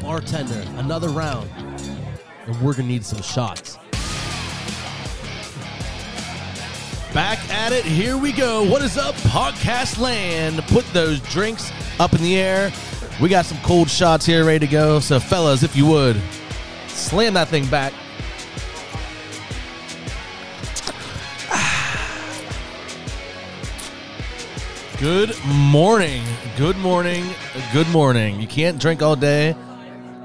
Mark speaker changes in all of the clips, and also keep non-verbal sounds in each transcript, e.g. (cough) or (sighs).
Speaker 1: bartender another round, and we're gonna need some shots. Back at it. Here we go. What is up, podcast land? Put those drinks up in the air. We got some cold shots here ready to go. So, fellas, if you would, slam that thing back. Good morning. Good morning. Good morning. You can't drink all day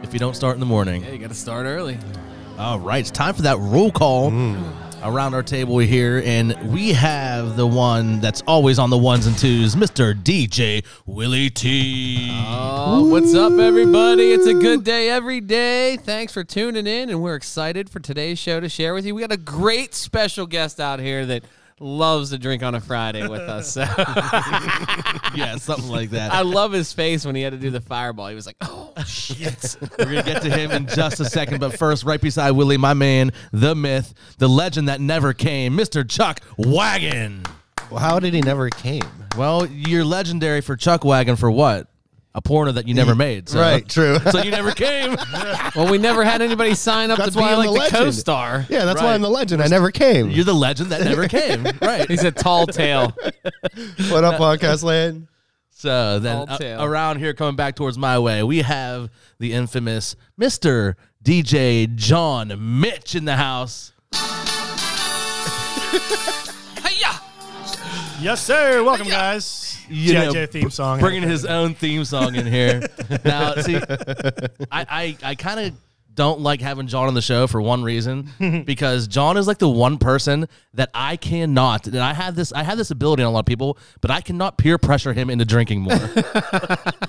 Speaker 1: if you don't start in the morning.
Speaker 2: Yeah, you got to start early.
Speaker 1: All right, it's time for that roll call
Speaker 3: Mm.
Speaker 1: around our table here, and we have the one that's always on the ones and twos, Mr. DJ Willie T.
Speaker 2: Oh, what's up, everybody? It's a good day every day. Thanks for tuning in, and we're excited for today's show to share with you. We got a great special guest out here that loves to drink on a Friday with us. So
Speaker 1: yeah, something like
Speaker 2: I
Speaker 3: (laughs)
Speaker 1: that.
Speaker 2: love his face when he had to do the fireball. He was like, "Oh shit!"
Speaker 1: We're gonna get to him in just a second, but first, right beside Willie, my man, the myth, the legend that never came, Mr. Chuck Wagon.
Speaker 3: Well, how did he never came?
Speaker 1: Well, you're legendary for Chuck Wagon for what? A porno that you
Speaker 3: (laughs)
Speaker 1: never made. So.
Speaker 3: Right, true.
Speaker 1: (laughs) So you never came.
Speaker 2: well, we never had anybody sign up
Speaker 3: That's
Speaker 2: to be
Speaker 3: why I'm
Speaker 2: like
Speaker 3: the
Speaker 2: the
Speaker 3: legend.
Speaker 2: co-star.
Speaker 3: (laughs) Yeah, that's
Speaker 1: Right.
Speaker 3: why I'm the legend. I never came.
Speaker 1: You're the legend that never
Speaker 3: (laughs)
Speaker 1: came. Right.
Speaker 2: He's a tall tale.
Speaker 3: what (laughs) up, podcast land?
Speaker 1: So then
Speaker 2: All
Speaker 1: a-
Speaker 2: tail.
Speaker 1: around here, coming back towards my way, we have the infamous Mr. DJ John Mitch in the house.
Speaker 2: Hi-ya!
Speaker 4: Yes, sir. Welcome, guys.
Speaker 1: You
Speaker 4: G.I.
Speaker 1: know,
Speaker 4: Joe theme song.
Speaker 1: Bringing his own theme song in here. now, see, I, I, I kind of don't like having John on the show for one reason because John is like the one person that I cannot, and I have this, I have this ability on a lot of people, but I cannot peer pressure him into drinking more.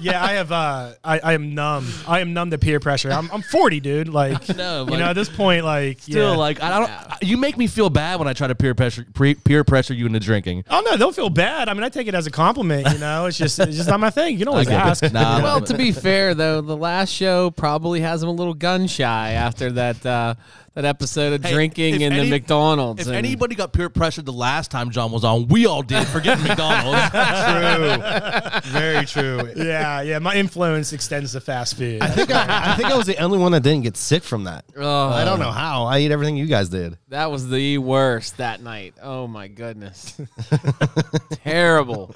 Speaker 4: yeah, I have. Uh, I, I am numb. I am numb to peer pressure. I'm, I'm 40, dude. Like,
Speaker 1: know,
Speaker 4: you
Speaker 1: like-
Speaker 4: know, at this point, like,
Speaker 1: Still,
Speaker 4: yeah.
Speaker 1: like I don't, you make me feel bad when I try to peer pressure, pre, peer pressure you into drinking.
Speaker 4: Oh no, don't feel bad. I mean, I take it as a compliment. You know, it's just it's just not my thing. You can always
Speaker 1: Okay.
Speaker 4: ask.
Speaker 1: Nah,
Speaker 2: (laughs) well, to be fair though, the last show probably has him a little gun shy after that uh, that episode of
Speaker 1: Hey, if
Speaker 2: drinking in
Speaker 1: any-
Speaker 2: the McDonald's.
Speaker 1: If
Speaker 2: and-
Speaker 1: anybody got peer pressured the last time John was on, we all did. (laughs) Forget McDonald's.
Speaker 3: True. Very true. (laughs)
Speaker 4: yeah, yeah. My influence extends to fast food.
Speaker 3: I think I, I think I was the only one that didn't get sick from that.
Speaker 2: Oh,
Speaker 3: Uh, I don't know how. I ate everything you guys did.
Speaker 2: that was the worst that night. Oh my goodness, terrible,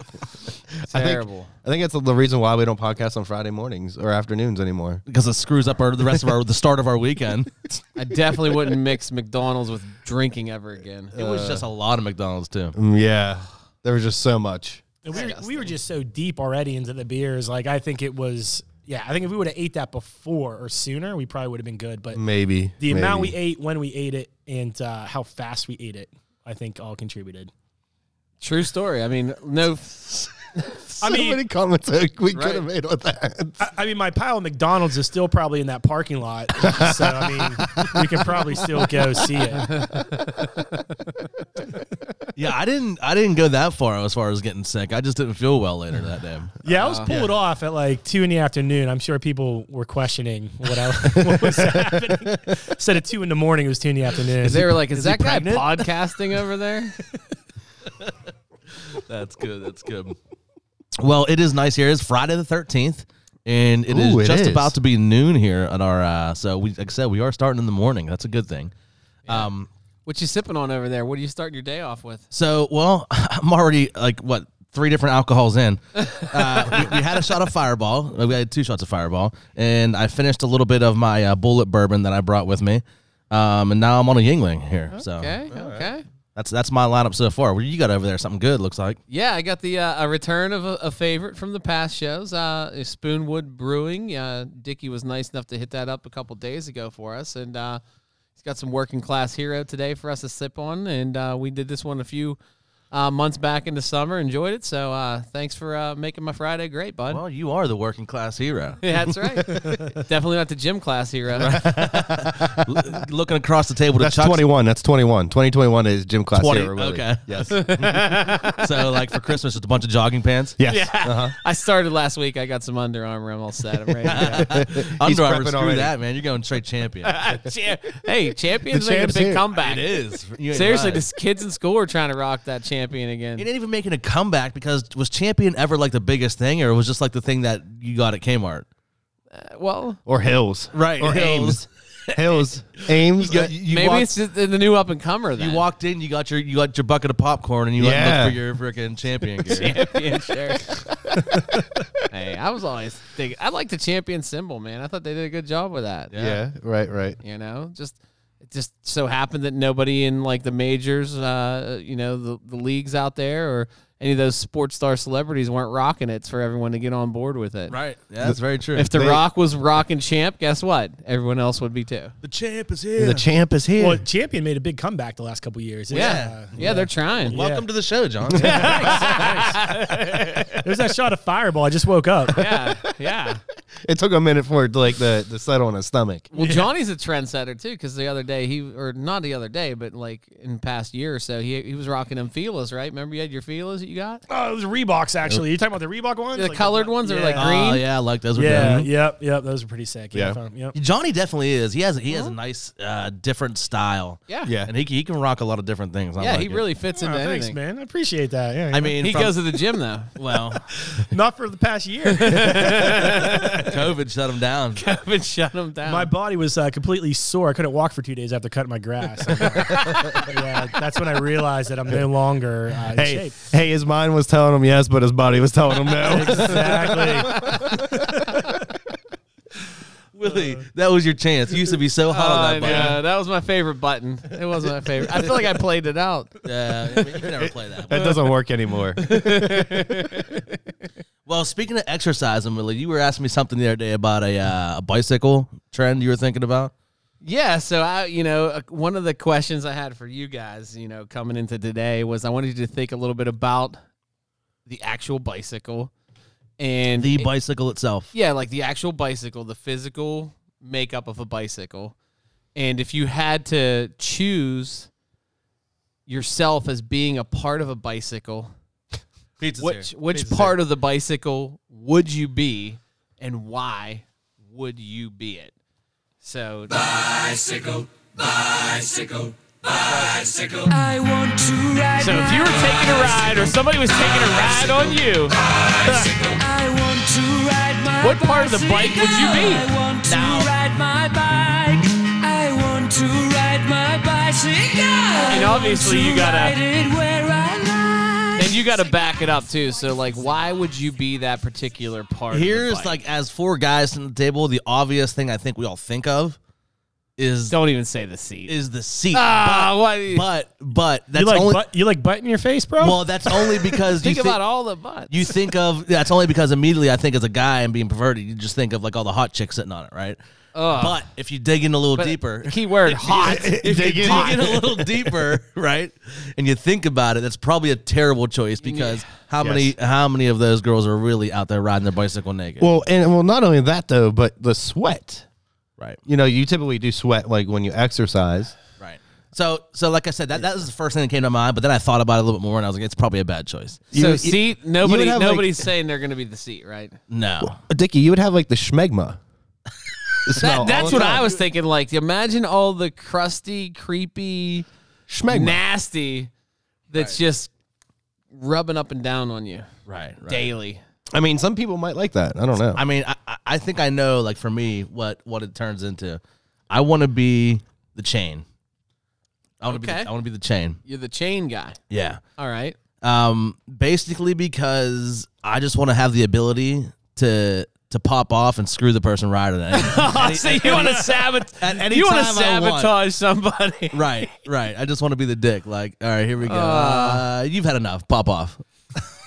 Speaker 2: terrible.
Speaker 3: I think that's the reason why we don't podcast on Friday mornings or afternoons anymore.
Speaker 1: Because it screws up our, the rest of our the start of our (laughs) weekend.
Speaker 2: I, definitely wouldn't mix McDonald's with drinking ever again.
Speaker 1: It was just a lot of McDonald's too.
Speaker 3: Mm, Yeah. There was just so much.
Speaker 4: And we, were, we were just so deep already into the beers. Like, I think it was. Yeah, I think if we would have ate that before or sooner, we probably would have been good.
Speaker 1: Mm,
Speaker 4: But
Speaker 3: Maybe.
Speaker 4: the amount we
Speaker 3: maybe.
Speaker 4: ate, when we ate it, and uh, how fast we ate it, I think all contributed.
Speaker 2: True story. I mean, no.
Speaker 3: So
Speaker 4: I mean-
Speaker 3: many comments that we could
Speaker 2: Right.
Speaker 3: have made with that.
Speaker 4: I, I mean, my pile of McDonald's is still probably in that parking lot. So, I mean, we can probably still go see it.
Speaker 1: Yeah, I didn't I didn't go that far as far as getting sick. I just didn't feel well later that day.
Speaker 4: Yeah, I was pulled off at like two in the afternoon. I'm sure people were questioning what, I, (laughs) what was happening. Instead of two in the morning, it was two in the afternoon.
Speaker 2: They were like, "Is, that
Speaker 4: he
Speaker 2: guy
Speaker 4: pregnant?"
Speaker 2: podcasting over there?"
Speaker 1: (laughs) That's good. That's good. Well, it is nice here. It's Friday the thirteenth. And it is
Speaker 3: Ooh, it
Speaker 1: just
Speaker 3: is.
Speaker 1: about to be noon here at our uh, so we like I said we are starting in the morning. That's a good thing. Um,
Speaker 2: What you sipping on over there? What do you start your day off with?
Speaker 1: So, well, (laughs) I'm already like what three different alcohols
Speaker 2: (laughs)
Speaker 1: in. Uh, we, we had a shot of Fireball. We had two shots of Fireball, and I finished a little bit of my uh, Bullet Bourbon that I brought with me. Um, and now I'm on a Yingling here. So
Speaker 2: Okay, okay.
Speaker 1: that's that's my lineup so far. What do you got over there? Something good looks like.
Speaker 2: Yeah, I got the uh, a return of a, a favorite from the past shows, uh, is Spoonwood Brewing. Uh, Dickie was nice enough to hit that up a couple days ago for us, and uh, he's got some working class hero today for us to sip on. And uh, we did this one a few uh, months back in the summer, enjoyed it. So uh, thanks for uh, making my Friday great, bud.
Speaker 1: Well, you are the working class hero.
Speaker 2: (laughs) yeah, that's
Speaker 3: (laughs)
Speaker 2: right. Definitely not the gym class hero. (laughs)
Speaker 1: L- looking across the table to
Speaker 3: That's
Speaker 1: Chuck's
Speaker 3: 21. That's 21. 2021 is gym class.
Speaker 1: 20,
Speaker 3: here, really.
Speaker 1: okay.
Speaker 3: (laughs) Yes.
Speaker 1: So, like for Christmas, just a bunch of jogging pants.
Speaker 3: Yes. uh-huh.
Speaker 2: (laughs) I started last week. I got some Under Armour. I'm all set. I'm ready
Speaker 3: (laughs)
Speaker 2: to go.
Speaker 1: Under Armour,
Speaker 3: prepping
Speaker 1: screw
Speaker 3: already.
Speaker 1: that, man. You're going straight
Speaker 2: (laughs)
Speaker 1: champion.
Speaker 2: Champ- hey, champions
Speaker 3: The
Speaker 2: making a
Speaker 3: champ's
Speaker 2: big
Speaker 3: here.
Speaker 2: comeback.
Speaker 1: it is. You ain't
Speaker 2: Seriously,
Speaker 1: right.
Speaker 2: just kids in school are trying to rock that champion again.
Speaker 1: It ain't even making a comeback because was champion ever like the biggest thing, or it was just like the thing that you got at Kmart?
Speaker 2: Uh, well,
Speaker 3: or Hills,
Speaker 1: Right,
Speaker 3: Or
Speaker 1: Hills.
Speaker 3: Ames, Hills, Ames.
Speaker 1: You,
Speaker 3: like-
Speaker 1: you
Speaker 2: maybe
Speaker 1: walked,
Speaker 2: it's just the the new up and comer. Then
Speaker 1: you walked in, you got your you got your bucket of popcorn, and you
Speaker 3: Yeah.
Speaker 1: went look for your freaking
Speaker 2: (laughs)
Speaker 1: champion gear.
Speaker 2: (laughs)
Speaker 1: (laughs)
Speaker 2: champion shirt. hey, I was always thinking. I like the champion symbol, man. I thought they did a good job with that.
Speaker 1: Yeah.
Speaker 3: yeah, right, right.
Speaker 2: You know, just it just so happened that nobody in like the majors, uh, you know, the, the leagues out there or any of those sports star celebrities weren't rocking it for everyone to get on board with it.
Speaker 1: Right. Yeah, that's very true.
Speaker 2: If The
Speaker 3: They-
Speaker 2: Rock was rocking champ, guess what? Everyone else would be too.
Speaker 1: the champ is here.
Speaker 3: The champ is here.
Speaker 4: Well, Champion made a big comeback the last couple years. It's,
Speaker 2: Yeah.
Speaker 4: uh,
Speaker 2: yeah, they're trying.
Speaker 1: Welcome to the show,
Speaker 2: (laughs)
Speaker 1: John.
Speaker 4: There's that shot of Fireball. I just woke up.
Speaker 2: Yeah, yeah.
Speaker 3: it took a minute for it to like the the settle on his stomach.
Speaker 2: Well, Johnny's a trendsetter too, because the other day he, or not the other day, but like in the past year or so, he he was rocking them feelas, right? Remember you had your feelas that you got,
Speaker 4: Oh, it was Reeboks actually. You talking about the Reebok ones?
Speaker 2: the
Speaker 4: Like
Speaker 2: colored ones, or like
Speaker 4: Yeah.
Speaker 2: green.
Speaker 1: Oh yeah, I like those. Were
Speaker 4: Yeah,
Speaker 1: good.
Speaker 4: yep, yep. Those are pretty sick. Yeah,
Speaker 3: Yeah.
Speaker 4: fun, yep.
Speaker 1: Johnny definitely is. He has he has a nice uh, different style.
Speaker 2: Yeah.
Speaker 3: Yeah.
Speaker 1: and he can- he can rock a lot of different things. I
Speaker 2: Yeah,
Speaker 1: like
Speaker 2: he
Speaker 1: it.
Speaker 2: really fits
Speaker 4: Oh,
Speaker 2: into
Speaker 4: thanks,
Speaker 2: anything.
Speaker 4: man. I appreciate that. Yeah,
Speaker 1: I mean,
Speaker 2: He
Speaker 1: from-
Speaker 2: goes to the gym
Speaker 4: (laughs)
Speaker 2: though.
Speaker 1: (laughs) well.
Speaker 4: not for the past year.
Speaker 1: COVID shut him down.
Speaker 2: (laughs) Kevin shut him down.
Speaker 4: my body was uh, completely sore. I couldn't walk for two days after cutting my
Speaker 1: (laughs)
Speaker 4: grass. yeah, that's when I realized that I'm no longer uh, in
Speaker 3: Hey,
Speaker 4: shape.
Speaker 3: hey, his mind was telling him yes, but his body was telling him
Speaker 4: (laughs)
Speaker 3: no.
Speaker 1: (laughs)
Speaker 4: Exactly.
Speaker 1: Willie, that was your chance. You used to be so hot
Speaker 2: Oh,
Speaker 1: on that button.
Speaker 2: yeah, that was my favorite button. It was my favorite. I feel like I played it out.
Speaker 1: Yeah, I mean, you can never play that.
Speaker 3: That doesn't work anymore.
Speaker 1: Well, speaking of exercising, Willie, you were asking me something the other day about a, uh, a bicycle trend you were thinking about.
Speaker 2: Yeah, so I, you know, uh, one of the questions I had for you guys, you know, coming into today was I wanted you to think a little bit about the actual bicycle and
Speaker 1: The bicycle itself.
Speaker 2: yeah, like the actual bicycle, the physical makeup of a bicycle. And if you had to choose yourself as being a part of a bicycle,
Speaker 1: Pizza's
Speaker 2: which which part of the bicycle would you be and why would you be it? So
Speaker 5: I want to ride.
Speaker 2: So if you were taking a ride or somebody was taking a ride on you,
Speaker 5: I want to ride my
Speaker 2: What part of the bike would you be?
Speaker 5: bicycle. I want to
Speaker 2: Now-
Speaker 5: ride my bike. I want to ride my bicycle.
Speaker 2: And
Speaker 5: I want
Speaker 2: obviously
Speaker 5: to
Speaker 2: you gotta-
Speaker 5: ride it where I like.
Speaker 2: then you got to back it up too. So like, why would you be that particular part? of the
Speaker 1: Here's
Speaker 2: bike?
Speaker 1: like as four guys sitting at the table, the obvious thing I think we all think of is
Speaker 2: don't even say the seat.
Speaker 1: is the seat.
Speaker 2: Ah, what?
Speaker 1: But but that's
Speaker 4: you like
Speaker 1: only
Speaker 4: butt, you like butt in your face, bro?
Speaker 1: well that's
Speaker 2: (laughs)
Speaker 1: only because
Speaker 2: think
Speaker 1: you
Speaker 2: about
Speaker 1: thi-
Speaker 2: all the butts.
Speaker 1: you think of that's only because immediately I think as a guy and being perverted, you just think of like all the hot chicks sitting on it, right?
Speaker 2: Ugh.
Speaker 1: But if you dig in a little
Speaker 2: But
Speaker 1: deeper,
Speaker 2: the Key word hot.
Speaker 1: if you
Speaker 3: Dig
Speaker 1: dig
Speaker 3: in.
Speaker 1: in a little
Speaker 3: (laughs)
Speaker 1: deeper, right, and you think about it, that's probably a terrible choice because how many
Speaker 3: Yes.
Speaker 1: how many of those girls are really out there riding their bicycle naked?
Speaker 3: well, and well, not only that though, but the sweat.
Speaker 1: right,
Speaker 3: You know, you typically do sweat like when you exercise.
Speaker 1: right. So so like I said, that, that was the first thing that came to mind. But then I thought about it a little bit more, and I was like, it's probably a bad choice.
Speaker 2: so
Speaker 3: You- you-
Speaker 2: seat. Nobody.
Speaker 3: you would have, like-
Speaker 2: Nobody's saying they're going to be the seat, right?
Speaker 1: No,
Speaker 3: Uh, Dickie, you would have like the schmegma.
Speaker 2: That, that's what I was thinking. Like, imagine all the crusty, creepy,
Speaker 3: Schmegma.
Speaker 2: nasty that's just rubbing up and down on you
Speaker 1: right, right.
Speaker 2: daily.
Speaker 3: I mean, some people might like that. I don't know.
Speaker 1: I mean, I, I- I think I know. Like for me, what what it turns into. I want to be the chain. I want to be.
Speaker 2: Okay.
Speaker 1: The, I want to be the chain.
Speaker 2: You're the chain guy.
Speaker 1: Yeah.
Speaker 2: All right.
Speaker 1: Um. Basically, because I just want to have the ability to to pop off and screw the person
Speaker 2: (laughs)
Speaker 1: right in it.
Speaker 2: so you (laughs) want to sabot-
Speaker 1: At any
Speaker 2: you wanna
Speaker 1: time I want.
Speaker 2: sabotage somebody.
Speaker 1: right. Right. I just want to be the dick. Like, all right, here we go. Uh, you've had enough. Pop off.
Speaker 2: (laughs)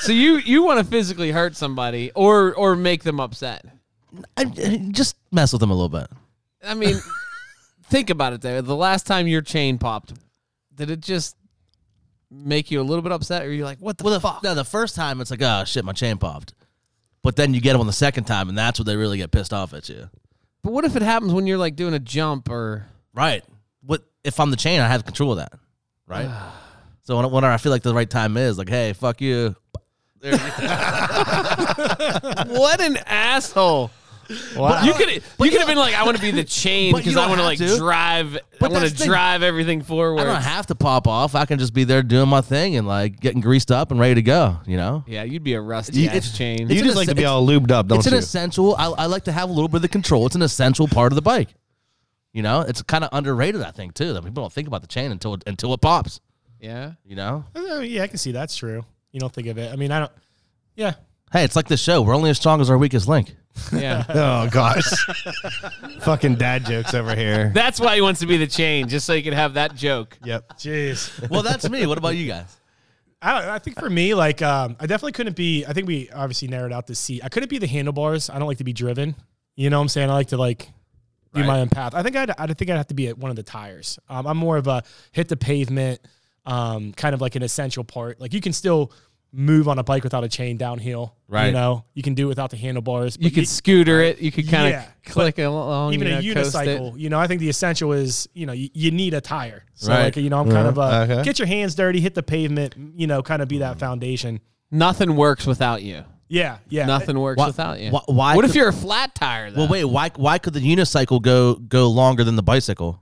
Speaker 2: So you you want to physically hurt somebody or or make them upset.
Speaker 1: I, I- just mess with them a little bit.
Speaker 2: I mean, think about it though. The last time your chain popped, did it just make you a little bit upset or you're like, "What the
Speaker 1: Well, the,
Speaker 2: fuck?"
Speaker 1: No, the first time it's like, oh shit, my chain popped. But then you get them on the second time, and that's when they really get pissed off at you.
Speaker 2: But what if it happens when you're like doing a jump or
Speaker 1: Right. What if I'm the chain? I have control of that.
Speaker 2: (sighs)
Speaker 1: Right. so when, whenever I feel like the right time is, like, hey, fuck you.
Speaker 2: What an asshole.
Speaker 3: Wow.
Speaker 2: You could you could have been like, I want to be the chain
Speaker 1: But you
Speaker 2: because I
Speaker 1: don't
Speaker 2: want to
Speaker 1: have
Speaker 2: like
Speaker 1: to.
Speaker 2: drive.
Speaker 1: But
Speaker 2: I want
Speaker 1: that's the
Speaker 2: to
Speaker 1: thing.
Speaker 2: drive everything forward.
Speaker 1: I don't have to pop off. I can just be there doing my thing and like getting greased up and ready to go. You know,
Speaker 2: yeah, you'd be a rusty
Speaker 1: You-
Speaker 2: ass
Speaker 1: it's-
Speaker 2: chain.
Speaker 1: it's
Speaker 3: you
Speaker 1: an
Speaker 3: just
Speaker 1: ass-
Speaker 3: like to be
Speaker 1: it's-
Speaker 3: all lubed up, don't
Speaker 1: it's an (laughs)
Speaker 3: you?
Speaker 1: essential. I, I like to have a little bit of the control. It's an essential part of the bike. You know, it's kind of underrated. I think too that people don't think about the chain until until it pops.
Speaker 2: yeah,
Speaker 1: You know,
Speaker 4: Uh, yeah, I can see that's true. You don't think of it. I mean, I don't. Yeah,
Speaker 1: hey, it's like the show. We're only as strong as our weakest link.
Speaker 2: yeah.
Speaker 3: (laughs) oh gosh, (laughs) fucking dad jokes over here.
Speaker 2: That's why he wants to be the chain, just so he can have that joke.
Speaker 3: Yep.
Speaker 4: jeez.
Speaker 1: Well, that's me. What about you guys?
Speaker 4: I, don't- I think for me, like, um, I definitely couldn't be. I think we obviously narrowed out the seat. I couldn't be the handlebars. I don't like to be driven. You know what I'm saying? I like to like be my own path. I think I'd. I think I'd have to be at one of the tires. Um, I'm more of a hit the pavement, um, kind of like an essential part. Like you can still move on a bike without a chain downhill. You
Speaker 1: Right.
Speaker 4: know, you can do it without the handlebars.
Speaker 2: You
Speaker 4: but
Speaker 2: could scooter it. You could kind of
Speaker 4: Yeah, but
Speaker 2: click along.
Speaker 4: even
Speaker 2: you know,
Speaker 4: a
Speaker 2: coast it.
Speaker 4: unicycle. You know, I think the essential is you know you, you need a tire. So
Speaker 1: Right.
Speaker 4: like you know I'm kind of a
Speaker 3: Uh-huh. Okay.
Speaker 4: get your hands dirty, hit the pavement. You know, kind of be that foundation.
Speaker 2: Nothing works without you.
Speaker 4: Yeah, yeah.
Speaker 2: Nothing works
Speaker 1: Why-
Speaker 2: without you.
Speaker 1: why- why
Speaker 2: what if
Speaker 1: could-
Speaker 2: you're a flat tire? Though?
Speaker 1: (laughs) Well, wait. Why why could the unicycle go go longer than the bicycle?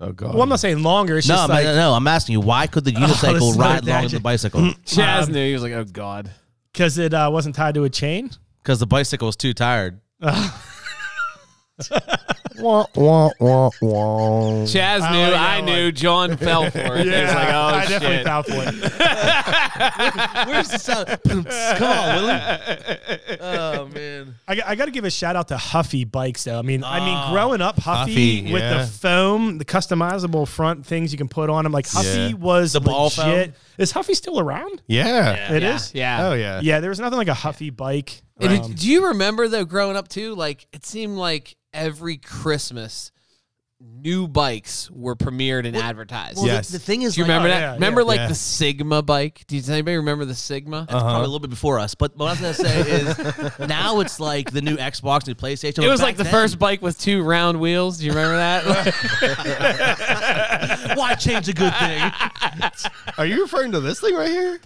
Speaker 3: Oh god.
Speaker 4: Well, I'm not saying longer. It's
Speaker 1: No,
Speaker 4: just
Speaker 1: I'm,
Speaker 4: like
Speaker 1: no. I'm asking you. Why could the (laughs)
Speaker 4: this
Speaker 1: unicycle
Speaker 4: is not a
Speaker 1: ride
Speaker 4: dad
Speaker 1: longer than the (laughs)
Speaker 4: joke.
Speaker 1: bicycle? um,
Speaker 2: Chaz knew. He was like, oh god.
Speaker 4: because it uh, wasn't tied to a chain.
Speaker 1: Because the bicycle is too tired.
Speaker 3: wah, wah, wah, wah.
Speaker 2: Chaz knew.
Speaker 4: like that
Speaker 2: I
Speaker 4: one.
Speaker 2: knew. John fell for it. He was like, oh
Speaker 4: (laughs) I
Speaker 2: shit.
Speaker 4: definitely fell for it.
Speaker 1: Where's the sound? Come on, Willie. Oh man.
Speaker 4: (laughs) I, got- I got to give a shout out to Huffy Bikes though. I mean, I mean, growing up, Huffy,
Speaker 3: Huffy,
Speaker 4: with
Speaker 3: yeah.
Speaker 4: the foam, the customizable front things you can put on them. Like Huffy
Speaker 3: Yeah.
Speaker 4: was
Speaker 1: The ball foam?
Speaker 4: legit. Is Huffy still around?
Speaker 3: Yeah.
Speaker 4: It is.
Speaker 2: yeah, Yeah.
Speaker 3: Oh yeah.
Speaker 4: Yeah, there was nothing like a Huffy bike.
Speaker 2: And it-
Speaker 4: Um,
Speaker 2: do you remember though, growing up too? Like it seemed like every Christmas, new bikes were premiered and advertised.
Speaker 1: Well,
Speaker 3: Yeah.
Speaker 1: the-
Speaker 3: Yes.
Speaker 1: the, thing is,
Speaker 2: Do you
Speaker 1: like-
Speaker 2: remember
Speaker 4: Oh,
Speaker 2: that?
Speaker 4: yeah,
Speaker 2: remember
Speaker 4: yeah.
Speaker 2: like
Speaker 3: Yeah.
Speaker 2: the Sigma bike? Does anybody remember the Sigma?
Speaker 1: That's probably a little bit before us, but what I was gonna say is now it's like the new Xbox, new PlayStation.
Speaker 2: It
Speaker 1: but
Speaker 2: was
Speaker 1: back
Speaker 2: like the
Speaker 1: then-
Speaker 2: first bike with two round wheels. Do you remember that?
Speaker 1: Why change a good thing?
Speaker 3: Are you referring to this thing right here?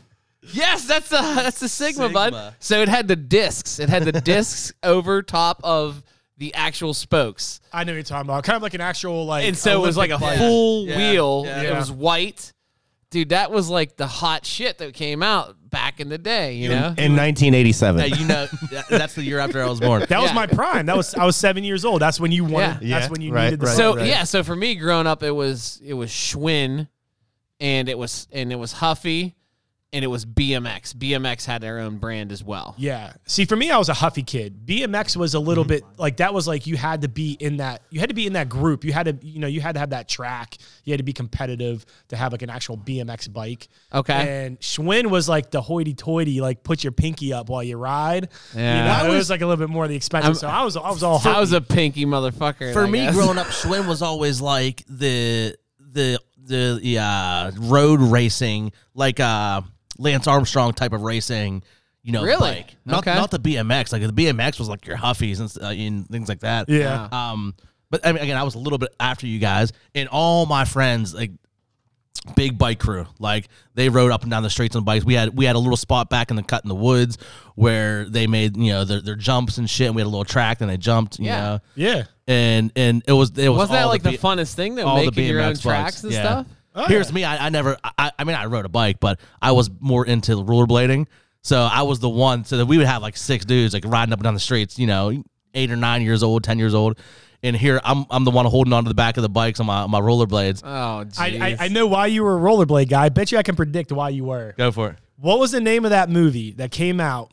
Speaker 2: yes,
Speaker 1: (laughs)
Speaker 2: that's the that's the Sigma, bud.
Speaker 1: Sigma.
Speaker 2: So it had the discs. It
Speaker 1: (laughs)
Speaker 2: had the discs over top of the actual spokes.
Speaker 4: I know what you're talking about. Kind of like an actual like.
Speaker 2: and so it was like
Speaker 4: Olympic
Speaker 2: a
Speaker 4: bike.
Speaker 2: full
Speaker 1: Yeah.
Speaker 2: wheel.
Speaker 1: Yeah.
Speaker 2: It was white. Dude, that was like the hot shit that came out back in the day, you know?
Speaker 3: In 1987.
Speaker 1: Hey, you know,
Speaker 2: (laughs)
Speaker 1: that- that's the year after I was born.
Speaker 4: That was
Speaker 2: Yeah.
Speaker 4: my prime. That was I was seven years old. That's when you wanted.
Speaker 2: Yeah.
Speaker 4: That's
Speaker 3: Yeah.
Speaker 4: when you
Speaker 3: Right,
Speaker 4: needed. The
Speaker 3: right.
Speaker 2: so yeah, so for me growing up it was it was Schwinn and it was and it was Huffy and it was BMX. BMX had their own brand as well.
Speaker 4: Yeah. See, for me, I was a huffy kid. BMX was a
Speaker 2: Mm-hmm.
Speaker 4: little bit like that. Was like you had to be in that. You had to be in that group. You had to, you know, you had to have that track. You had to be competitive to have like an actual BMX bike.
Speaker 2: Okay.
Speaker 4: And Schwinn was like the hoity-toity, like put your pinky up while you ride.
Speaker 2: Yeah.
Speaker 4: You know, it was like a little bit more of the expensive.
Speaker 2: I'm-
Speaker 4: so I was, I was all.
Speaker 2: (laughs) I was
Speaker 4: huffy.
Speaker 2: a pinky motherfucker.
Speaker 1: For
Speaker 2: I
Speaker 1: me,
Speaker 2: guess. (laughs)
Speaker 1: growing up, Schwinn was always like the the the yeah, road racing, like uh, Lance Armstrong type of racing. You know,
Speaker 2: Really?
Speaker 1: bike. Not
Speaker 2: Okay.
Speaker 1: not the BMX. Like the BMX was like your Huffies and, s- uh, and things like that.
Speaker 4: Yeah.
Speaker 1: Um, but I mean, again, I was a little bit after you guys, and all my friends like big bike crew. Like they rode up and down the streets on bikes. We had we had a little spot back in the cut in the woods where they made you know their, their jumps and shit. And we had a little track, and they jumped. You
Speaker 2: Yeah.
Speaker 1: know,
Speaker 4: yeah.
Speaker 1: and and it was it was
Speaker 2: wasn't that
Speaker 1: all
Speaker 2: like the,
Speaker 1: B-
Speaker 2: funnest thing though,
Speaker 1: all the
Speaker 2: making your own
Speaker 1: BMX bikes.
Speaker 2: tracks and
Speaker 1: Oh, Yeah.
Speaker 2: stuff?
Speaker 1: Here's me. I, I never. I, I mean, I rode a bike, but I was more into rollerblading. So I was the one. So that we would have like six dudes like riding up and down the streets. You know, eight or nine years old, ten years old. And here I'm I'm the one holding onto the back of the bikes on my my rollerblades.
Speaker 2: Oh
Speaker 4: I,
Speaker 2: jeez.
Speaker 4: I, I know why you were a rollerblade guy. I bet you I can predict why you were.
Speaker 1: Go for it.
Speaker 4: What was the name of that movie that came out?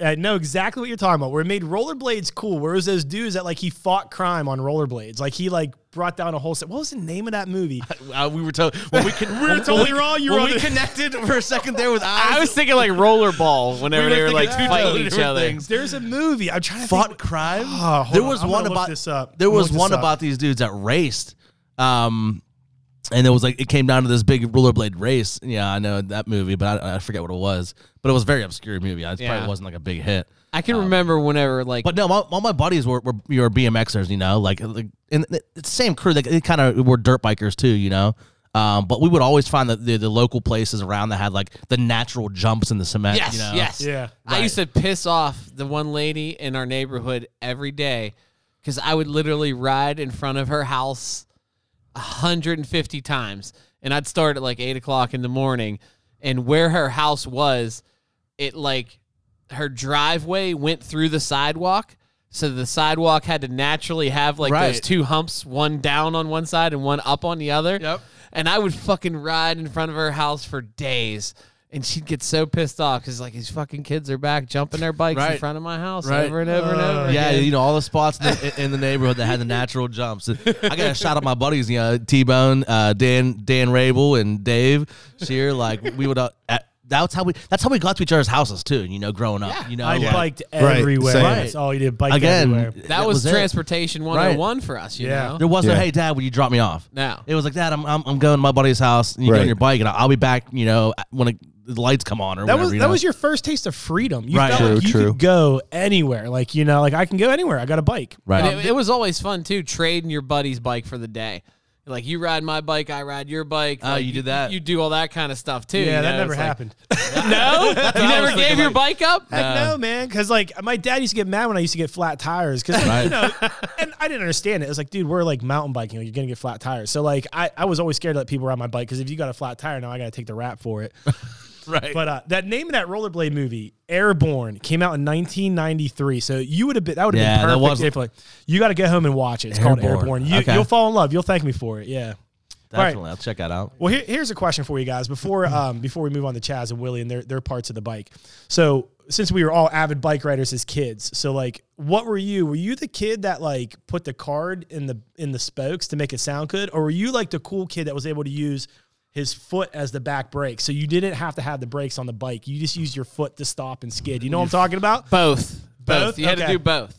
Speaker 4: I know exactly what you're talking about. Where it made rollerblades cool. Where it was those dudes that like he fought crime on rollerblades. Like he like brought down a whole set. What was the name of that movie?
Speaker 1: Uh, we were told (laughs) when we could. we
Speaker 4: were totally wrong. You were
Speaker 1: when
Speaker 4: on
Speaker 1: we
Speaker 4: the-
Speaker 1: connected for a second there (laughs) with eyes.
Speaker 2: I was thinking like rollerball whenever
Speaker 1: were
Speaker 2: they were
Speaker 1: thinking
Speaker 2: like
Speaker 4: (laughs)
Speaker 1: two totally
Speaker 2: fighting each
Speaker 1: different
Speaker 2: other.
Speaker 1: things.
Speaker 4: There's a movie. I'm trying to
Speaker 1: fought
Speaker 4: think.
Speaker 1: crime.
Speaker 4: Oh, hold
Speaker 1: there
Speaker 4: on.
Speaker 1: was
Speaker 4: I'm gonna
Speaker 1: one
Speaker 4: look
Speaker 1: about
Speaker 4: this up.
Speaker 1: There
Speaker 4: I'm gonna
Speaker 1: was
Speaker 4: look this
Speaker 1: one
Speaker 4: up.
Speaker 1: about these dudes that raced, um, and it was like it came down to this big rollerblade race. Yeah, I know that movie, but I, I forget what it was. But it was a very obscure movie. It
Speaker 2: Yeah.
Speaker 1: probably wasn't like a big hit.
Speaker 2: I can remember whenever like
Speaker 1: But no, my, all my buddies were, were your BMXers, you know, like, like and it's the same crew. Like they kind of were dirt bikers too, you know. Um, but we would always find the, the the local places around that had like the natural jumps in the cement.
Speaker 2: Yes,
Speaker 1: you know?
Speaker 2: yes.
Speaker 4: Yeah.
Speaker 2: I used to piss off the one lady in our neighborhood every day because I would literally ride in front of her house 150 times. And I'd start at like 8 o'clock in the morning. And where her house was, it like her driveway went through the sidewalk. So the sidewalk had to naturally have like those
Speaker 1: Right.
Speaker 2: two humps, one down on one side and one up on the other.
Speaker 1: Yep.
Speaker 2: And I would fucking ride in front of her house for days. And she'd get so pissed off because like these fucking kids are back jumping their bikes in
Speaker 1: Right.
Speaker 2: front of my house
Speaker 1: Right.
Speaker 2: over and over and
Speaker 4: Uh,
Speaker 2: over.
Speaker 1: Yeah,
Speaker 2: again.
Speaker 1: you know all the spots in the, in the neighborhood that had the natural jumps. I got a shot at my buddies, you know, T Bone, uh, Dan, Dan Rabel, and Dave Shear. Like we would, uh, at, that's how we, that's how we got to each other's houses too. You know, growing up, you know,
Speaker 4: I
Speaker 1: like,
Speaker 4: biked
Speaker 3: Right,
Speaker 4: everywhere.
Speaker 3: same.
Speaker 4: That's all you did. Biked
Speaker 1: again.
Speaker 4: everywhere.
Speaker 2: that, was,
Speaker 1: it.
Speaker 2: transportation 101 for us, you
Speaker 4: Yeah.
Speaker 2: know?
Speaker 1: There was no,
Speaker 3: Yeah.
Speaker 1: hey dad, will you drop me off?
Speaker 2: No.
Speaker 1: It was like dad, I'm I'm, I'm going to my buddy's house, and you go on
Speaker 3: Right.
Speaker 1: your bike, and I'll be back. You know, when it, the lights come on or
Speaker 4: That
Speaker 1: whatever.
Speaker 4: was
Speaker 1: you
Speaker 4: that
Speaker 1: know?
Speaker 4: was your first taste of freedom. You
Speaker 1: Right.
Speaker 4: felt
Speaker 1: True,
Speaker 4: like you
Speaker 3: true.
Speaker 4: could go anywhere. Like you know, like I can go anywhere. I got a bike.
Speaker 1: right.
Speaker 2: And it, it was always fun too, trading your buddy's bike for the day. Like you ride my bike, I ride your bike.
Speaker 1: Oh,
Speaker 2: Like,
Speaker 1: you did that?
Speaker 2: You, do all that kind of stuff too.
Speaker 4: Yeah,
Speaker 2: you
Speaker 4: that
Speaker 2: know?
Speaker 4: never
Speaker 2: It's like-
Speaker 4: happened.
Speaker 2: no, (laughs) you never gave your bike up.
Speaker 4: Heck no, man. Because like my dad used to get mad when I used to get flat tires. Because you know, and I didn't understand it. It was like, dude, we're like mountain biking. You're gonna get flat tires. So like, I, I was always scared to let people ride my bike because if you got a flat tire, now I gotta take the rap for it.
Speaker 1: (laughs) right.
Speaker 4: But uh, that name of that rollerblade movie, Airborne, came out in 1993. So you would have been that would have
Speaker 1: Yeah, that
Speaker 4: been perfect
Speaker 1: was-
Speaker 4: if like you got to go home and watch it. It's called
Speaker 1: Airborne.
Speaker 4: Airborne. You,
Speaker 1: Okay.
Speaker 4: You'll fall in love. You'll thank me for it. Yeah. All right.
Speaker 1: Definitely, I'll check that out.
Speaker 4: Well, here, here's a question for you
Speaker 1: (laughs)
Speaker 4: guys before um, before we move on to Chaz and Willie and their their parts of the bike. So since we were all avid bike riders as kids, so like, what were you? Were you the kid that like put the card in the in the spokes to make it sound good, or were you like the cool kid that was able to use his foot as the back brake, so you didn't have to have the brakes on the bike? You just used your foot to stop and skid. You know what I'm
Speaker 1: (laughs)
Speaker 4: talking about?
Speaker 2: Both, both.
Speaker 4: Both?
Speaker 2: You had
Speaker 4: Okay.
Speaker 2: to do both.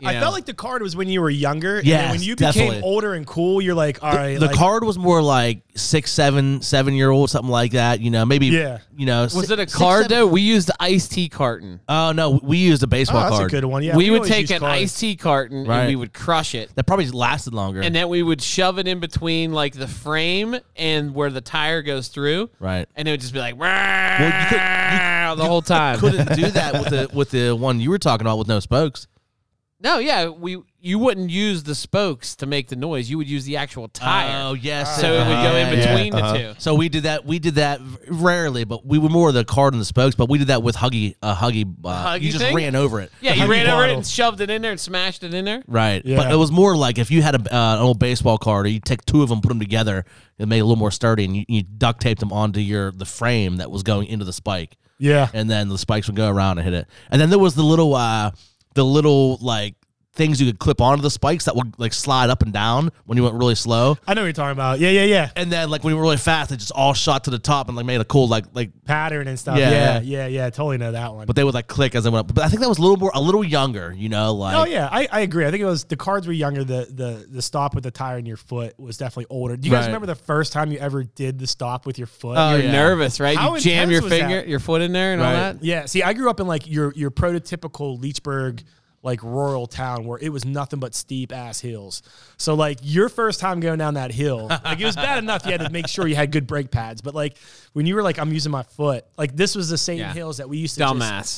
Speaker 2: You
Speaker 4: I
Speaker 2: know?
Speaker 4: felt like the card was when you were younger. and then
Speaker 1: Yes,
Speaker 4: when you became
Speaker 1: definitely.
Speaker 4: older and cool, you're like, all right,
Speaker 1: the
Speaker 4: like,
Speaker 1: card was more like six, seven, seven year old, something like that. You know, maybe.
Speaker 4: Yeah.
Speaker 1: You know,
Speaker 2: was it a card though? We used the iced tea carton.
Speaker 1: Oh no, we used a
Speaker 4: Oh,
Speaker 1: baseball
Speaker 4: that's
Speaker 1: card.
Speaker 4: a good one. Yeah,
Speaker 2: we would
Speaker 4: always
Speaker 2: take
Speaker 4: used
Speaker 2: an
Speaker 4: cards.
Speaker 2: iced tea carton
Speaker 1: Right.
Speaker 2: and we would crush it.
Speaker 1: That probably lasted longer.
Speaker 2: And then we would shove it in between like the frame and where the tire goes through.
Speaker 1: Right.
Speaker 2: And it would just be like
Speaker 1: you could-
Speaker 2: the whole time.
Speaker 1: couldn't (laughs) do that with the with the one you were talking about with no spokes.
Speaker 2: (laughs) No, yeah, we you wouldn't use the spokes to make the noise. You would use the actual tire.
Speaker 1: Oh yes.
Speaker 2: so it would go in
Speaker 1: Yeah, yeah.
Speaker 2: between
Speaker 3: uh-huh.
Speaker 2: the two.
Speaker 1: So we did that. We did that v- rarely, but we were more the card and the spokes. But we did that with Huggy. Uh, Huggy. Uh,
Speaker 2: Huggy
Speaker 1: you just
Speaker 2: thing?
Speaker 1: ran over it.
Speaker 2: Yeah, you
Speaker 4: Honey
Speaker 2: ran over it
Speaker 4: bottle.
Speaker 2: and shoved it in there and smashed it in there.
Speaker 1: Right. But
Speaker 4: Yeah.
Speaker 1: it was more like if you had a, uh, an old baseball card, or you take two of them, put them together, it made it a little more sturdy, and you, you duct taped them onto your the frame that was going into the spike.
Speaker 4: Yeah.
Speaker 1: And then the spikes would go around and hit it. And then there was the little, uh, the little like things you could clip onto the spikes that would like slide up and down when you went really slow.
Speaker 4: I know what you're talking about. Yeah, yeah, yeah.
Speaker 1: And then like when you were really fast, it just all shot to the top and like made a cool like like.
Speaker 4: Pattern and stuff.
Speaker 1: Yeah.
Speaker 4: Yeah, yeah, yeah. Totally know that one.
Speaker 1: But they would like click as they went up. But I think that was a little more, a little younger, you know, like.
Speaker 4: oh yeah, I, I agree. I think it was the cards were younger. The the the stop with the tire in your foot was definitely older. Do you
Speaker 1: Right.
Speaker 4: guys remember the first time you ever did the stop with your foot?
Speaker 1: Oh,
Speaker 2: You're
Speaker 1: yeah.
Speaker 2: nervous, right?
Speaker 4: How
Speaker 2: you jam
Speaker 4: intense
Speaker 2: your
Speaker 4: was that?
Speaker 2: finger, your foot in there and all
Speaker 1: Right.
Speaker 2: that.
Speaker 4: yeah. See, I grew up in like your your prototypical Leechburg like rural town where it was nothing but steep ass hills. So like your first time going down that hill, like it was bad enough you had to make sure you had good brake pads. But like when you were like, I'm using my foot, like this was the same
Speaker 2: Yeah.
Speaker 4: hills that we used to just-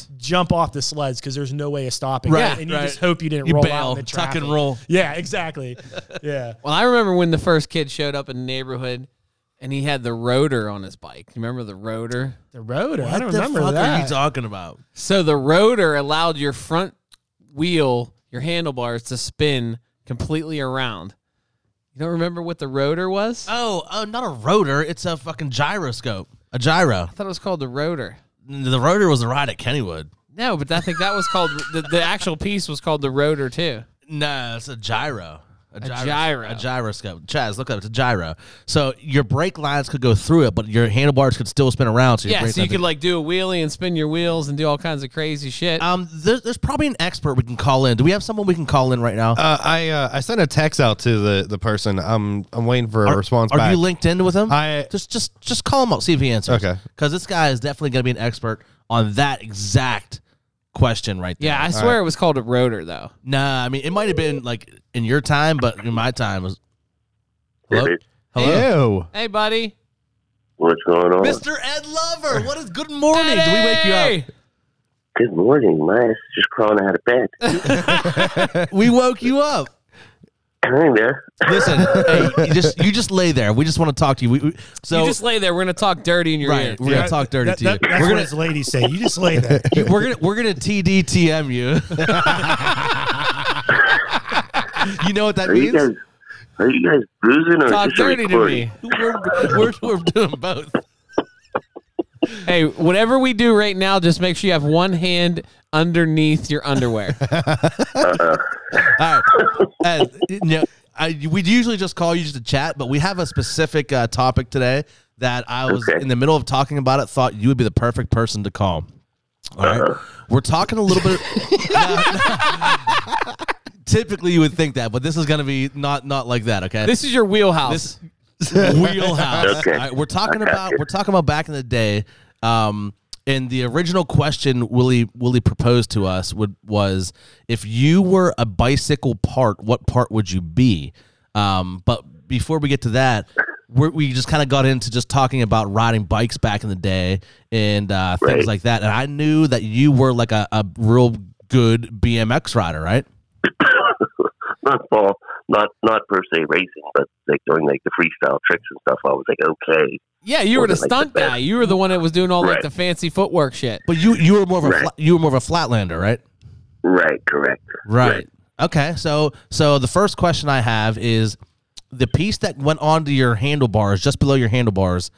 Speaker 2: Dumbass.
Speaker 4: jump off the sleds because there's no way of stopping.
Speaker 1: Right,
Speaker 4: And you
Speaker 1: right.
Speaker 4: just hope you didn't
Speaker 1: You
Speaker 4: roll
Speaker 1: bail,
Speaker 4: out in the
Speaker 1: tuck and
Speaker 4: traffic.
Speaker 1: roll.
Speaker 4: Yeah, exactly. yeah.
Speaker 2: Well, I remember when the first kid showed up in the neighborhood and he had the rotor on his bike. You remember the rotor?
Speaker 4: (laughs) The rotor. I don't
Speaker 1: What the
Speaker 4: remember
Speaker 1: fuck
Speaker 4: that.
Speaker 1: are you talking about?
Speaker 2: So the rotor allowed your front wheel, your handlebars to spin completely around. You don't remember what the rotor was? I
Speaker 1: Oh, oh, not a rotor. It's a fucking gyroscope. A gyro.
Speaker 2: thought it was called the rotor.
Speaker 1: The rotor was the ride at Kennywood.
Speaker 2: No, but I think that was (laughs) called the, the actual piece was called the rotor too.
Speaker 1: No, it's a gyro. A gyro.
Speaker 2: gyro.
Speaker 1: A gyroscope. Chaz, look up. It's a gyro. So your brake lines could go through it, but your handlebars could still spin around. So your
Speaker 2: Yeah,
Speaker 1: brake
Speaker 2: so you
Speaker 1: lines-
Speaker 2: could like do a wheelie and spin your wheels and do all kinds of crazy shit.
Speaker 1: Um, there's, there's probably an expert we can call in. Do we have someone we can call in right now?
Speaker 3: Uh, I uh, I sent a text out to the, the person. I'm I'm waiting for a response
Speaker 1: Are
Speaker 3: back.
Speaker 1: you linked in with him?
Speaker 3: I-
Speaker 1: just just just call him up, see if he answers.
Speaker 3: Okay.
Speaker 1: Because this guy is definitely going to be an expert on that exact question right there.
Speaker 2: yeah, I swear it was called a rotor though.
Speaker 1: Nah, I mean it might have been like in your time, but in my time it was. Hello?
Speaker 3: Hello.
Speaker 2: Hey, buddy.
Speaker 6: What's going on?
Speaker 1: Mr. Ed Lover, what is good morning? Did we wake you up?
Speaker 6: Good morning. My ass is just crawling out of bed.
Speaker 1: (laughs) We woke you up.
Speaker 6: Hang there.
Speaker 1: Listen, hey, you just you just lay there. We just want to talk to you. We, we- so
Speaker 2: you just lay there. We're gonna talk dirty in your
Speaker 1: right,
Speaker 2: ear.
Speaker 1: we're gonna talk dirty
Speaker 7: That-
Speaker 1: to you.
Speaker 7: that- that's
Speaker 1: we're
Speaker 7: what
Speaker 1: gonna
Speaker 7: his ladies say. You just lay
Speaker 1: (laughs)
Speaker 7: there.
Speaker 1: you- we're gonna we're gonna TDTM you. you know what that
Speaker 6: Are you
Speaker 1: means?
Speaker 6: guys? Are you guys boozing or
Speaker 2: Talk
Speaker 6: just
Speaker 2: dirty to
Speaker 6: recording? (laughs)
Speaker 2: me.
Speaker 1: (laughs) We're, we're, we're doing both.
Speaker 2: Hey, whatever we do right now, just make sure you have one hand underneath your (laughs) underwear.
Speaker 1: All right. Ed, you know, I, we'd usually just call you just to chat, but we have a specific uh, topic today that I was
Speaker 6: Okay.
Speaker 1: in the middle of talking about it, thought you would be the perfect person to call. All right. We're talking a little bit. (laughs) typically, you would think that, but this is going to be not not like that, okay?
Speaker 2: this is your wheelhouse.
Speaker 1: (laughs) wheelhouse.
Speaker 6: Okay.
Speaker 1: All right, we're talking
Speaker 6: I got
Speaker 1: about
Speaker 6: you.
Speaker 1: we're talking about back in the day. Um, and the original question Willie Willie proposed to us would was if you were a bicycle part, what part would you be? Um, but before we get to that, we're, we just kind of got into just talking about riding bikes back in the day and uh, things
Speaker 6: Right.
Speaker 1: like that. And I knew that you were like a, a real good BMX rider, right?
Speaker 6: Not ball. Not not per se racing, but like doing like the freestyle tricks and stuff. I was like, okay,
Speaker 2: Yeah, you were the
Speaker 6: Wasn't like the
Speaker 2: stunt
Speaker 6: best.
Speaker 2: guy. You were the one that was doing all like
Speaker 6: Right.
Speaker 2: the fancy footwork shit.
Speaker 1: But you you were more of a
Speaker 6: Right.
Speaker 1: fla- you were more of a flatlander, right?
Speaker 6: right, correct.
Speaker 1: Right. Okay. So so the first question I have is the piece that went onto your handlebars, just below your handlebars,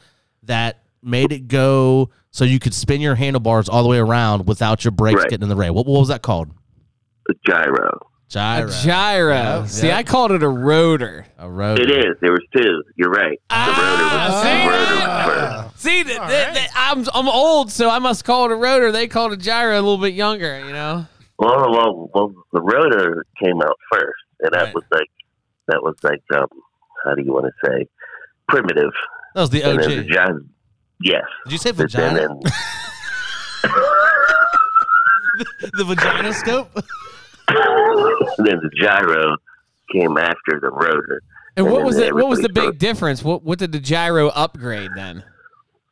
Speaker 1: that made it go so you could spin your handlebars all the way around without your brakes
Speaker 6: Right.
Speaker 1: getting in the way. What, what was that called?
Speaker 6: The gyro.
Speaker 1: Gyro.
Speaker 2: A gyro. See,
Speaker 1: yeah.
Speaker 2: I called it a rotor.
Speaker 1: A road.
Speaker 6: It is. There was two. You're right. The rotor was,
Speaker 2: Ah, see?
Speaker 6: the rotor was first.
Speaker 2: See, th- th- th- I'm I'm old, so I must call it a rotor. They called it a gyro a little bit younger, you know.
Speaker 6: Well, well, well, the rotor came out first, and that was like that was like um, how do you want to say primitive.
Speaker 1: That was the
Speaker 6: And
Speaker 1: OG.
Speaker 6: then the
Speaker 1: Did
Speaker 6: gyro. Yes.
Speaker 1: you say
Speaker 6: But then,
Speaker 1: vagina?
Speaker 6: then-
Speaker 1: The vagina scope?
Speaker 6: then (laughs) the gyro came after the rotor.
Speaker 2: And what
Speaker 6: then
Speaker 2: was it? What was the
Speaker 6: everybody
Speaker 2: big difference? What what did the gyro upgrade then?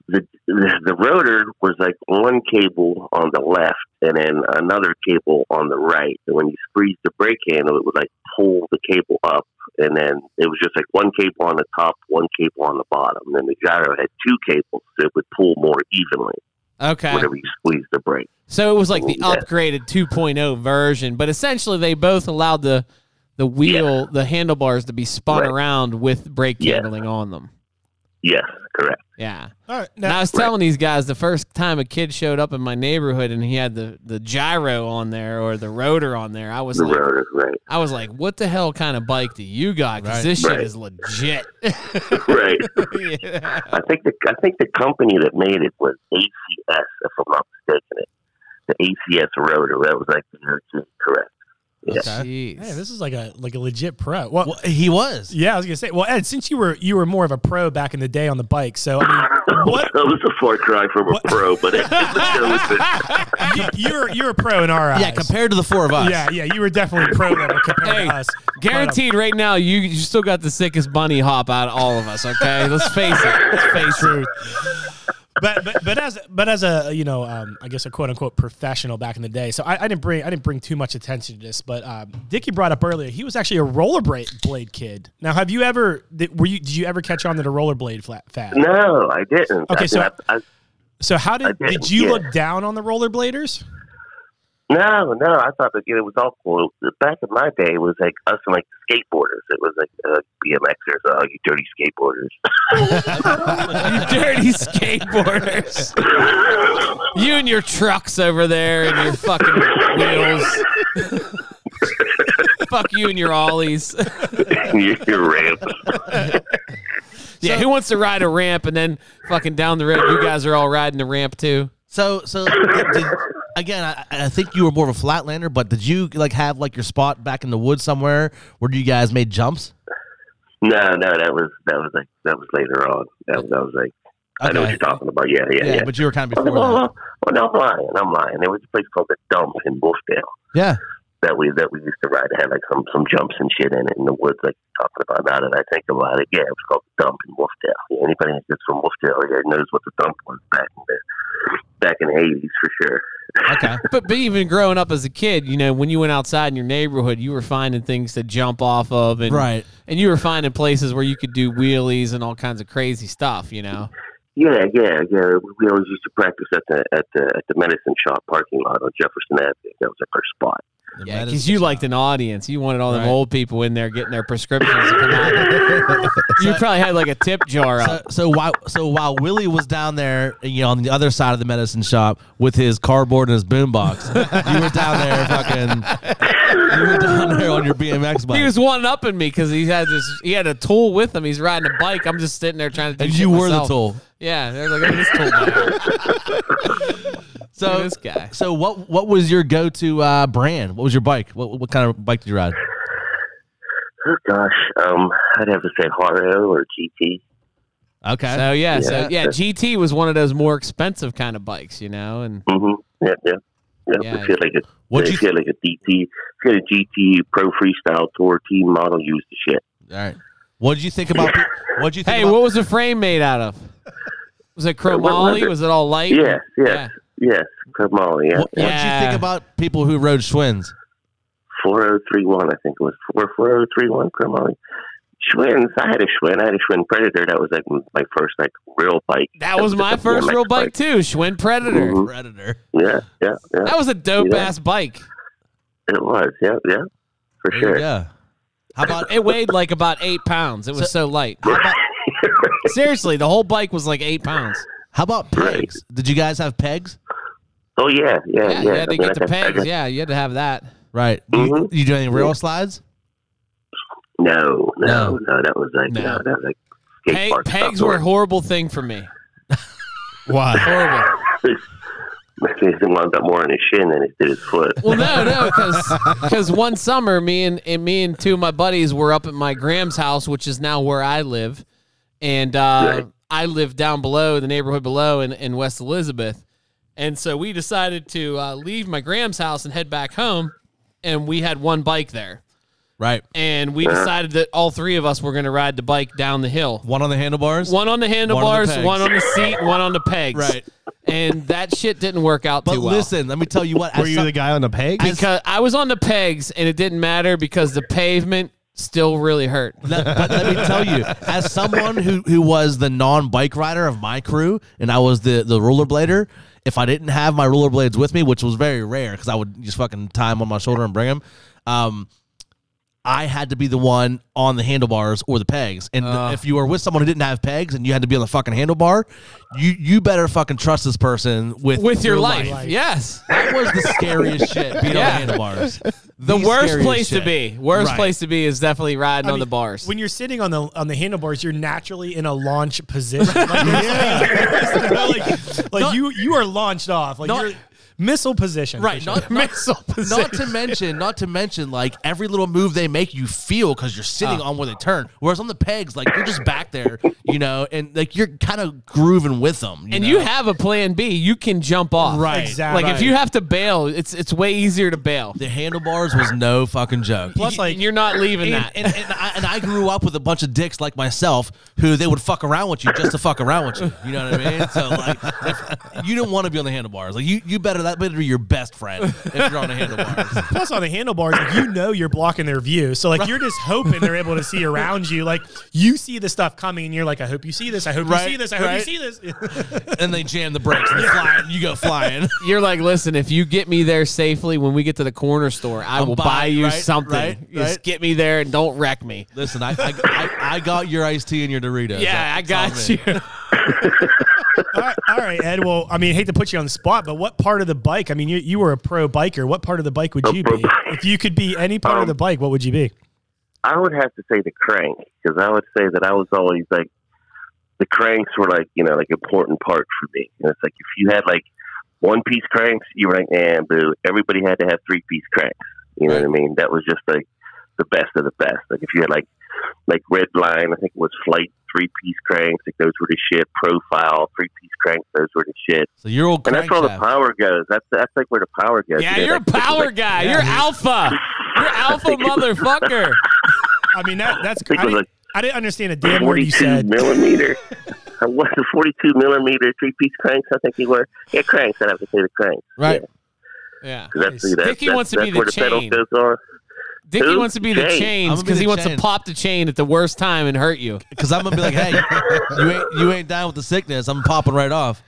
Speaker 6: the the rotor was like one cable on the left and then another cable on the right. And when you squeezed the brake handle, it would like pull the cable up, and then it was just like one cable on the top, one cable on the bottom. And the gyro had two cables, so it would pull more evenly
Speaker 2: Okay,
Speaker 6: whenever you squeeze the brake.
Speaker 2: so it was like the
Speaker 6: Yeah.
Speaker 2: upgraded 2.0 version, but essentially they both allowed the the wheel, the handlebars to be spun
Speaker 6: Right.
Speaker 2: around with brake
Speaker 6: Yeah.
Speaker 2: handling on them.
Speaker 6: Yes, correct.
Speaker 2: Yeah.
Speaker 4: All right.
Speaker 2: and I
Speaker 4: Now,
Speaker 2: was telling these guys the first time a kid showed up in my neighborhood and he had the, the gyro on there or the rotor on there, I was
Speaker 6: The
Speaker 2: like,
Speaker 6: rotor, right,
Speaker 2: I was like, what the hell kind of bike do you got? Because
Speaker 1: Right.
Speaker 2: this shit
Speaker 6: Right.
Speaker 2: is legit. (laughs)
Speaker 6: right.
Speaker 2: Yeah.
Speaker 6: I think the I think the company that made it was ACS, if I'm not mistaken. It the ACS rotor that was like the original, correct. Yeah.
Speaker 2: Jeez.
Speaker 4: hey, this is like a like a legit pro. Well,
Speaker 1: Well, he was.
Speaker 4: yeah, I was gonna say. Well, Ed, since you were you were more of a pro back in the day on the bike, so I mean, what
Speaker 6: That was a far cry from a
Speaker 4: What?
Speaker 6: pro, but it, it
Speaker 4: you, you're you're a pro in our eyes.
Speaker 1: Yeah, compared to the four of us.
Speaker 4: Yeah, yeah, you were definitely pro level compared
Speaker 2: Hey,
Speaker 4: to us.
Speaker 2: Guaranteed right now, you, you still got the sickest bunny hop out of all of us, okay? Let's face it. Let's face it.
Speaker 4: but but but as but as a you know um, I guess a quote unquote professional back in the day. So I, I didn't bring I didn't bring too much attention to this, but um, Dickie brought up earlier he was actually a rollerblade blade kid. Now, have you ever did, were you did you ever catch on to the rollerblade flat fad?
Speaker 6: was, no, I didn't.
Speaker 4: Okay,
Speaker 6: I,
Speaker 4: so-
Speaker 6: I, I,
Speaker 4: So how did
Speaker 6: I did,
Speaker 4: did you
Speaker 6: yeah.
Speaker 4: look down on the rollerbladers?
Speaker 6: no, no, I thought that you know, it was all cool. Back in my day, it was like us and like skateboarders. It was like uh, BMXers, oh, you dirty skateboarders.
Speaker 4: (laughs)
Speaker 2: You dirty skateboarders. you and your trucks over there and your fucking wheels. (laughs) Fuck you and your ollies. (laughs)
Speaker 6: You're, you're ramps.
Speaker 2: yeah, who wants to ride a ramp and then fucking down the road you guys are all riding the ramp too?
Speaker 1: So, so did, did- again, I, I think you were more of a flatlander, but did you like have like your spot back in the woods somewhere where you guys made jumps?
Speaker 6: No, no, that was that was like that was later on. That, that was like I know what
Speaker 1: Okay.
Speaker 6: you're talking about. Yeah, yeah, yeah.
Speaker 1: Yeah, but you were kind of
Speaker 6: Oh,
Speaker 1: before that.
Speaker 6: no, I'm lying. I'm lying. There was a place called the Dump in Wolfdale.
Speaker 1: Yeah.
Speaker 6: that we that we used to ride. It had like some some jumps and shit in it in the woods, like you're talking about. Now that I think about it, yeah, it was called the dump in Wolfdale. Yeah, anybody that's from Wolfdale yeah, knows what the dump was back in the back in the eighties for sure.
Speaker 1: Okay.
Speaker 2: But, but even growing up as a kid, you know, when you went outside in your neighborhood, you were finding things to jump off of, and
Speaker 1: Right.
Speaker 2: and you were finding places where you could do wheelies and all kinds of crazy stuff. You know,
Speaker 6: (laughs) Yeah, yeah, yeah. We we always used to practice at the at the at the medicine shop parking lot on Jefferson Avenue. That was like our spot. (gasps)
Speaker 1: The
Speaker 2: yeah,
Speaker 1: medicine
Speaker 2: because you
Speaker 1: shop.
Speaker 2: liked an audience. You wanted all them
Speaker 1: Right.
Speaker 2: old people in there getting their prescriptions. to come
Speaker 1: (laughs)
Speaker 2: out. you probably had like a tip jar
Speaker 1: So,
Speaker 2: up.
Speaker 1: so while so while Willie was down there, you know, on the other side of the medicine shop with his cardboard and his boombox, you were down there fucking. You were down there on your BMX bike,
Speaker 2: He was one upping me because he had this. He had a tool with him. He's riding a bike. I'm just sitting there trying to. Do
Speaker 1: and
Speaker 2: shit
Speaker 1: you were
Speaker 2: myself.
Speaker 1: the tool.
Speaker 2: Yeah, they're like, look at this tool.
Speaker 1: (laughs)
Speaker 2: guy. Look
Speaker 1: So
Speaker 2: at this guy.
Speaker 1: So what what was your go to uh, brand? What was your bike? What what kind of bike did you ride?
Speaker 6: Oh gosh, um, I'd have to say Haro or GT.
Speaker 1: Okay.
Speaker 2: So yeah, so
Speaker 6: Yeah.
Speaker 2: yeah, GT was one of those more expensive kind of bikes, you know, and
Speaker 6: Mm-hmm. Yeah, yeah. Yeah,
Speaker 2: Yeah.
Speaker 6: If you had like a
Speaker 1: What'd
Speaker 6: if
Speaker 1: you
Speaker 6: you had like a DT, if you had a GT Pro Freestyle Tour team model, use the shit.
Speaker 1: All right. What did you think about? the- What did you think?
Speaker 2: hey,
Speaker 1: about,
Speaker 2: what was the frame made out of? Was it chromoly?
Speaker 6: leather?
Speaker 2: Was it all light?
Speaker 6: Yes, yes, yes. Come on, yeah.
Speaker 1: what what did you
Speaker 2: Yeah.
Speaker 1: think about people who rode Schwinn's?
Speaker 6: four oh three one, I think it was four four oh three one Come on, Schwinn's. I had a Schwinn. I had a Schwinn Predator. That was like my first like real bike.
Speaker 2: That was my
Speaker 6: like a
Speaker 2: first
Speaker 6: BMX
Speaker 2: real bike too, Schwinn Predator.
Speaker 1: Mm-hmm.
Speaker 6: Mhm.
Speaker 1: Predator.
Speaker 6: Yeah, yeah, yeah.
Speaker 2: That was a dope ass bike.
Speaker 6: It was. Yeah, yeah, for
Speaker 1: There you
Speaker 6: sure.
Speaker 1: go. How about
Speaker 2: It weighed like about eight pounds. It was so, light. Seriously, the whole bike was like eight pounds.
Speaker 1: how about pegs? Did you guys have pegs?
Speaker 6: (laughs) Oh yeah, yeah,
Speaker 2: Yeah,
Speaker 6: yeah.
Speaker 2: you had to
Speaker 6: I mean,
Speaker 2: get
Speaker 6: I
Speaker 2: the
Speaker 6: got- I
Speaker 2: pegs.
Speaker 6: got-
Speaker 2: Yeah, you had to have that.
Speaker 1: Right. Do you,
Speaker 6: Mhm.
Speaker 1: you do any rail slides?
Speaker 6: No,
Speaker 1: No.
Speaker 6: no, no. That was like no,
Speaker 2: No.
Speaker 6: that was like skate
Speaker 2: Hey,
Speaker 6: park stuff.
Speaker 2: pegs were a horrible thing for me.
Speaker 3: Why?
Speaker 2: Horrible.
Speaker 6: He's the one got more on his shin than he did his foot.
Speaker 2: Well, no, no, because one summer, me and, and me and two of my buddies were up at my Graham's house, which is now where I live, and uh,
Speaker 6: Right.
Speaker 2: I live down below the neighborhood below in, in West Elizabeth, and so we decided to uh, leave my Graham's house and head back home, and we had one bike there,
Speaker 1: Right.
Speaker 2: and
Speaker 6: Uh-huh.
Speaker 2: we decided that all three of us were going to ride the bike down the hill.
Speaker 1: One on the handlebars.
Speaker 2: One on the handlebars, one on
Speaker 1: pegs.
Speaker 2: the, seat, and one on the pegs.
Speaker 1: Right.
Speaker 2: And that shit didn't work out
Speaker 1: But
Speaker 2: too well.
Speaker 1: listen, let me tell you what.
Speaker 3: Were
Speaker 1: as
Speaker 3: you
Speaker 1: some-
Speaker 3: the guy on the peg?
Speaker 2: because I was on the pegs and it didn't matter because the pavement still really hurt.
Speaker 1: Let- but let me tell you, as someone who, who was the non bike rider of my crew, and I was the the rollerblader. If I didn't have my rollerblades with me, which was very rare, because I would just fucking tie them on my shoulder and bring them, um, I had to be the one on the handlebars or the pegs. And if you were with someone who didn't have pegs and you had to be on the fucking handlebar, you you better fucking trust this person with
Speaker 2: With your life.
Speaker 4: life.
Speaker 2: Yes.
Speaker 1: That was the scariest shit. Being
Speaker 2: Yeah.
Speaker 1: on the handlebars.
Speaker 2: The worst place to be. Worst
Speaker 1: Right.
Speaker 2: place to be is definitely riding
Speaker 4: I
Speaker 2: on
Speaker 4: mean,
Speaker 2: the bars. (laughs)
Speaker 4: When you're sitting on the on the handlebars, you're naturally in a launch position. (laughs) Like, there's- like, like, you you are launched off. Like
Speaker 1: Not-
Speaker 4: you're missile position.
Speaker 1: Right,
Speaker 4: for
Speaker 1: not,
Speaker 4: sure.
Speaker 1: not, (laughs)
Speaker 2: Missile
Speaker 1: not to mention, not to mention, like every little move they make, you feel because you're sitting on where they turn. Whereas on the pegs, like you're just back there, you know, and like you're kind of grooving with them.
Speaker 2: and
Speaker 1: know?
Speaker 2: you have a plan B, you can jump off.
Speaker 1: Right.
Speaker 4: Exactly.
Speaker 2: Like if you have to bail, it's it's way easier to bail.
Speaker 1: the handlebars was no fucking joke.
Speaker 4: Plus, like-
Speaker 2: and you're not leaving
Speaker 1: and,
Speaker 2: that.
Speaker 1: and, and, I, and I grew up with a bunch of dicks like myself who they would fuck around with you just to fuck around with you. You know what I mean? So like, if, you don't want to be on the handlebars. Like you, you better that better be your best friend if you're on the handlebars.
Speaker 4: Plus, on the handlebars, like, you know you're blocking their view. So, like, you're just hoping they're able to see around you. Like, you see the stuff coming, and you're like, I hope you see this. I hope
Speaker 1: Right,
Speaker 4: you see this. I hope you
Speaker 1: right.
Speaker 4: see this. (laughs)
Speaker 1: and they jam the brakes and they fly, you go flying.
Speaker 2: you're like, listen, if you get me there safely when we get to the corner store, I
Speaker 1: I'll
Speaker 2: will
Speaker 1: buy-
Speaker 2: buy, you
Speaker 1: right,
Speaker 2: something.
Speaker 1: right,
Speaker 2: Just
Speaker 1: right.
Speaker 2: get me there and don't wreck me.
Speaker 1: Listen, I, I, I, I got your iced tea and your Doritos.
Speaker 2: Yeah, I
Speaker 1: That's all
Speaker 2: got
Speaker 1: me.
Speaker 2: you.
Speaker 4: all, right, all right, Ed. Well, I mean, hate to put you on the spot, but what part of the bike? I mean, you, you were a pro biker. What part of the bike would
Speaker 6: A
Speaker 4: you
Speaker 6: pro
Speaker 4: be?
Speaker 6: biker.
Speaker 4: If you could be any part of
Speaker 6: Um,
Speaker 4: the bike, what would you be?
Speaker 6: I would have to say the crank because I would say that I was always like the cranks were like you know like important part for me. And it's like if you had like one piece cranks, you were like, man, boo. Everybody had to have three piece cranks. You know what I mean? That was just like the best of the best. Like if you had like like Red Line, I think it was Flight three piece cranks, like those were the shit. Profile three piece cranks, those were the shit.
Speaker 1: So your old
Speaker 6: And that's where all the
Speaker 1: crankshaft.
Speaker 6: power goes. That's that's like where the power goes.
Speaker 2: Yeah,
Speaker 6: you know,
Speaker 2: you're a
Speaker 6: (laughs) like, this is
Speaker 2: power
Speaker 6: like-
Speaker 2: guy. You're alpha.
Speaker 6: (laughs)
Speaker 2: You're alpha motherfucker.
Speaker 4: I mean, that that's.
Speaker 6: I think
Speaker 4: I
Speaker 6: it was
Speaker 4: didn't,
Speaker 6: like
Speaker 4: I didn't understand a damn word you
Speaker 6: 42
Speaker 2: (laughs)
Speaker 4: said.
Speaker 6: millimeter. I was a 42 millimeter three piece cranks. I think they were. Yeah, cranks. I'd have to say the cranks.
Speaker 1: Right.
Speaker 6: Yeah,
Speaker 2: Yeah.
Speaker 6: 'cause that's,
Speaker 4: Nice.
Speaker 6: that's,
Speaker 2: Dicky
Speaker 6: that's,
Speaker 2: wants to
Speaker 6: that's
Speaker 2: be the
Speaker 6: where the pedals
Speaker 2: chain.
Speaker 6: goes on.
Speaker 2: Dickie
Speaker 6: Who?
Speaker 2: wants to be the
Speaker 6: Chain.
Speaker 1: I'm
Speaker 2: chains
Speaker 1: gonna be
Speaker 2: because he
Speaker 1: the
Speaker 2: wants to
Speaker 1: chain.
Speaker 2: pop the chain at the worst time and hurt
Speaker 6: (laughs)
Speaker 2: you.
Speaker 1: Because I'm gonna be like, hey, you ain't you ain't down with the sickness. I'm popping right off.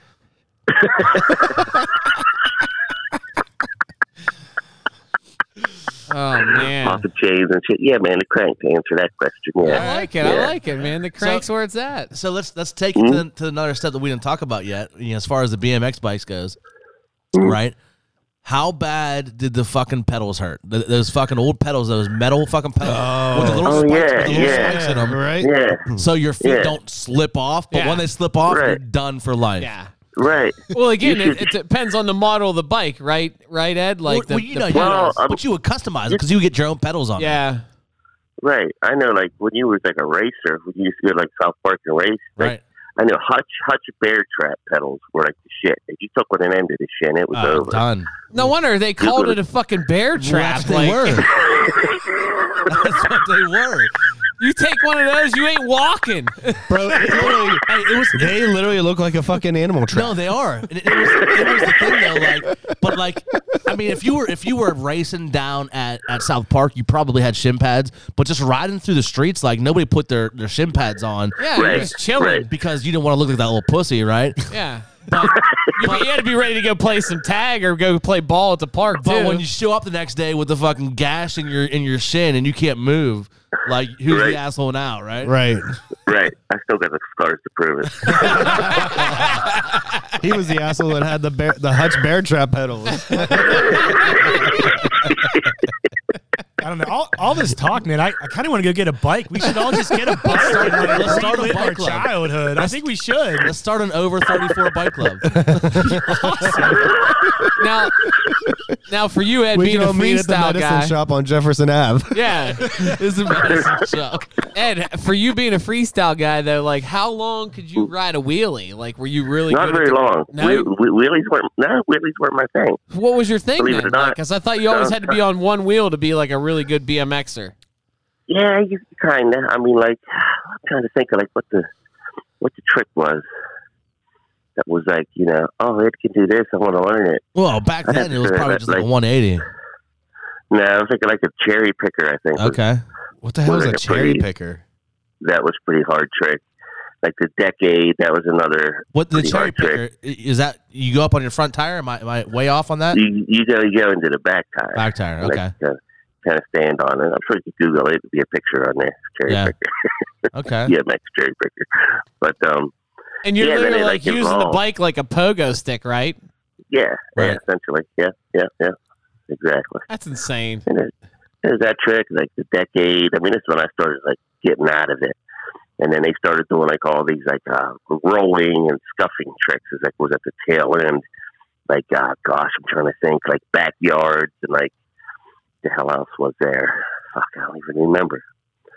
Speaker 2: Oh man.
Speaker 6: Off of chains and shit. Yeah, man, the crank to answer that question. Yeah.
Speaker 2: I like it. I
Speaker 6: Yeah.
Speaker 2: like it, man. The crank's where
Speaker 1: (laughs)
Speaker 2: it's at.
Speaker 1: So let's let's take it
Speaker 6: Mm-hmm.
Speaker 1: to, to another step that we didn't talk about yet. You know, as far as the BMX bikes goes,
Speaker 6: Mm-hmm.
Speaker 1: right? How bad did the fucking pedals hurt? Th- those fucking old pedals, those metal fucking pedals with the little
Speaker 6: Oh,
Speaker 1: spikes,
Speaker 6: yeah,
Speaker 1: with the little
Speaker 6: yeah.
Speaker 1: spikes in 'em.
Speaker 3: right?
Speaker 6: Yeah,
Speaker 1: So your feet
Speaker 6: Yeah.
Speaker 1: don't slip off, but
Speaker 2: Yeah.
Speaker 1: when they slip off,
Speaker 6: Right.
Speaker 1: you're done for life.
Speaker 2: Yeah.
Speaker 6: right.
Speaker 2: Well, again, it, it depends on the model of the bike, right? Right, Ed? Like the,
Speaker 1: well, you
Speaker 2: the
Speaker 1: know, you
Speaker 6: Well, um,
Speaker 1: would-
Speaker 6: I'm-
Speaker 1: but you would customize it because you would get your own pedals on. it.
Speaker 2: yeah.
Speaker 6: Right. I know, like, when you was like a racer, when you used to go to, like South Park and race, like,
Speaker 1: right.
Speaker 6: I know Hutch Hutch Bear Trap pedals were like the shit. If you took one and ended the shit, it was
Speaker 2: Ah,
Speaker 1: Oh,
Speaker 6: over.
Speaker 1: done.
Speaker 2: No wonder they called it a fucking bear trap.
Speaker 1: That's what
Speaker 2: like,
Speaker 1: they were. That's what they were.
Speaker 2: (laughs) You take one of those, you ain't walking. (laughs)
Speaker 3: Bro, it literally, they literally look like a fucking animal trap.
Speaker 1: No, they are. And it, it was, it was the thing though, like, but like, I mean, if you were if you were racing down at, at South Park, you probably had shin pads, but just riding through the streets, like nobody put their their shin pads on
Speaker 2: Yeah, you're
Speaker 6: Right,
Speaker 2: just chilling.
Speaker 6: right.
Speaker 1: because you didn't want to look like that little pussy,
Speaker 2: (laughs)
Speaker 1: right?
Speaker 2: Yeah. you, you had to be ready to go play some tag or go play ball at the park,
Speaker 1: But
Speaker 2: too.
Speaker 1: when you show up the next day with the fucking gash in your in your shin and you can't move, like who's
Speaker 6: Right.
Speaker 1: the asshole now, right?
Speaker 3: Right.
Speaker 6: Right. I still got the scars to
Speaker 2: (laughs)
Speaker 6: prove it. (laughs)
Speaker 3: He was the asshole that had the bear, the Hutch bear trap pedals.
Speaker 4: I don't know. All, all this talk, man. I, I kind of want to go get a bike. We should all just get a bike. and, like,
Speaker 1: let's start a
Speaker 4: relive
Speaker 1: bike
Speaker 4: our
Speaker 1: club.
Speaker 4: childhood. I think we should.
Speaker 1: Let's start an over thirty four bike
Speaker 6: (laughs)
Speaker 1: club.
Speaker 2: (laughs) now, now for you, Ed,
Speaker 3: We
Speaker 2: being
Speaker 3: can
Speaker 2: a
Speaker 3: all meet at the
Speaker 2: freestyle
Speaker 3: medicine
Speaker 2: guy.
Speaker 3: shop on Jefferson Ave.
Speaker 2: Yeah.
Speaker 1: (laughs) This is medicine shop.
Speaker 2: Ed, for you being a freestyle guy, though, like how long could you ride a wheelie? Like, were you really
Speaker 6: Not
Speaker 2: good at
Speaker 6: very
Speaker 2: the-
Speaker 6: long.
Speaker 2: No?
Speaker 6: Whe- whe- wheelies weren't no wheelies weren't my thing.
Speaker 2: What was your thing?
Speaker 6: Believe it or not.
Speaker 2: Because I thought you always had to be on one wheel to be like a really good BMXer.
Speaker 6: Yeah, you kind of. I mean, like I'm trying to think of like what the what the trick was that was like you know oh it can do this I want to learn it.
Speaker 1: Well, back then it was probably just like a one eighty.
Speaker 6: No, I was thinking like a cherry picker. I think was-
Speaker 1: Okay.
Speaker 3: (laughs) What the hell is a
Speaker 6: Like a
Speaker 3: cherry
Speaker 6: pretty-
Speaker 3: picker?
Speaker 6: that was pretty hard trick. Like the decade, that was another.
Speaker 1: What the
Speaker 6: pretty
Speaker 1: cherry
Speaker 6: hard trick.
Speaker 1: picker i- is that? You go up on your front tire. Am I, am I way off on that?
Speaker 6: You, you go you go into the back tire.
Speaker 1: Back tire.
Speaker 6: Like,
Speaker 1: Okay.
Speaker 6: uh, kind of stand on it. I'm sure you could Google it. It'd be a picture on there. Cherry
Speaker 1: Yeah.
Speaker 6: picker. (laughs)
Speaker 1: Okay.
Speaker 6: Yeah, Max cherry picker. But um,
Speaker 2: And you're
Speaker 6: Yeah, then
Speaker 2: literally
Speaker 6: they,
Speaker 2: like
Speaker 6: like,
Speaker 2: using the
Speaker 6: evolve.
Speaker 2: bike like a pogo stick, right?
Speaker 6: yeah, yeah,
Speaker 1: Right.
Speaker 6: essentially, yeah, yeah, yeah, exactly.
Speaker 2: That's insane.
Speaker 6: And it, it was that trick, like the decade. I mean, that's when I started like getting out of it. And then they started doing like all these like uh, rolling and scuffing tricks. Is like was at the tail end. Like uh, gosh, I'm trying to think like backyards and like the hell else was there? Fuck, I don't even remember.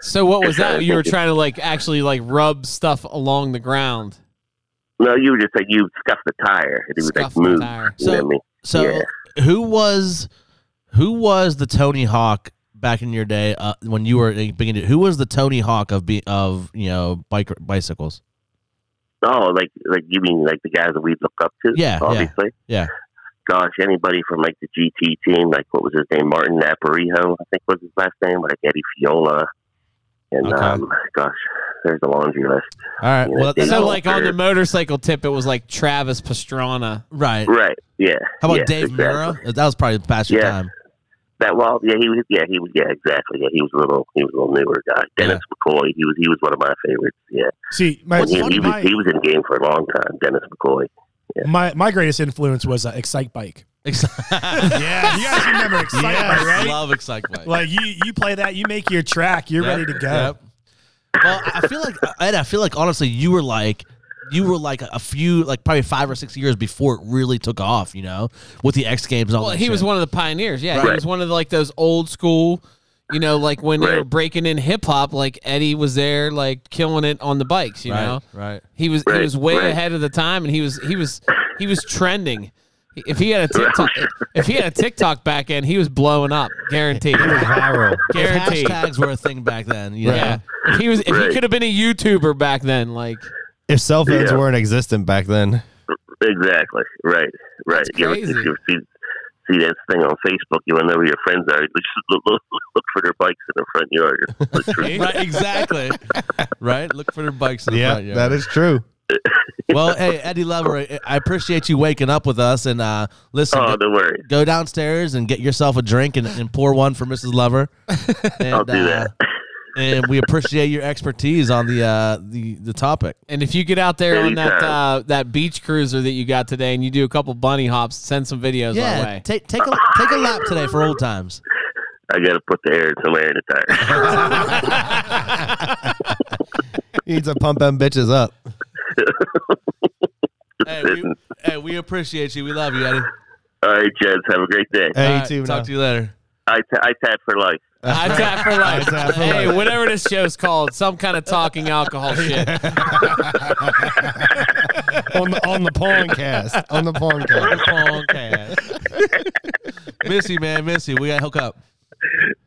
Speaker 2: So what was that? You were
Speaker 6: Thank you.
Speaker 2: trying to like actually like rub stuff along the ground.
Speaker 6: No, you were just like you scuff the tire and it would
Speaker 2: Scuff
Speaker 6: like
Speaker 2: the
Speaker 6: move.
Speaker 2: tire.
Speaker 6: You know what I mean?
Speaker 1: So who was who was the Tony Hawk back in your day uh, when you were beginning? Who was the Tony Hawk of be, of you know bike bicycles?
Speaker 6: Oh, like like you mean like the guys that we look up to?
Speaker 1: Yeah, yeah,
Speaker 6: obviously.
Speaker 1: yeah.
Speaker 6: Gosh, anybody from like the GT team, like what was his name, Martin Aparijo, I think was his last name, like Eddie Fiola, and
Speaker 1: Okay.
Speaker 6: um, gosh, there's a laundry list.
Speaker 1: All right.
Speaker 6: Yeah,
Speaker 1: Well,
Speaker 6: they-
Speaker 1: that's,
Speaker 2: So
Speaker 6: No,
Speaker 2: like on
Speaker 6: sure.
Speaker 2: the motorcycle tip, it was like Travis Pastrana.
Speaker 1: right.
Speaker 6: Right? Yeah.
Speaker 1: How about
Speaker 6: yes,
Speaker 1: Dave
Speaker 6: exactly.
Speaker 1: Mura? That was probably past your
Speaker 6: Yeah.
Speaker 1: time. (laughs)
Speaker 6: That well, yeah, he was. Yeah, he was. Yeah, exactly. Yeah, he was a little. He was a little newer guy. Dennis McCoy. He was. He was one of my favorites. Yeah,
Speaker 4: See, my,
Speaker 6: When he, he was.
Speaker 4: my,
Speaker 6: He was in game for a long time. Dennis McCoy.
Speaker 4: my, my greatest influence was uh, Excite Bike. (laughs) Yeah, you guys remember Excite Bike, right?
Speaker 1: Love excitement.
Speaker 4: Like you, you play that, you make your track, you're
Speaker 1: Yep,
Speaker 4: ready to go.
Speaker 1: yep. Well, I I feel like uh, Ed, I feel like honestly, you were like you were like a few like probably five or six years before it really took off. You know, with the X Games and all
Speaker 2: Well,
Speaker 1: that.
Speaker 2: he was
Speaker 1: shit.
Speaker 2: one of the pioneers. Yeah, he
Speaker 6: Oh, Right.
Speaker 2: was one of the, like those old school. You know, like when they were
Speaker 6: Right.
Speaker 2: breaking in hip hop, like Eddie was there, like killing it on the bikes. You know,
Speaker 1: right.
Speaker 2: he was he
Speaker 6: Right,
Speaker 2: was way
Speaker 6: right.
Speaker 2: ahead of the time, and he was he was he was trending. If he had a
Speaker 6: (laughs)
Speaker 2: TikTok, if he had a TikTok back end, he was blowing up, guaranteed.
Speaker 3: viral.
Speaker 2: (laughs) guaranteed.
Speaker 1: Hashtags were a thing back then. You know?
Speaker 2: Yeah. If he was if he
Speaker 6: Right.
Speaker 2: could have been a YouTuber back then, like
Speaker 3: If cell phones
Speaker 6: Yeah.
Speaker 3: weren't existent back then,
Speaker 6: Exactly. Right. Right.
Speaker 2: That's
Speaker 6: You ever,
Speaker 2: crazy.
Speaker 6: if you ever see, see that thing on Facebook, you want to know who your friends are. you Just (laughs) look, look, look for their bikes in the front
Speaker 2: (laughs)
Speaker 6: yard. Look for-
Speaker 1: Right, (laughs) exactly. right? Look for their bikes in the
Speaker 3: yeah,
Speaker 1: front yard.
Speaker 3: that is true.
Speaker 1: Well, hey, Eddie Lover, I- I appreciate you waking up with us. And uh, listen,
Speaker 6: oh, don't worry.
Speaker 1: go downstairs and get yourself a drink and, and pour one for Mrs. Lover. And,
Speaker 6: (laughs) I'll do that.
Speaker 1: Uh, and we appreciate your expertise on the uh, the the topic.
Speaker 2: and if you get out there on that
Speaker 6: Anytime.
Speaker 2: uh, that beach cruiser that you got today and you do a couple bunny hops, send some videos my
Speaker 1: yeah,
Speaker 2: way.
Speaker 1: take take a take a lap today for old times.
Speaker 6: I got to put the air somewhere in the
Speaker 2: (laughs)
Speaker 6: tire.
Speaker 3: He needs to pump them bitches up.
Speaker 1: Hey, we, hey, we appreciate you. We love you, Eddie.
Speaker 6: All right, Jeds. Have a great day.
Speaker 3: Hey,
Speaker 1: All
Speaker 3: you
Speaker 1: right,
Speaker 3: too.
Speaker 1: talk
Speaker 3: now.
Speaker 1: to you later.
Speaker 6: I, t- I tap for life.
Speaker 1: (laughs)
Speaker 2: I tap for life.
Speaker 3: tap for
Speaker 2: hey,
Speaker 3: life.
Speaker 2: whatever this show's called, some kind of talking
Speaker 3: (laughs)
Speaker 2: alcohol shit.
Speaker 3: (laughs) on the on the porn cast. On the porn cast.
Speaker 1: (laughs) Missy, man, Missy, we gotta hook up.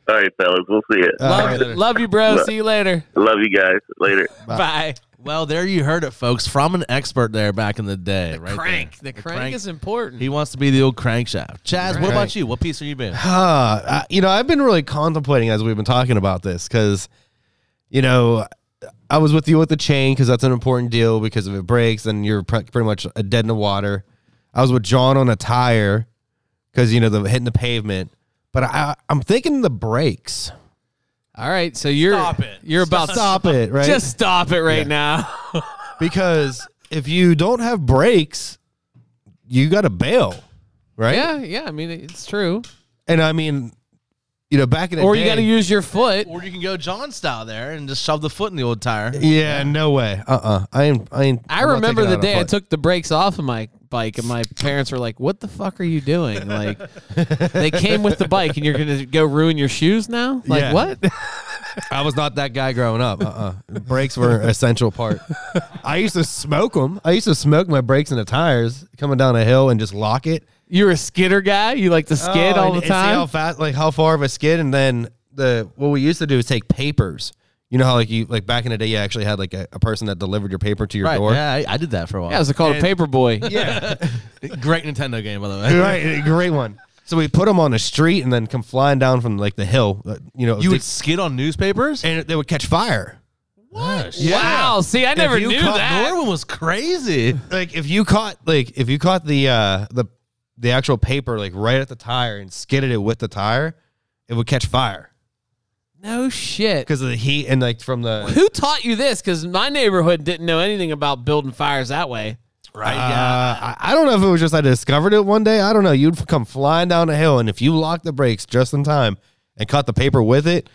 Speaker 6: All right, fellas. We'll see you.
Speaker 3: All right.
Speaker 2: Love, love you, bro. See you later.
Speaker 6: Love you guys. Later.
Speaker 3: Bye.
Speaker 2: Bye.
Speaker 1: Well, there you heard it, folks, from an expert there back in the day. right
Speaker 2: crank.
Speaker 1: there.
Speaker 2: The crank, is important.
Speaker 1: He wants to be the old crankshaft. Chaz, what about
Speaker 3: Crank.
Speaker 1: you? What piece are you been?
Speaker 3: Ah, I- you know, I've been really contemplating as we've been talking about this because, you know, I was with you with the chain because that's an important deal because if it breaks, then you're pre- pretty much a dead in the water. I was with John on a tire because you know the hitting the pavement, but I, I'm thinking the brakes.
Speaker 2: All right, so you're
Speaker 1: Stop it.
Speaker 2: you're about
Speaker 3: Stop it, right?
Speaker 2: Just stop it right
Speaker 3: Yeah. (laughs)
Speaker 2: now.
Speaker 3: because if you don't have brakes, you got to bail, right?
Speaker 2: yeah, yeah. I mean, it's true.
Speaker 3: And I mean, you know, back in the
Speaker 2: Or
Speaker 3: day,
Speaker 2: you got to use your foot.
Speaker 1: Or you can go John style there and just shove the foot in the old tire.
Speaker 3: Yeah, no way. Uh, uh I ain't. I ain't.
Speaker 2: I
Speaker 3: I'm not
Speaker 2: remember
Speaker 3: taking
Speaker 2: the
Speaker 3: it out
Speaker 2: day I
Speaker 3: on foot.
Speaker 2: took the brakes off of my bike, and my parents were like, "What the fuck are you doing?"
Speaker 3: (laughs)
Speaker 2: Like, they came with the bike, and you're gonna go ruin your shoes now? Like,
Speaker 3: Yeah.
Speaker 2: what? (laughs)
Speaker 3: I was not that guy growing up. Uh, uh brakes were an essential part. I used to smoke them. I used to smoke my brakes in the tires coming down a hill and just lock it.
Speaker 2: You're a skidder guy. You like to skid
Speaker 3: Oh,
Speaker 2: all
Speaker 3: and-
Speaker 2: the
Speaker 3: and see how
Speaker 2: time.
Speaker 3: fast, like how far of a skid, and then the what we used to do is take papers. You know how like you like back in the day, you actually had like a, a person that delivered your paper to your door.
Speaker 1: Yeah, I, I did that for a while.
Speaker 2: Yeah, it was called a paper boy.
Speaker 3: (laughs) yeah.
Speaker 1: Great Nintendo game, by the way.
Speaker 3: right, great one. So we put them on the street and then come flying down from like the hill. uh, You know,
Speaker 1: You
Speaker 3: they-
Speaker 1: would skid on newspapers?
Speaker 3: and they would catch fire.
Speaker 1: What?
Speaker 2: Wow. See, I never knew that.
Speaker 1: Norman was crazy.
Speaker 3: like if you caught like if you caught the uh the the actual paper like right at the tire and skidded it with the tire, it would catch fire
Speaker 2: No shit.
Speaker 3: because of the heat and like from the
Speaker 2: (laughs) Who taught you this? Because my neighborhood didn't know anything about building fires that way.
Speaker 3: right. Uh, I, I don't know if it was just I discovered it one day. I don't know. You'd come flying down a hill and if you locked the brakes just in time and caught the paper with it,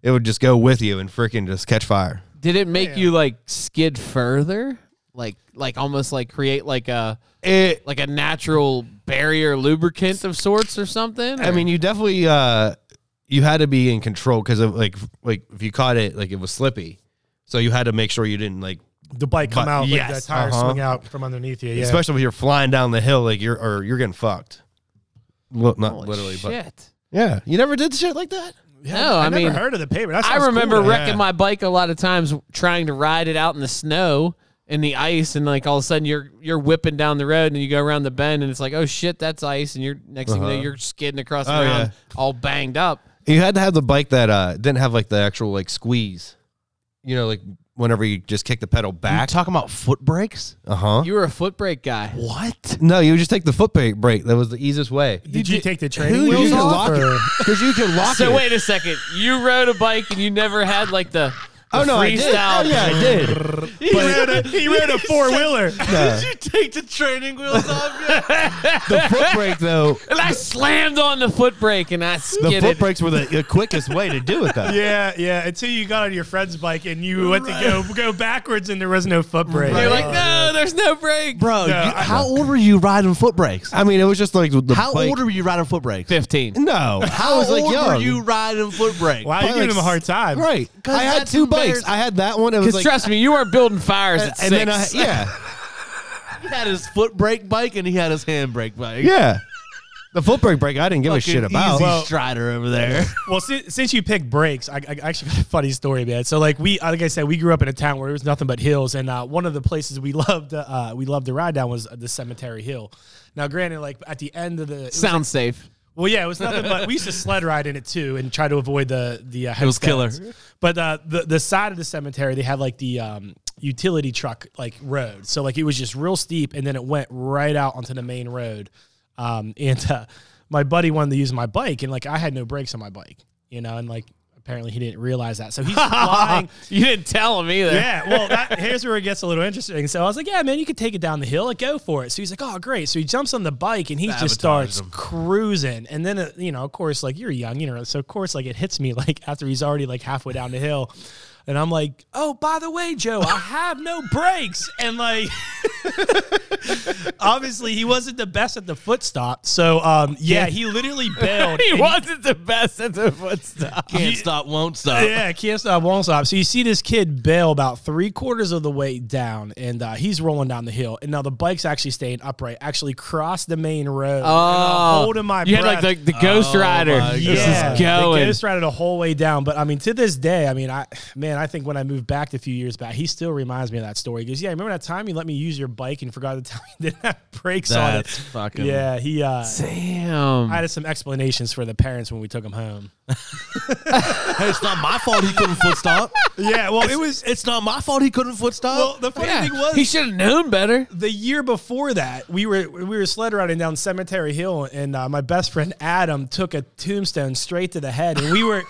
Speaker 3: it would just go with you and freaking just catch fire.
Speaker 2: Did it make you like skid further? Like, like almost like create like a
Speaker 3: It.
Speaker 2: like a natural barrier lubricant of sorts or something?
Speaker 3: I mean, you definitely uh you had to be in control because of like like if you caught it like it was slippy, so you had to make sure you didn't like
Speaker 4: The bike come
Speaker 3: But-
Speaker 4: out, like
Speaker 3: yes,
Speaker 4: that tire
Speaker 3: uh-huh.
Speaker 4: swing out from underneath you. Yeah.
Speaker 3: especially if you're flying down the hill like you're or you're getting fucked. Well, not
Speaker 2: Holy
Speaker 3: literally, but
Speaker 2: shit.
Speaker 3: yeah, you never did shit like that.
Speaker 4: Yeah,
Speaker 2: No, I mean,
Speaker 4: never heard of the paper. That sounds
Speaker 2: I
Speaker 4: cool,
Speaker 2: remember
Speaker 4: though.
Speaker 2: wrecking
Speaker 3: Yeah.
Speaker 2: my bike a lot of times trying to ride it out in the snow in the ice and like all of a sudden you're you're whipping down the road and you go around the bend and it's like, oh shit, that's ice and you're next thing you know,
Speaker 3: Uh-huh.
Speaker 2: you're skidding across the
Speaker 3: Oh,
Speaker 2: ground all banged up.
Speaker 3: You had to have the bike that uh didn't have like the actual like squeeze, you know, like whenever you just kick the pedal
Speaker 1: You
Speaker 3: back.
Speaker 1: talking about foot brakes?
Speaker 3: Uh huh.
Speaker 2: You were a foot brake guy.
Speaker 1: What?
Speaker 3: No, you would just take the foot brake. brake. That was the easiest way
Speaker 4: Did you,
Speaker 2: did-
Speaker 4: take the training
Speaker 3: you
Speaker 4: wheels
Speaker 3: can
Speaker 4: off?
Speaker 3: lock it.
Speaker 4: or-
Speaker 3: because you can lock
Speaker 2: So
Speaker 3: it.
Speaker 2: wait a second. You rode a bike and you never had like the
Speaker 3: Oh no, I did.
Speaker 2: freestyle.
Speaker 3: Oh, yeah, I did.
Speaker 4: He ran a, he ran a four wheeler.
Speaker 3: No.
Speaker 1: you take the training wheels off?
Speaker 3: The foot brake though,
Speaker 2: And I slammed on the foot brake and I
Speaker 3: the
Speaker 2: skidded.
Speaker 3: foot brakes were the, the quickest way to do it though.
Speaker 4: Yeah, yeah. Until you got on your friend's bike and you went to go go backwards and there was no foot brake.
Speaker 2: You're like, no, there's no brake.
Speaker 1: Bro,
Speaker 4: No,
Speaker 1: you-
Speaker 4: I-
Speaker 1: how old were you riding foot brakes?
Speaker 3: I mean, it was just like the
Speaker 1: How
Speaker 3: bike-
Speaker 1: old were you riding foot brakes?
Speaker 2: 15.
Speaker 3: No,
Speaker 1: How
Speaker 3: I was like
Speaker 1: old
Speaker 3: young.
Speaker 1: were you riding foot brakes?
Speaker 4: wow,
Speaker 3: Probably
Speaker 4: you're giving
Speaker 3: like
Speaker 4: him a hard time.
Speaker 3: Right.
Speaker 1: 'Cause
Speaker 3: I had
Speaker 1: that's
Speaker 3: two bikes.
Speaker 1: embarrass-
Speaker 3: I had that one. It was
Speaker 2: Because
Speaker 3: like,
Speaker 2: trust me, you weren't building fires
Speaker 3: and
Speaker 2: at six.
Speaker 3: then I
Speaker 1: (laughs)
Speaker 3: yeah, (laughs)
Speaker 1: He had his foot brake bike and he had his hand brake bike.
Speaker 3: yeah. The foot brake brake, I didn't give a
Speaker 1: Fucking
Speaker 3: shit about.
Speaker 1: easy
Speaker 4: Well-
Speaker 1: Strider over there.
Speaker 4: (laughs) Well, since, since you picked brakes, I, I actually got a funny story, man. So, like we, like I said, we grew up in a town where there was nothing but hills, and uh, one of the places we (laughs) loved, uh, we loved to ride down was the cemetery hill. Now, granted, like at the end of the, it was-
Speaker 2: Sounds safe.
Speaker 4: well, yeah, it was nothing but we used to sled ride in it too, and try to avoid the the. Uh,
Speaker 1: It was killer.
Speaker 4: headstones. But uh, the the side of the cemetery, they had like the um, utility truck like road, so like it was just real steep, and then it went right out onto the main road. Um, and uh, my buddy wanted to use my bike, and like I had no brakes on my bike, you know, and like apparently he didn't realize that, so
Speaker 1: (laughs)
Speaker 4: he's flying.
Speaker 2: You didn't tell him either.
Speaker 4: Yeah, well, that, here's where it gets a little interesting. So I was like, "Yeah, man, you could take it down the hill. Like, go for it." So he's like, "Oh, great!" So he jumps on the bike and he just starts cruising. And then, uh, you know, of course, like you're young, you know, so of course, like it hits me (laughs) like after he's already like halfway down the hill, and I'm like, "Oh, by the way, Joe, I have no brakes," and like. (laughs) Obviously, he wasn't the best at the foot stop. So, um, yeah, he literally bailed.
Speaker 2: (laughs) He
Speaker 4: and
Speaker 2: wasn't the best at the foot
Speaker 1: (laughs)
Speaker 2: stop.
Speaker 1: Can't stop, won't stop.
Speaker 4: yeah, can't stop, won't stop. So you see this kid bail about three quarters of the way down, and uh, he's rolling down the hill. And now the bike's actually staying upright, actually crossed the main road. and I'm
Speaker 2: Oh,
Speaker 4: holding my
Speaker 2: you
Speaker 4: breath.
Speaker 2: had like the, the Ghost
Speaker 1: Oh
Speaker 2: Rider.
Speaker 1: my
Speaker 2: This
Speaker 1: God.
Speaker 2: is going.
Speaker 4: The ghost rider the whole way down. But I mean, to this day, I mean, I man, I think when I moved back a few years back, he still reminds me of that story. He goes, "Yeah, remember that time you let me use your bike and forgot to tell (laughs) you didn't have brakes
Speaker 1: That's
Speaker 4: on
Speaker 1: fucking.
Speaker 4: it." Yeah, he. Uh,
Speaker 2: Damn.
Speaker 4: I had some explanations for the parents when we took him home.
Speaker 1: Hey, it's not my fault he couldn't foot stop.
Speaker 4: Yeah, well, it was.
Speaker 1: It's not my fault he couldn't foot stop.
Speaker 4: Well, the funny
Speaker 2: Yeah.
Speaker 4: thing was,
Speaker 2: he should have known better.
Speaker 4: the year before that, we were we were sled riding down Cemetery Hill, and uh, my best friend Adam took a tombstone straight to the head, and we were.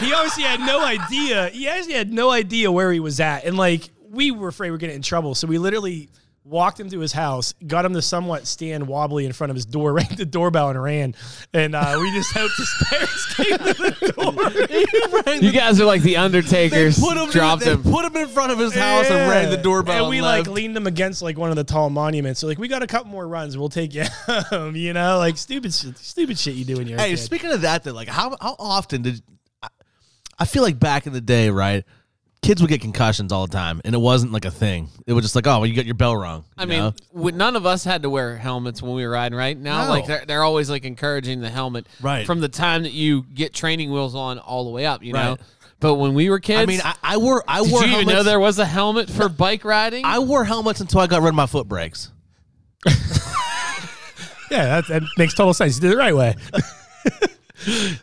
Speaker 4: he obviously had no idea. He actually had no idea where he was at, and like we were afraid we were getting in trouble, so we literally walked him to his house, got him to somewhat stand wobbly in front of his door, (laughs) rang the doorbell, and ran. And uh, we just (laughs) hoped his parents came to the door.
Speaker 2: You guys are like the Undertakers.
Speaker 1: put him,
Speaker 2: dropped
Speaker 1: they
Speaker 2: him.
Speaker 1: put him in front of his house and rang the
Speaker 4: Yeah.
Speaker 1: doorbell.
Speaker 4: And we
Speaker 1: left.
Speaker 4: like leaned him against like one of the tall monuments. So like we got a couple more runs. We'll take you (laughs) home. You know, like stupid, shit, stupid shit you do when you're. a
Speaker 1: Hey,
Speaker 4: kid.
Speaker 1: speaking of that, though, like how how often did I, I feel like back in the day, right? Kids would get concussions all the time, and it wasn't like a thing. It was just like, oh, well, you got your bell wrong.
Speaker 2: I
Speaker 1: you
Speaker 2: mean,
Speaker 1: know?
Speaker 2: we- none of us had to wear helmets when we were riding. Right now,
Speaker 1: No.
Speaker 2: like they're, they're always like encouraging the helmet
Speaker 1: Right.
Speaker 2: from the time that you get training wheels on all the way up. You know,
Speaker 1: Right.
Speaker 2: but when we were kids,
Speaker 1: I mean, I, I wore I
Speaker 2: did
Speaker 1: wore
Speaker 2: you even
Speaker 1: helmets.
Speaker 2: know there was a helmet for bike riding?
Speaker 1: I wore helmets until I got rid of my foot brakes.
Speaker 4: yeah, that, that makes total sense. You did it the right way.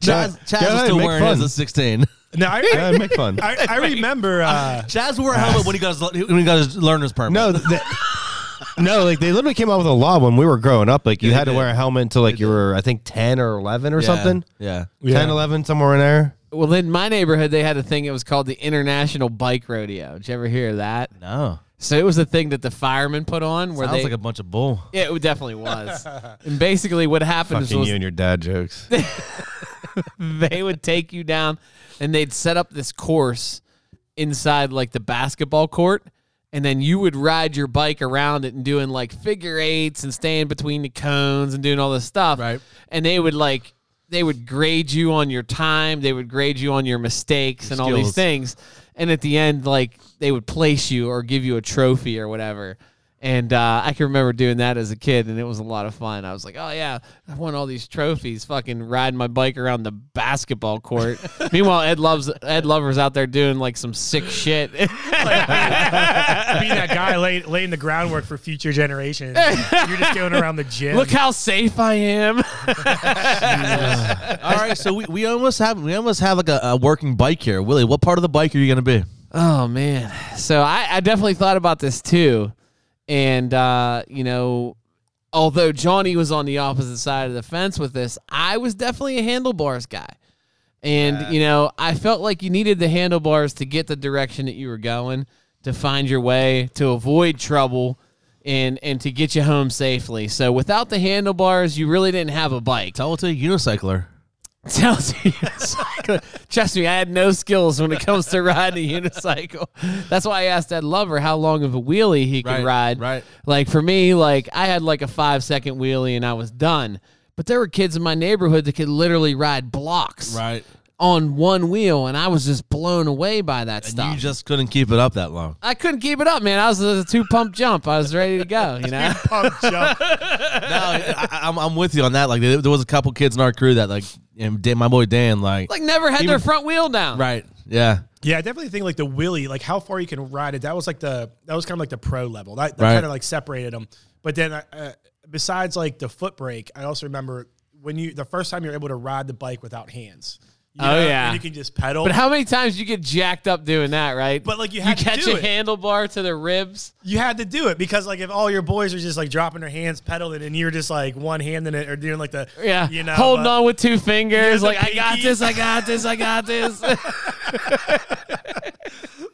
Speaker 1: Chaz, Chaz
Speaker 3: go
Speaker 1: was
Speaker 3: ahead,
Speaker 1: still
Speaker 3: make
Speaker 1: wearing
Speaker 3: fun.
Speaker 1: his at sixteen.
Speaker 4: (laughs) No, (laughs) I,
Speaker 3: Uh, make fun.
Speaker 4: I, I, I remember. (laughs) Uh,
Speaker 1: Chaz wore a helmet when he got his, when he got his learner's permit.
Speaker 3: No, th- th- no, like they literally came out with a law when we were growing up. Like you
Speaker 1: Yeah, they
Speaker 3: had to
Speaker 1: did.
Speaker 3: wear a helmet until like you were, I think, ten or eleven or
Speaker 1: Yeah,
Speaker 3: something.
Speaker 1: Yeah.
Speaker 4: Yeah.
Speaker 3: 10, 11, somewhere in there.
Speaker 2: well, in my neighborhood, they had a thing. It was called the International Bike Rodeo. Did you ever hear of that?
Speaker 1: No.
Speaker 2: So it was a thing that the firemen put on where
Speaker 1: Sounds
Speaker 2: they.
Speaker 1: like a bunch of bull.
Speaker 2: yeah, it
Speaker 1: (laughs)
Speaker 2: definitely was. and basically, what happened is
Speaker 3: Fucking
Speaker 2: was
Speaker 3: you and your dad jokes.
Speaker 2: (laughs) they would take you down and they'd set up this course inside like the basketball court and then you would ride your bike around it and doing like figure eights and staying between the cones and doing all this stuff
Speaker 1: Right.
Speaker 2: and they would like they would grade you on your time they would grade you on your mistakes and all these
Speaker 1: skills.
Speaker 2: things and at the end like they would place you or give you a trophy or whatever and uh, I can remember doing that as a kid, and it was a lot of fun. I was like, "Oh yeah, I won all these trophies! Fucking riding my bike around the basketball court." Meanwhile, Ed loves Ed Lover's out there doing like some sick shit. (laughs)
Speaker 4: being that guy lay, laying the groundwork for future (laughs) generations. You're just going around the gym.
Speaker 2: Look how safe I am.
Speaker 1: All right, so we, we almost have we almost have like a, a working bike here, Willie. What part of the bike are you gonna be?
Speaker 2: Oh man. So I, I definitely thought about this too. And uh, you know, although Johnny was on the opposite side of the fence with this, I was definitely a handlebars guy. And you know, I felt like you needed the handlebars to get the direction that you were going, to find your way, to avoid trouble, and and to get you home safely. So without the handlebars, you really didn't have a bike.
Speaker 1: Tell it to a unicycler.
Speaker 2: Tells (laughs) you, trust me, I had no skills when it comes to riding a unicycle. That's why I asked that lover how long of a wheelie he could
Speaker 1: Right,
Speaker 2: ride.
Speaker 1: right.
Speaker 2: Like for me, like I had like a five second wheelie and I was done. But there were kids in my neighborhood that could literally ride blocks
Speaker 1: Right.
Speaker 2: on one wheel, and I was just blown away by that
Speaker 1: And
Speaker 2: stuff.
Speaker 1: you just couldn't keep it up that long.
Speaker 2: I couldn't keep it up, man. I was a two pump jump. I was ready to go. You know,
Speaker 4: Pump jump. (laughs)
Speaker 1: No,
Speaker 2: Oh,
Speaker 1: (laughs) I, I- I'm, I'm with you on that. Like there, there was a couple kids in our crew that like, and Dan, my boy Dan, like,
Speaker 2: like never had their front wheel down.
Speaker 1: right, yeah,
Speaker 4: Yeah, I definitely think like the Willie, like how far you can ride it. That was like the that was kind of like the pro level. That, that
Speaker 1: Right.
Speaker 4: kind of like separated them. But then uh, besides like the foot brake, I also remember when you the first time you're able to ride the bike without hands. You
Speaker 2: Oh,
Speaker 4: know,
Speaker 2: yeah.
Speaker 4: and you can just pedal.
Speaker 2: But how many times you get jacked up doing that, right?
Speaker 4: But, like, you had to
Speaker 2: catch
Speaker 4: do
Speaker 2: a
Speaker 4: it.
Speaker 2: handlebar to the ribs.
Speaker 4: you had to do it because like if all your boys are just like dropping their hands pedaling and you're just like one hand in it or doing like the
Speaker 2: (laughs) Yeah,
Speaker 4: you know
Speaker 2: holding
Speaker 4: but-
Speaker 2: on with two fingers.
Speaker 4: the
Speaker 2: Like I got
Speaker 4: pinky.
Speaker 2: this, I got this, I got this.
Speaker 4: (laughs)
Speaker 2: (laughs)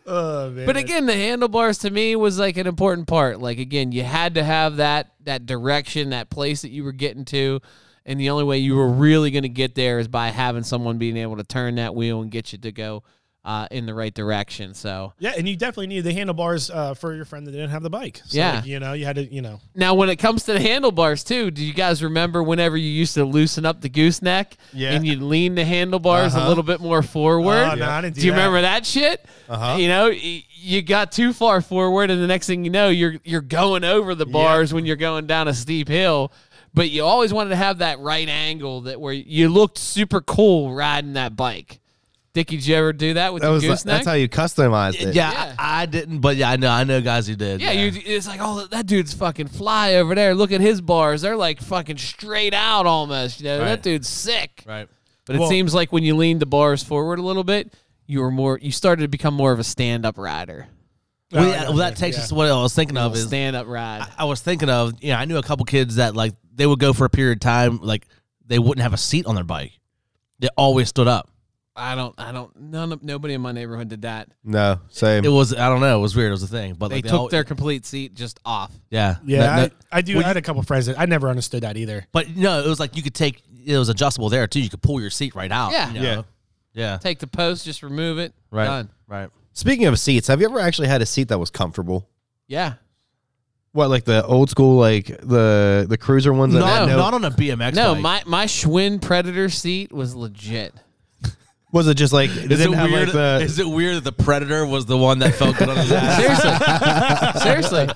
Speaker 4: Oh, man.
Speaker 2: but again, the handlebars to me was like an important part. Like again, you had to have that that direction, that place that you were getting to, and the only way you were really going to get there is by having someone being able to turn that wheel and get you to go uh, in the right direction. So
Speaker 4: yeah, and you definitely needed the handlebars uh, for your friend that didn't have the bike. So,
Speaker 2: Yeah.
Speaker 4: like, you know you had to you know
Speaker 2: now, when it comes to the handlebars too, do you guys remember whenever you used to loosen up the gooseneck
Speaker 3: Yeah.
Speaker 2: and you'd lean the handlebars a little bit more forward?
Speaker 4: Uh-huh. Oh, no, I didn't do
Speaker 2: you
Speaker 4: that.
Speaker 2: remember that shit? Uh-huh. You know, y- you got too far forward, and the next thing you know, you're you're going over the bars when you're going down a steep hill. But you always wanted to have that right angle that where you looked super cool riding that bike. Dick, did you ever do that with
Speaker 3: That
Speaker 2: the
Speaker 3: was
Speaker 2: gooseneck?
Speaker 3: that's how you customized
Speaker 1: yeah.
Speaker 3: it.
Speaker 2: Yeah.
Speaker 1: I, I didn't, but yeah, I know, I know guys who did.
Speaker 2: Yeah, You, it's like, oh, that dude's fucking fly over there. Look at his bars; they're like fucking straight out almost. You know, that
Speaker 1: Right.
Speaker 2: dude's sick.
Speaker 1: right.
Speaker 2: But it
Speaker 4: Well-
Speaker 2: seems like when you leaned the bars forward a little bit, you were more. You started to become more of a stand-up rider.
Speaker 1: Well,
Speaker 4: Oh,
Speaker 1: yeah,
Speaker 4: yeah,
Speaker 1: well, that
Speaker 4: yeah,
Speaker 1: takes
Speaker 4: yeah.
Speaker 1: us to what I was thinking of is
Speaker 2: Stand-up ride.
Speaker 1: I was thinking of, you know, I knew a couple kids that like they would go for a period of time, like they wouldn't have a seat on their bike. They always stood up.
Speaker 2: I don't. I don't. None of nobody in my neighborhood did that.
Speaker 3: No, same.
Speaker 1: It was, I don't know, it was weird. It was a thing, but
Speaker 2: They
Speaker 1: like
Speaker 2: took
Speaker 1: al-
Speaker 2: their complete seat just off.
Speaker 1: yeah,
Speaker 4: yeah
Speaker 1: No- no-
Speaker 4: I, I do I had a couple friends that I never understood that either.
Speaker 1: but no, it was like you could take it was adjustable there too. You could pull your seat right out.
Speaker 2: Yeah.
Speaker 1: you know?
Speaker 3: Yeah.
Speaker 1: yeah,
Speaker 2: Take the post, just remove it.
Speaker 1: right,
Speaker 2: Done.
Speaker 1: right.
Speaker 3: Speaking of seats, have you ever actually had a seat that was comfortable?
Speaker 2: Yeah.
Speaker 3: What like the old school, like the the cruiser ones? that
Speaker 1: No,
Speaker 3: had
Speaker 1: not on a BMX.
Speaker 2: No,
Speaker 1: bike.
Speaker 2: my my Schwinn Predator seat was legit.
Speaker 3: was it just like it
Speaker 1: Is it,
Speaker 3: didn't have
Speaker 1: weird,
Speaker 3: like the
Speaker 1: is it weird that the predator was the one that felt good on
Speaker 3: (laughs)
Speaker 1: his ass?
Speaker 2: Seriously. Seriously.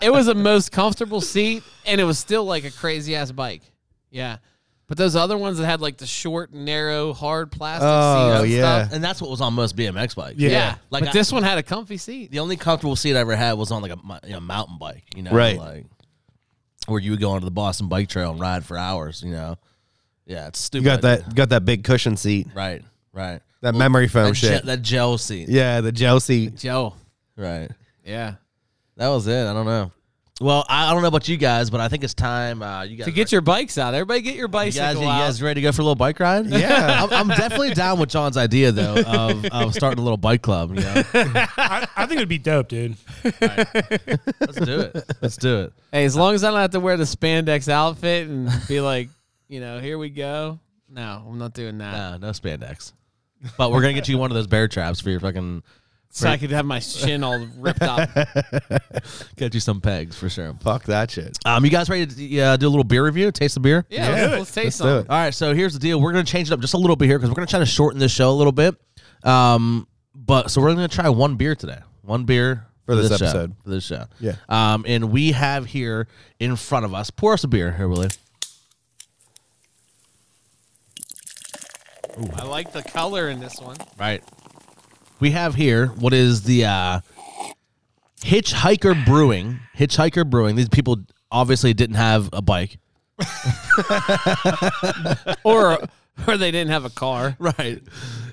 Speaker 2: It was the most comfortable seat and it was still like a crazy ass bike. Yeah. But those other ones that had like the short, narrow, hard plastic
Speaker 3: Oh,
Speaker 2: seat and
Speaker 3: yeah.
Speaker 2: stuff.
Speaker 1: And that's what was on most BMX bikes.
Speaker 4: Yeah.
Speaker 2: Yeah.
Speaker 1: Like
Speaker 2: but
Speaker 1: I-
Speaker 2: this one had a comfy seat.
Speaker 1: the only comfortable seat I ever had was on like a mo- you know, mountain bike, you know,
Speaker 3: Right.
Speaker 1: Like where you would go onto the Boston Bike Trail and ride for hours, you know. Yeah, it's stupid.
Speaker 3: you got that got that big cushion seat,
Speaker 1: right, right.
Speaker 3: that memory foam
Speaker 1: That, ge-
Speaker 3: shit?
Speaker 1: that gel seat,
Speaker 3: yeah, the gel
Speaker 1: (laughs)
Speaker 3: seat.
Speaker 2: Joe.
Speaker 1: right?
Speaker 2: Yeah.
Speaker 1: That was it. I don't know. Well, I, I don't know about you guys, but I think it's time uh, you guys
Speaker 2: To get your bikes out. Everybody get your
Speaker 1: you guys,
Speaker 2: bicycle
Speaker 1: you
Speaker 2: out.
Speaker 1: guys ready to go for a little bike ride?
Speaker 3: Yeah.
Speaker 1: (laughs) I'm, I'm definitely down with John's idea though of,
Speaker 2: (laughs)
Speaker 1: of starting a little bike club. You know,
Speaker 4: I, I think it would be dope, dude.
Speaker 1: let's do it. Let's do
Speaker 2: (laughs)
Speaker 1: it.
Speaker 2: hey, as long as I don't have to wear the spandex outfit and be like, you know, here we go. No, I'm not doing that.
Speaker 1: Uh, No, no spandex. But we're gonna get you one of those bear traps for your fucking.
Speaker 2: so I could have my shin all ripped up.
Speaker 1: Get you some pegs for sure.
Speaker 3: (laughs) Fuck that shit.
Speaker 1: Um, you guys ready to uh, do a little beer review? Taste the beer.
Speaker 2: Yeah, let's, let's taste
Speaker 3: do it.
Speaker 2: some.
Speaker 1: All right. So here's the deal. We're gonna change it up just a little bit here because we're gonna try to shorten this show a little bit. Um, but so we're gonna try one beer today. One beer
Speaker 3: For this
Speaker 1: show,
Speaker 3: episode.
Speaker 1: for this show.
Speaker 3: Yeah.
Speaker 1: Um, and we have here in front of us. Pour us a beer here, Willie.
Speaker 2: I like the color in this one.
Speaker 1: Right. We have here what is the uh, Hitchhiker Brewing. Hitchhiker Brewing. These people obviously didn't have a bike.
Speaker 2: or or they didn't have a car,
Speaker 1: Right.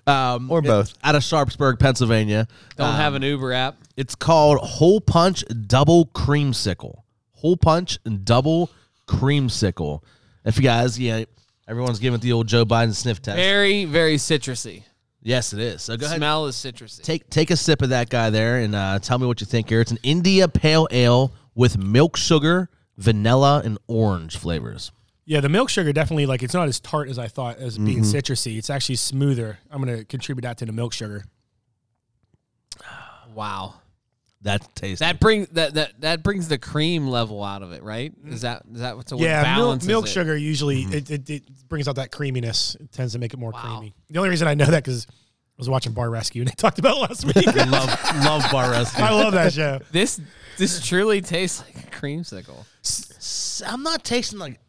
Speaker 1: Um,
Speaker 3: Or both.
Speaker 1: Out of Sharpsburg, Pennsylvania.
Speaker 2: don't have an Uber app.
Speaker 1: It's called Whole Punch Double Creamsicle. Whole Punch Double Creamsicle. If you guys, yeah, Everyone's giving it the old Joe Biden sniff test.
Speaker 2: Very, very citrusy.
Speaker 1: Yes, it is. So go ahead.
Speaker 2: Smell is citrusy.
Speaker 1: Take take a sip of that guy there and uh, tell me what you think here. It's an India Pale Ale with milk sugar, vanilla, and orange flavors.
Speaker 4: Yeah, the milk sugar definitely like it's not as tart as I thought as being citrusy. It's actually smoother. I'm gonna contribute that to the milk sugar.
Speaker 2: wow.
Speaker 1: That tastes
Speaker 2: That brings that, that that brings the cream level out of it, right? Is that is that what's a
Speaker 4: yeah, milk,
Speaker 2: balance?
Speaker 4: milk sugar usually it, it, it brings out that creaminess. It tends to make it more
Speaker 2: Wow.
Speaker 4: creamy. The only reason I know that because I was watching Bar Rescue and they (laughs) talked about it last week.
Speaker 1: love love
Speaker 3: (laughs)
Speaker 1: bar rescue.
Speaker 4: I love that show.
Speaker 2: This this truly tastes like a creamsicle.
Speaker 1: S- I'm not tasting like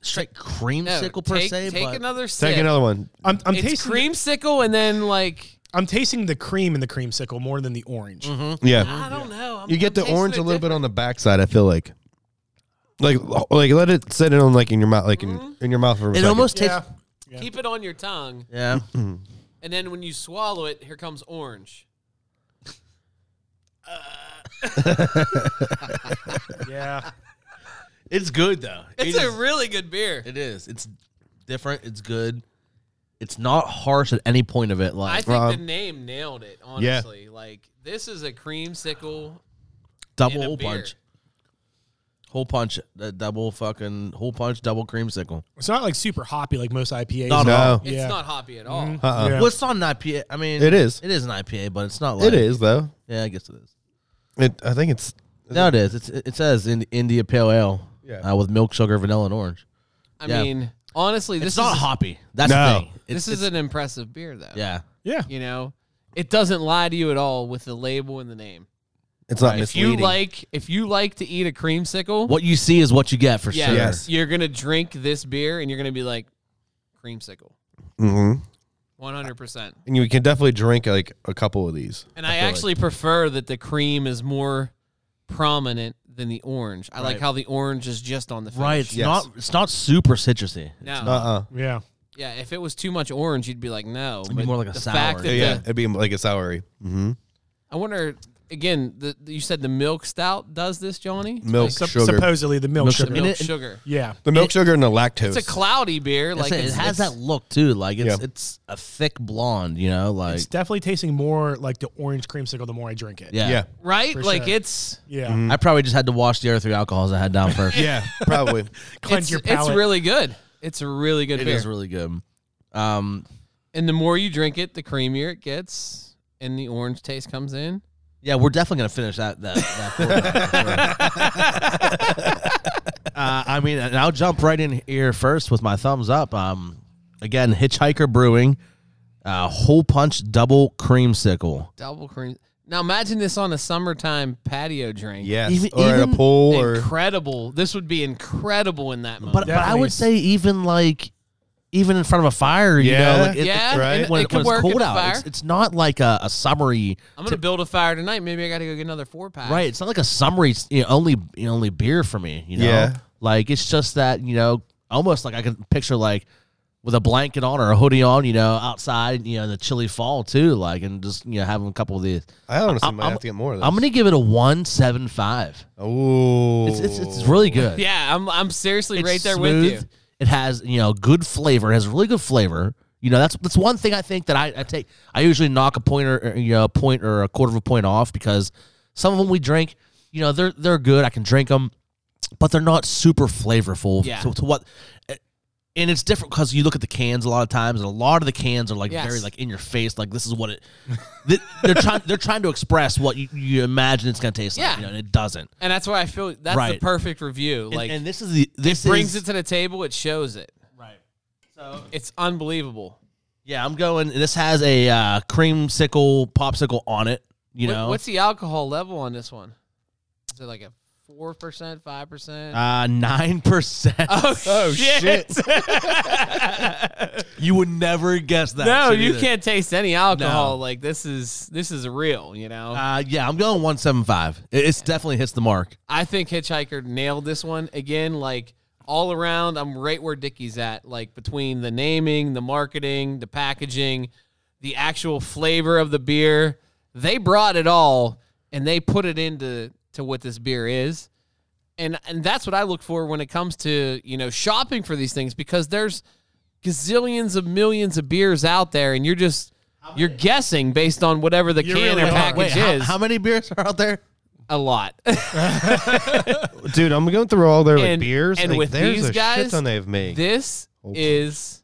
Speaker 1: straight creamsicle per
Speaker 2: take,
Speaker 1: se,
Speaker 2: take
Speaker 1: but
Speaker 2: another sip.
Speaker 3: Take
Speaker 1: (laughs)
Speaker 3: another one.
Speaker 4: I'm, I'm
Speaker 2: it's
Speaker 4: tasting
Speaker 2: creamsicle and then like
Speaker 4: I'm tasting the cream in the creamsicle more than the orange.
Speaker 3: Yeah.
Speaker 1: Ah,
Speaker 2: I don't know. I'm,
Speaker 3: You get the
Speaker 2: I'm tasting
Speaker 3: orange
Speaker 2: it
Speaker 3: a little bit
Speaker 2: different.
Speaker 3: on the backside, I feel like. Like like let it sit in on like in your mouth like in, in your mouth for a
Speaker 1: Mm-hmm. it
Speaker 3: second.
Speaker 1: almost tastes.
Speaker 4: Yeah.
Speaker 2: Keep it on your tongue,
Speaker 1: Yeah.
Speaker 2: and then when you swallow it, here comes orange.
Speaker 4: Yeah.
Speaker 1: It's good though.
Speaker 2: It's
Speaker 1: It
Speaker 2: a
Speaker 1: is-
Speaker 2: really good beer.
Speaker 1: It is. It's different. It's good. It's not harsh at any point of it.
Speaker 2: I
Speaker 1: Like
Speaker 2: think
Speaker 3: Rob.
Speaker 2: the name nailed it. Honestly, like this is a creamsicle. in a
Speaker 1: double hole
Speaker 2: beer.
Speaker 1: punch, hole punch, uh, double fucking hole punch, double creamsicle.
Speaker 4: It's not like super hoppy like most IPAs.
Speaker 1: Not at all.
Speaker 3: No.
Speaker 2: It's
Speaker 4: Yeah.
Speaker 2: not hoppy at all.
Speaker 3: Uh-uh.
Speaker 4: Yeah.
Speaker 1: Well, it's not an IPA. I mean,
Speaker 3: It is.
Speaker 1: It is an IPA, but it's not. like
Speaker 3: It is though.
Speaker 1: Yeah, I guess it is.
Speaker 3: It I think it's
Speaker 1: No, it is. It's, it says in India Pale Ale.
Speaker 3: Yeah.
Speaker 1: uh, with milk, sugar, vanilla, and orange.
Speaker 2: I
Speaker 1: Yeah.
Speaker 2: mean, honestly, this
Speaker 1: it's not
Speaker 2: is
Speaker 1: hoppy. That's
Speaker 3: No.
Speaker 1: the thing. It's,
Speaker 2: this is an impressive beer, though.
Speaker 1: yeah.
Speaker 4: Yeah.
Speaker 2: you know, it doesn't lie to you at all with the label and the name.
Speaker 3: it's not
Speaker 2: If you
Speaker 3: misleading.
Speaker 2: like, if you like to eat a creamsicle,
Speaker 1: What you see is what you get for
Speaker 2: yeah,
Speaker 1: sure.
Speaker 3: Yes.
Speaker 2: you're gonna drink this beer and you're gonna be like, creamsicle,
Speaker 3: Mhm.
Speaker 2: one hundred percent.
Speaker 3: And you can definitely drink like a couple of these.
Speaker 2: And I, actually prefer that the cream is more prominent than the orange. I like
Speaker 1: Right.
Speaker 2: how the orange is just on the finish.
Speaker 1: Right. It's
Speaker 3: Yes.
Speaker 1: not. It's not super citrusy.
Speaker 2: No.
Speaker 3: Uh uh
Speaker 4: Yeah.
Speaker 2: yeah. If it was too much orange, you'd be like, no.
Speaker 1: It'd be
Speaker 2: but
Speaker 1: more like a
Speaker 2: the
Speaker 1: sour.
Speaker 2: Fact that
Speaker 3: Yeah,
Speaker 2: the-
Speaker 3: it'd be like a soury. Mm-hmm.
Speaker 2: I wonder. Again, the, you said the milk stout does this, Johnny.
Speaker 3: Milk
Speaker 4: Sup-
Speaker 3: sugar.
Speaker 4: Supposedly the milk,
Speaker 1: Milk
Speaker 4: sugar.
Speaker 1: I mean,
Speaker 2: Milk
Speaker 1: it-
Speaker 2: sugar.
Speaker 4: Yeah.
Speaker 3: the milk sugar and the lactose.
Speaker 2: It's a cloudy beer. Like
Speaker 1: Like it,
Speaker 2: it's-
Speaker 1: has
Speaker 2: it's-
Speaker 1: that look too. Like it's
Speaker 3: Yeah.
Speaker 1: it's a thick blonde. You know, like
Speaker 4: It's definitely tasting more like the orange creamsicle the more I drink it.
Speaker 1: yeah.
Speaker 3: yeah.
Speaker 2: right?
Speaker 4: For
Speaker 2: Like
Speaker 4: sure.
Speaker 2: it's
Speaker 4: Yeah.
Speaker 3: Mm-hmm.
Speaker 1: I probably just had to wash the other three alcohols I had (laughs) down first.
Speaker 3: Yeah,
Speaker 1: (laughs)
Speaker 3: probably.
Speaker 4: (laughs) Cleanse
Speaker 2: it's,
Speaker 4: your
Speaker 2: it's
Speaker 4: palate.
Speaker 2: really good. It's a really good
Speaker 1: It
Speaker 2: beer.
Speaker 1: is really good. Um,
Speaker 2: and the more you drink it, the creamier it gets, and the orange taste comes in.
Speaker 1: yeah, we're definitely gonna finish that. That. that pour down. (laughs) uh, I mean, and I'll jump right in here first with my thumbs up. Um, again, Hitchhiker Brewing, uh, whole punch double creamsicle.
Speaker 2: Double cream. Now imagine this on a summertime patio drink.
Speaker 3: Yes.
Speaker 1: Even-
Speaker 3: or at
Speaker 1: even-
Speaker 3: a pool or
Speaker 2: incredible. This would be incredible in that moment.
Speaker 1: But but I
Speaker 4: Definitely.
Speaker 1: would say even like even in front of a fire, you
Speaker 3: Yeah.
Speaker 1: know, like it,
Speaker 2: yeah,
Speaker 1: it-
Speaker 3: right.
Speaker 2: it,
Speaker 1: when,
Speaker 2: it
Speaker 1: when
Speaker 2: could work
Speaker 1: it's
Speaker 2: in
Speaker 1: cold
Speaker 2: a
Speaker 1: out,
Speaker 2: fire.
Speaker 1: it's, it's not like a, a summery.
Speaker 2: I'm gonna build a fire tonight. Maybe I got to go get another four pack.
Speaker 1: Right. It's not like a summary you know, only you know, only beer for me. You know,
Speaker 3: Yeah.
Speaker 1: like it's just that you know, almost like I can picture like with a blanket on or a hoodie on, you know, outside, you know, in the chilly fall too, like and just you know having a couple of these.
Speaker 3: I honestly
Speaker 1: I'm-
Speaker 3: might
Speaker 1: I'm-
Speaker 3: have to get more of those.
Speaker 1: I'm gonna give it a one seven five.
Speaker 3: Ooh.
Speaker 1: It's it's it's really good.
Speaker 2: Yeah, I'm I'm seriously
Speaker 1: It's
Speaker 2: right there
Speaker 1: smooth.
Speaker 2: with you.
Speaker 1: It has you know good flavor. It has really good flavor. You know that's that's one thing I think that I, I take. I usually knock a point or you know a point or a quarter of a point off because some of them we drink. You know they're they're good. I can drink them, but they're not super flavorful.
Speaker 2: Yeah.
Speaker 1: To, to what. eh, And it's different because you look at the cans a lot of times, and a lot of the cans are like
Speaker 2: Yes.
Speaker 1: very like in your face, like this is what it. they- They're trying. They're trying to express what you, you imagine it's gonna taste
Speaker 2: Yeah.
Speaker 1: like, you know, and it doesn't.
Speaker 2: And that's why I feel that's the
Speaker 1: Right.
Speaker 2: perfect review.
Speaker 1: And,
Speaker 2: Like
Speaker 1: and this is the this
Speaker 2: brings
Speaker 1: is,
Speaker 2: it to the table. It shows it.
Speaker 1: right.
Speaker 2: It's unbelievable.
Speaker 1: Yeah, I'm going. This has a uh, creamsicle popsicle on it. You
Speaker 2: What-
Speaker 1: know,
Speaker 2: what's the alcohol level on this one? Is it like a four percent, five percent?
Speaker 1: uh nine percent?
Speaker 2: (laughs)
Speaker 1: (laughs)
Speaker 2: Oh, shit! (laughs)
Speaker 1: You would never guess that.
Speaker 2: no,
Speaker 1: shit
Speaker 2: you
Speaker 1: either.
Speaker 2: can't taste any alcohol.
Speaker 1: No.
Speaker 2: Like this is this is real. You know,
Speaker 1: Uh, yeah, I'm going one seven five. It, it's definitely hits the mark.
Speaker 2: I think Hitchhiker nailed this one again. Like all around, I'm right where Dickie's at. Like between the naming, the marketing, the packaging, the actual flavor of the beer, they brought it all and they put it into to what this beer is. And and that's what I look for when it comes to you know shopping for these things because there's gazillions of millions of beers out there, and you're just you're guessing based on whatever the
Speaker 4: You
Speaker 2: can
Speaker 4: really
Speaker 2: or
Speaker 4: are.
Speaker 2: package
Speaker 1: Wait, how,
Speaker 2: is.
Speaker 1: how many beers are out there?
Speaker 2: a lot. (laughs)
Speaker 3: dude. I'm going through all their like,
Speaker 2: And-
Speaker 3: beers,
Speaker 2: and
Speaker 3: like,
Speaker 2: with
Speaker 3: there's
Speaker 2: these
Speaker 3: a
Speaker 2: guys,
Speaker 3: shit ton they've made.
Speaker 2: this
Speaker 3: Hold on.
Speaker 2: is.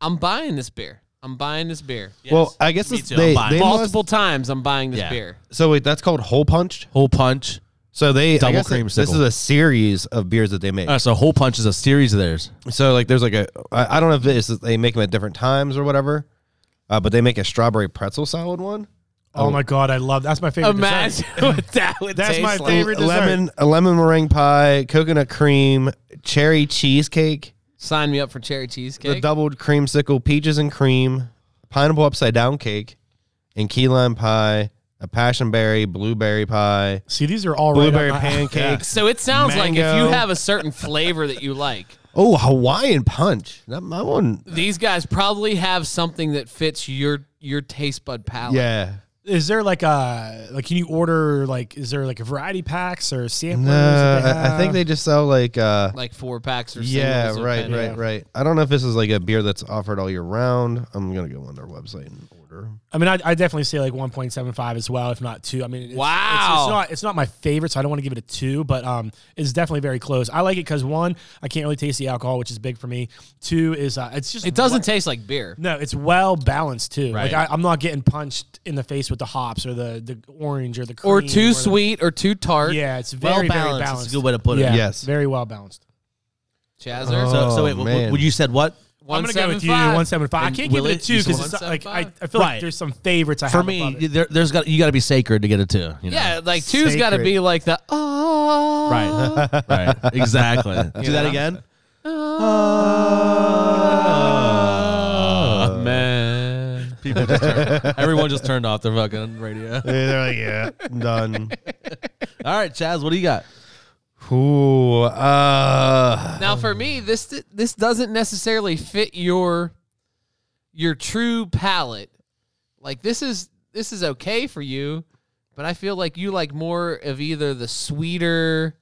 Speaker 2: I'm buying this beer. I'm buying this beer.
Speaker 3: well, I guess
Speaker 1: me
Speaker 3: it's,
Speaker 1: too,
Speaker 3: they,
Speaker 1: I'm buying
Speaker 3: they
Speaker 1: it.
Speaker 3: must,
Speaker 2: Multiple times I'm buying this
Speaker 1: Yeah.
Speaker 2: beer.
Speaker 3: So wait, that's called hole punched.
Speaker 1: Whole punch.
Speaker 3: So they I
Speaker 1: Double
Speaker 3: guess it- This
Speaker 1: creamsicle.
Speaker 3: is a series of beers that they make.
Speaker 1: Uh, so whole punch is a series of theirs.
Speaker 3: So like, there's like a I, I don't know if it's they make them at different times or whatever, uh, but they make a strawberry pretzel salad one.
Speaker 4: Oh, my god, I love that's my favorite.
Speaker 2: Imagine (laughs)
Speaker 4: dessert.
Speaker 2: what that would
Speaker 4: That's
Speaker 2: taste
Speaker 4: my
Speaker 2: like.
Speaker 4: favorite dessert.
Speaker 3: lemon a lemon meringue pie, coconut cream, cherry cheesecake,
Speaker 2: Sign me up for cherry
Speaker 3: the
Speaker 2: cheesecake.
Speaker 3: doubled creamsicle, peaches and cream, pineapple upside down cake, and key lime pie, a passion berry, blueberry pie,
Speaker 4: See, these are all right
Speaker 3: blueberry (laughs)
Speaker 4: up my- (laughs)
Speaker 3: pancakes.
Speaker 2: so it sounds like if you
Speaker 3: Mango.
Speaker 2: have a certain flavor that you
Speaker 4: (laughs)
Speaker 2: like,
Speaker 3: Oh, Hawaiian punch. That my one.
Speaker 2: these guys probably have something that fits your your taste bud palate.
Speaker 3: Yeah.
Speaker 4: Is there like a like? Can you order like? Is there like a variety packs or samplers?
Speaker 3: No,
Speaker 4: that
Speaker 3: I, I think
Speaker 4: have?
Speaker 3: they just sell like uh
Speaker 2: Like four packs or
Speaker 3: Yeah,
Speaker 2: singles or
Speaker 3: right,
Speaker 2: pen-
Speaker 3: right, right. I don't know if this is like a beer that's offered all year round. I'm gonna go on their website and order.
Speaker 4: I mean, I, I definitely say like 1.75 as well, if not two. I mean, it's, it's,
Speaker 2: Wow.
Speaker 4: it's not it's not my favorite, so I don't want to give it a two, but um, it's definitely very close. I like it because one, I can't really taste the alcohol, which is big for me. Two is uh, it's just
Speaker 2: It doesn't taste like beer.
Speaker 4: no, it's well balanced too.
Speaker 1: Right.
Speaker 4: Like I, I'm not getting punched in the face with the hops or the the orange or the cream
Speaker 2: Or too
Speaker 4: the-
Speaker 2: sweet or too tart.
Speaker 4: Yeah, it's
Speaker 1: Well
Speaker 4: very
Speaker 1: balanced.
Speaker 4: Very
Speaker 1: That's a
Speaker 4: balanced.
Speaker 1: good way to put it.
Speaker 4: yeah,
Speaker 3: Yes.
Speaker 4: very well balanced.
Speaker 2: Chazzer.
Speaker 1: So, so
Speaker 3: Oh,
Speaker 1: wait, w-
Speaker 3: man.
Speaker 1: w- you said what?
Speaker 4: Uh-huh. I'm gonna go with you 175. I
Speaker 1: And
Speaker 4: can't
Speaker 1: will
Speaker 4: give it a
Speaker 1: it-
Speaker 4: two
Speaker 1: you
Speaker 4: because
Speaker 1: said
Speaker 4: it's like I,
Speaker 2: 175?
Speaker 4: I feel
Speaker 1: Right.
Speaker 4: like there's some favorites I
Speaker 1: For
Speaker 4: have
Speaker 1: me,
Speaker 4: above it.
Speaker 1: there, there's got you got to be sacred to get a two. You know?
Speaker 2: Yeah, like two's got to
Speaker 3: Sacred.
Speaker 2: be like the oh.
Speaker 1: Right. (laughs) right. Exactly. Do that
Speaker 2: know?
Speaker 3: (laughs)
Speaker 1: again.
Speaker 2: Oh, man.
Speaker 1: People just turned, everyone just turned off their fucking radio. All
Speaker 3: (laughs) They're like, yeah, done.
Speaker 1: right, Chaz, what do you got?
Speaker 3: Ooh, uh,
Speaker 2: Now for me, this this doesn't necessarily fit your your true palate. Like this is this is okay for you, but I feel like you like more of either the sweeter.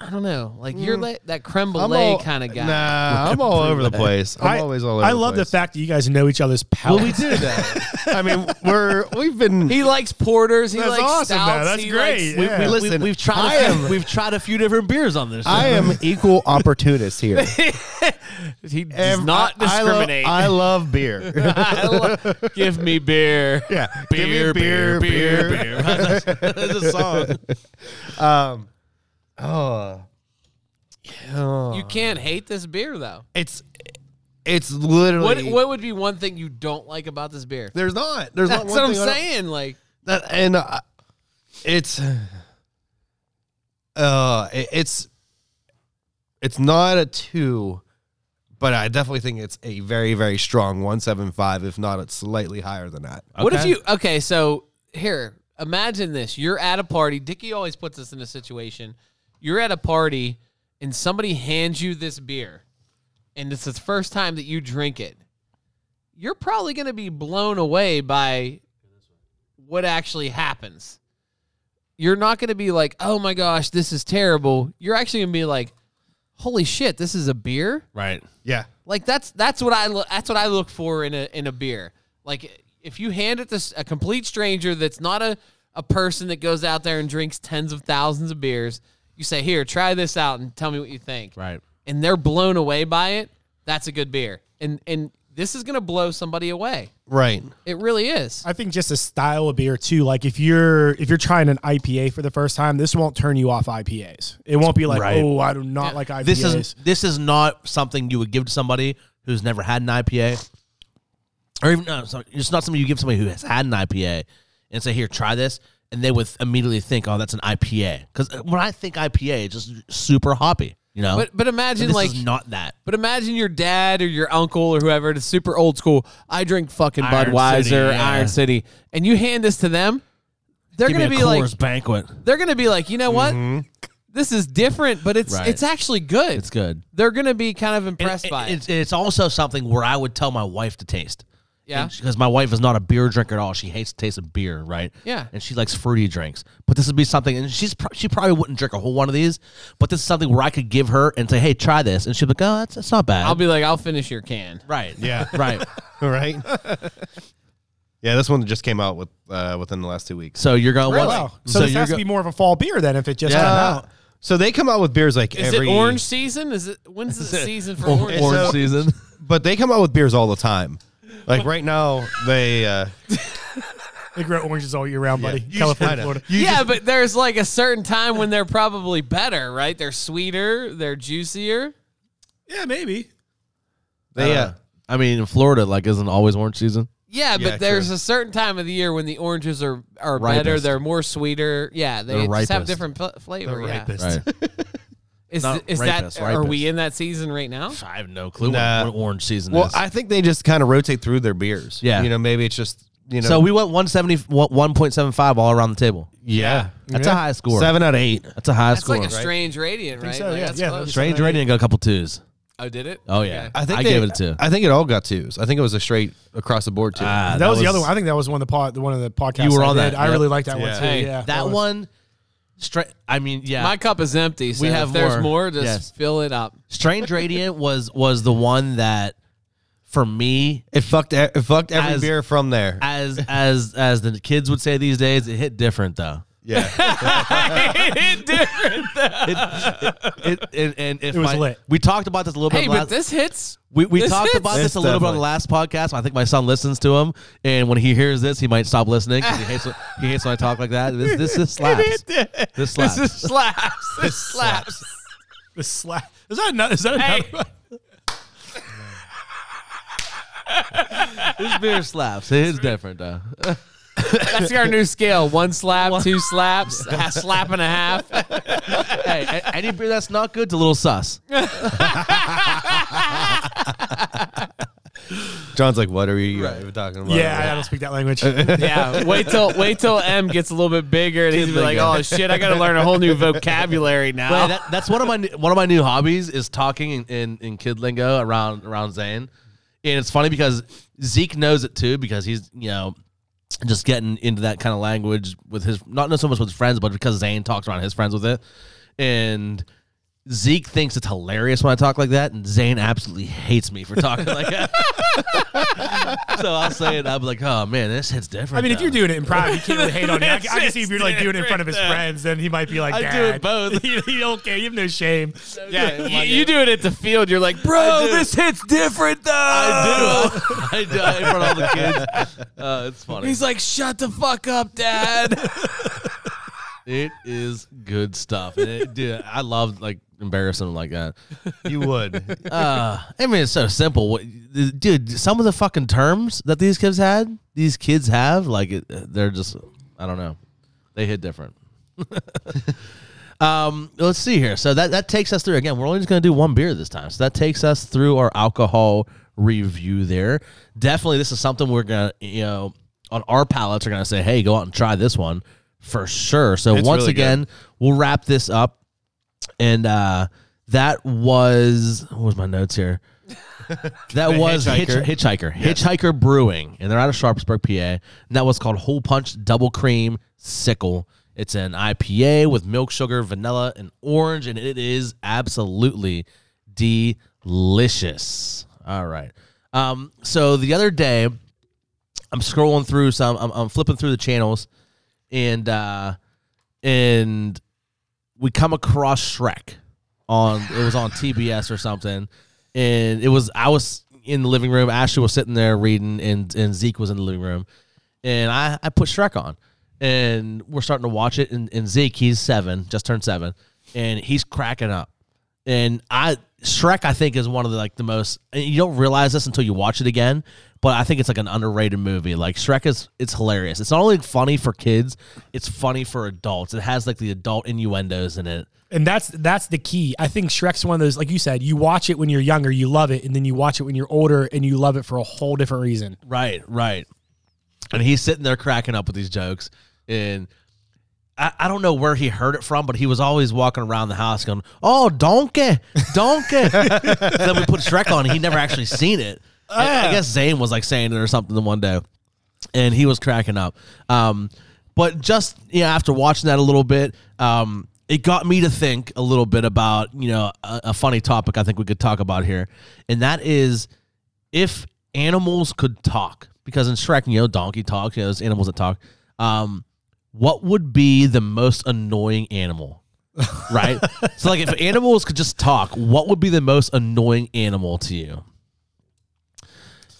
Speaker 2: I don't know, like you're like that creme brulee
Speaker 3: Mm. all-
Speaker 2: kind of guy.
Speaker 3: Nah, I'm all over the place. I'm
Speaker 4: I-
Speaker 3: always all over.
Speaker 4: I love the
Speaker 3: place.
Speaker 4: fact that you guys know each other's palates.
Speaker 1: do that.
Speaker 3: (laughs) I mean, we're we've
Speaker 4: (laughs)
Speaker 3: been.
Speaker 2: He likes porters. He
Speaker 4: That's
Speaker 2: likes
Speaker 4: awesome, man.
Speaker 2: stouts.
Speaker 4: That's
Speaker 2: he
Speaker 4: great.
Speaker 2: likes-
Speaker 4: Yeah.
Speaker 1: We,
Speaker 3: Listen,
Speaker 1: have tried.
Speaker 3: I
Speaker 1: a few-
Speaker 3: am-
Speaker 1: We've tried a few different beers on this.
Speaker 3: I
Speaker 4: (laughs)
Speaker 3: am equal opportunist here.
Speaker 2: he does
Speaker 3: Am-
Speaker 2: not
Speaker 3: I- I lo-
Speaker 2: discriminate. (laughs)
Speaker 3: I love
Speaker 4: (laughs)
Speaker 3: beer. (laughs)
Speaker 2: I lo- give me beer.
Speaker 3: yeah,
Speaker 1: beer, beer, beer,
Speaker 3: beer.
Speaker 1: beer. (laughs) That's a song.
Speaker 3: Um, oh,
Speaker 2: You can't hate this beer though.
Speaker 3: it's it's literally
Speaker 2: What what would be one thing you don't like about this beer?
Speaker 3: There's not. There's
Speaker 2: That's
Speaker 3: not.
Speaker 2: what
Speaker 3: one
Speaker 2: I'm
Speaker 3: thing I don't-
Speaker 2: saying. Like
Speaker 3: that and uh, it's uh it- it's it's not a two but i definitely think it's a very very strong 175 if not it's slightly higher than that
Speaker 2: What if
Speaker 1: Okay.
Speaker 2: you okay? So here, imagine this: you're at a party. Dickie always puts us in a situation. You're at a party, and somebody hands you this beer, and it's the first time that you drink it. You're probably going to be blown away by what actually happens. You're not going to be like, "Oh my gosh, this is terrible." You're actually going to be like, "Holy shit, this is a beer."
Speaker 1: Right.
Speaker 3: yeah
Speaker 2: Like that's that's what I lo- that's what I look for in a in a beer. Like if you hand it to s- a complete stranger that's not a a person that goes out there and drinks tens of thousands of beers, you say, "Here, try this out and tell me what you think."
Speaker 1: Right.
Speaker 2: And they're blown away by it. That's a good beer. And and this is going to blow somebody away.
Speaker 3: right
Speaker 2: It really is.
Speaker 4: I think just a style of beer too. Like if you're if you're trying an IPA for the first time, this won't turn you off IPAs. It won't be like,
Speaker 1: Right.
Speaker 4: oh, I do not like IPAs.
Speaker 1: This is this is not something you would give to somebody who's never had an IPA, or even no, sorry, it's not something you give somebody who has had an IPA and say, "Here, try this," and they would immediately think, "Oh, that's an IPA." Because uh, when I think IPA, it's just super hoppy, you know.
Speaker 2: But but
Speaker 1: And
Speaker 2: imagine
Speaker 1: this
Speaker 2: like
Speaker 1: is not that.
Speaker 2: But imagine your dad or your uncle or whoever, that's super old school. I drink fucking
Speaker 1: Iron
Speaker 2: Budweiser,
Speaker 1: City, yeah.
Speaker 2: Iron City, and you hand this to them. They're
Speaker 1: Give
Speaker 2: gonna
Speaker 1: me a
Speaker 2: be like,
Speaker 1: Coors banquet.
Speaker 2: they're gonna be like, you know what? This is different, but it's
Speaker 1: Right.
Speaker 2: it's actually good.
Speaker 1: It's good.
Speaker 2: They're gonna be kind of impressed
Speaker 1: And-
Speaker 2: by
Speaker 1: and
Speaker 2: it.
Speaker 1: It's, it's also something where I would tell my wife to taste.
Speaker 2: Yeah.
Speaker 1: Because my wife is not a beer drinker at all. She hates the taste of beer, right?
Speaker 2: Yeah.
Speaker 1: And she likes fruity drinks. But this would be something, and she's pro- she probably wouldn't drink a whole one of these. But this is something where I could give her and say, "Hey, try this," and she'd be like, "Oh, that's, that's not bad."
Speaker 2: I'll be like, I'll finish your can.
Speaker 1: right.
Speaker 3: (laughs) Yeah.
Speaker 1: Right.
Speaker 3: right? (laughs) yeah, this one just came out with uh, within the last two weeks.
Speaker 1: So you're going.
Speaker 4: Really?
Speaker 1: Well,
Speaker 4: So, this
Speaker 1: you're
Speaker 4: has
Speaker 1: go-
Speaker 4: to be more of a fall beer then if it just came out.
Speaker 3: So they come out with beers like
Speaker 2: Is
Speaker 3: every
Speaker 2: it orange season? Is it when's (laughs) the season for orange?
Speaker 3: It's
Speaker 1: orange
Speaker 3: so- (laughs)
Speaker 1: season.
Speaker 3: but they come out with beers all the time. Like right now, they uh,
Speaker 4: They grow oranges all year round, buddy.
Speaker 3: You- I
Speaker 4: California,
Speaker 3: know.
Speaker 4: Florida.
Speaker 2: yeah, but there's like a certain time when they're probably better, right? They're sweeter, they're juicier.
Speaker 4: Yeah, maybe.
Speaker 3: they
Speaker 1: Uh,
Speaker 3: uh,
Speaker 1: I mean, in Florida, like, isn't always orange season.
Speaker 2: Yeah,
Speaker 3: Yeah,
Speaker 2: but there's
Speaker 3: true.
Speaker 2: a certain time of the year when the oranges are, are better,
Speaker 1: Ripest.
Speaker 2: they're more seyder. Yeah, they
Speaker 1: They're
Speaker 2: just have
Speaker 1: ripest.
Speaker 2: different fl- flavor. yeah.
Speaker 1: Right.
Speaker 2: Is,
Speaker 1: Not
Speaker 2: is
Speaker 1: rapist,
Speaker 2: that are we
Speaker 1: ripest.
Speaker 2: in that season right now?
Speaker 1: I have no clue
Speaker 3: Nah.
Speaker 1: what, what orange season
Speaker 3: well,
Speaker 1: is.
Speaker 3: I think they just kind of rotate through their beers.
Speaker 1: Yeah.
Speaker 3: you know, maybe it's just you know,
Speaker 1: so we went 170, 1.75 all around the table.
Speaker 3: yeah,
Speaker 1: That's a high score.
Speaker 3: seven out of eight.
Speaker 1: That's a high
Speaker 2: That's
Speaker 1: score.
Speaker 2: like a strange radiant, right?
Speaker 4: so,
Speaker 2: Like,
Speaker 4: yeah,
Speaker 2: that's
Speaker 4: yeah,
Speaker 2: close.
Speaker 4: that's-
Speaker 1: Strange rating got a couple twos.
Speaker 2: oh, did it?
Speaker 1: Oh yeah,
Speaker 2: Okay.
Speaker 1: I,
Speaker 3: think they,
Speaker 1: gave it a two.
Speaker 3: I think it all got twos. I think it was a straight across the board two.
Speaker 1: Ah,
Speaker 4: That, was, the other one. I think that was one of the pod, one of the podcasts.
Speaker 1: You were
Speaker 4: I
Speaker 1: on
Speaker 4: did.
Speaker 1: that,
Speaker 4: I
Speaker 1: yep.
Speaker 4: really liked that
Speaker 3: Yeah.
Speaker 4: one too.
Speaker 2: Hey,
Speaker 4: yeah,
Speaker 1: that
Speaker 4: was-
Speaker 1: one, straight. I mean, yeah.
Speaker 2: My cup is empty. So
Speaker 1: We
Speaker 2: we
Speaker 1: have
Speaker 2: have if there's
Speaker 1: more.
Speaker 2: more, just
Speaker 1: Yes.
Speaker 2: fill it up.
Speaker 1: Strange Radiant was was the one that, for me,
Speaker 3: It fucked. e- It fucked every
Speaker 1: As-
Speaker 3: beer from there.
Speaker 1: as as as the kids would say these days, it hit different though.
Speaker 3: (laughs) yeah,
Speaker 2: It did.
Speaker 1: It, and, and if
Speaker 4: It was
Speaker 1: my-
Speaker 4: lit.
Speaker 1: We talked about this a little bit.
Speaker 2: hey,
Speaker 1: last,
Speaker 2: but this hits. (laughs)
Speaker 1: we we
Speaker 2: this
Speaker 1: talked
Speaker 2: hits.
Speaker 1: about this
Speaker 3: This
Speaker 1: a little bit on the
Speaker 3: definitely-
Speaker 1: last podcast. I think my son listens to him, and when he hears this, he might stop listening 'cause he hates when- he hates when I talk like that. This this,
Speaker 2: (laughs)
Speaker 1: this slaps. This slaps.
Speaker 2: This is slaps. This slaps.
Speaker 4: (laughs) The slap. Is that another? Is that another?
Speaker 2: Hey.
Speaker 4: one?
Speaker 1: this beer slaps. It is different though.
Speaker 2: That's our new scale. One slap, two slaps, a slap and a
Speaker 1: (laughs)
Speaker 2: half.
Speaker 1: hey, a- (laughs) any beer that's not good's a little sus.
Speaker 3: (laughs) John's like, what are you even talking about?
Speaker 4: Yeah, (laughs) I don't speak that language. yeah,
Speaker 2: Yeah. Wait till wait till M gets a little bit bigger and he's gonna be like, oh shit, I gotta learn a whole new vocabulary now.
Speaker 1: But that, that's one of my new- one of my new hobbies is talking in, in, in kid lingo around around Zane, and it's funny because Zeke knows it too because he's you know just getting into that kind of language with his not not so much with his friends but because Zane talks around his friends with it, and Zeke thinks it's hilarious when I talk like that, and Zane absolutely hates me for talking like that. (laughs) so I'll say it. I'll be like, oh man, this hits different.
Speaker 4: I mean, if
Speaker 1: though."
Speaker 4: you're doing it in private, you can't really hate (laughs) on it. I, I can
Speaker 2: It's
Speaker 4: see if you're like doing it in front of his friends, then he might be like,
Speaker 1: I do
Speaker 4: Dad.
Speaker 1: it
Speaker 4: (laughs)
Speaker 1: both.
Speaker 4: you, you don't care. You have no shame.
Speaker 1: (laughs)
Speaker 2: yeah, you, you do it at the field, you're like, bro, this hits different though.
Speaker 1: I do. (laughs) I do in front of all the
Speaker 2: (laughs)
Speaker 1: kids. Uh, it's funny.
Speaker 2: He's like, shut the fuck up, dad.
Speaker 1: (laughs) It is good stuff. And it, dude, I love like embarrassing them like that.
Speaker 3: you would.
Speaker 1: Uh, I mean, it's so simple. What, dude, some of the fucking terms that these kids had, these kids have, like, it, they're just, I don't know. They hit different. (laughs) um, let's see here. So that, that takes us through. Again, we're only just going to do one beer this time. So that takes us through our alcohol review there. Definitely, this is something we're going to, you know, on our palates are going to say, hey, go out and try this one for sure. So
Speaker 3: It's
Speaker 1: once
Speaker 3: really good.
Speaker 1: again, we'll wrap this up and uh that was what was my notes here that was hitchhiker hitchhiker, hitchhiker brewing and they're out of sharpsburg pa and that was called whole punch double cream sickle it's an ipa with milk sugar vanilla and orange and it is absolutely delicious all right um so the other day i'm scrolling through some i'm, I'm flipping through the channels and uh and we come across Shrek on it was on TBS or something, and it was I was in the living room. Ashley was sitting there reading, and and Zeke was in the living room, and I I put Shrek on, and we're starting to watch it. And, and Zeke he's seven, just turned seven, and he's cracking up, and I. Shrek, I think, is one of the like the most. And you don't realize this until you watch it again, but I think it's like an underrated movie. Like Shrek is, it's hilarious. It's not only funny for kids, it's funny for adults. It has like the adult innuendos in it.
Speaker 4: And that's that's the key. I think Shrek's one of those, like you said, you watch it when you're younger, you love it, and then you watch it when you're older, and you love it for a whole different reason.
Speaker 1: Right, right. And he's sitting there cracking up with these jokes. And I, I don't know where he heard it from, but he was always walking around the house going, Oh, donkey, donkey. then we put Shrek on, and he never actually seen it. I I guess Zane was like saying it or something the one day, and he was cracking up. Um, but just you know, after watching that a little bit, um, it got me to think a little bit about you know a, a funny topic I think we could talk about here, and that is if animals could talk. Because in Shrek, you know, donkey talks. You know, there's animals that talk. Um, what would be the most annoying animal? right. so, like, if animals could just talk, what would be the most annoying animal to you?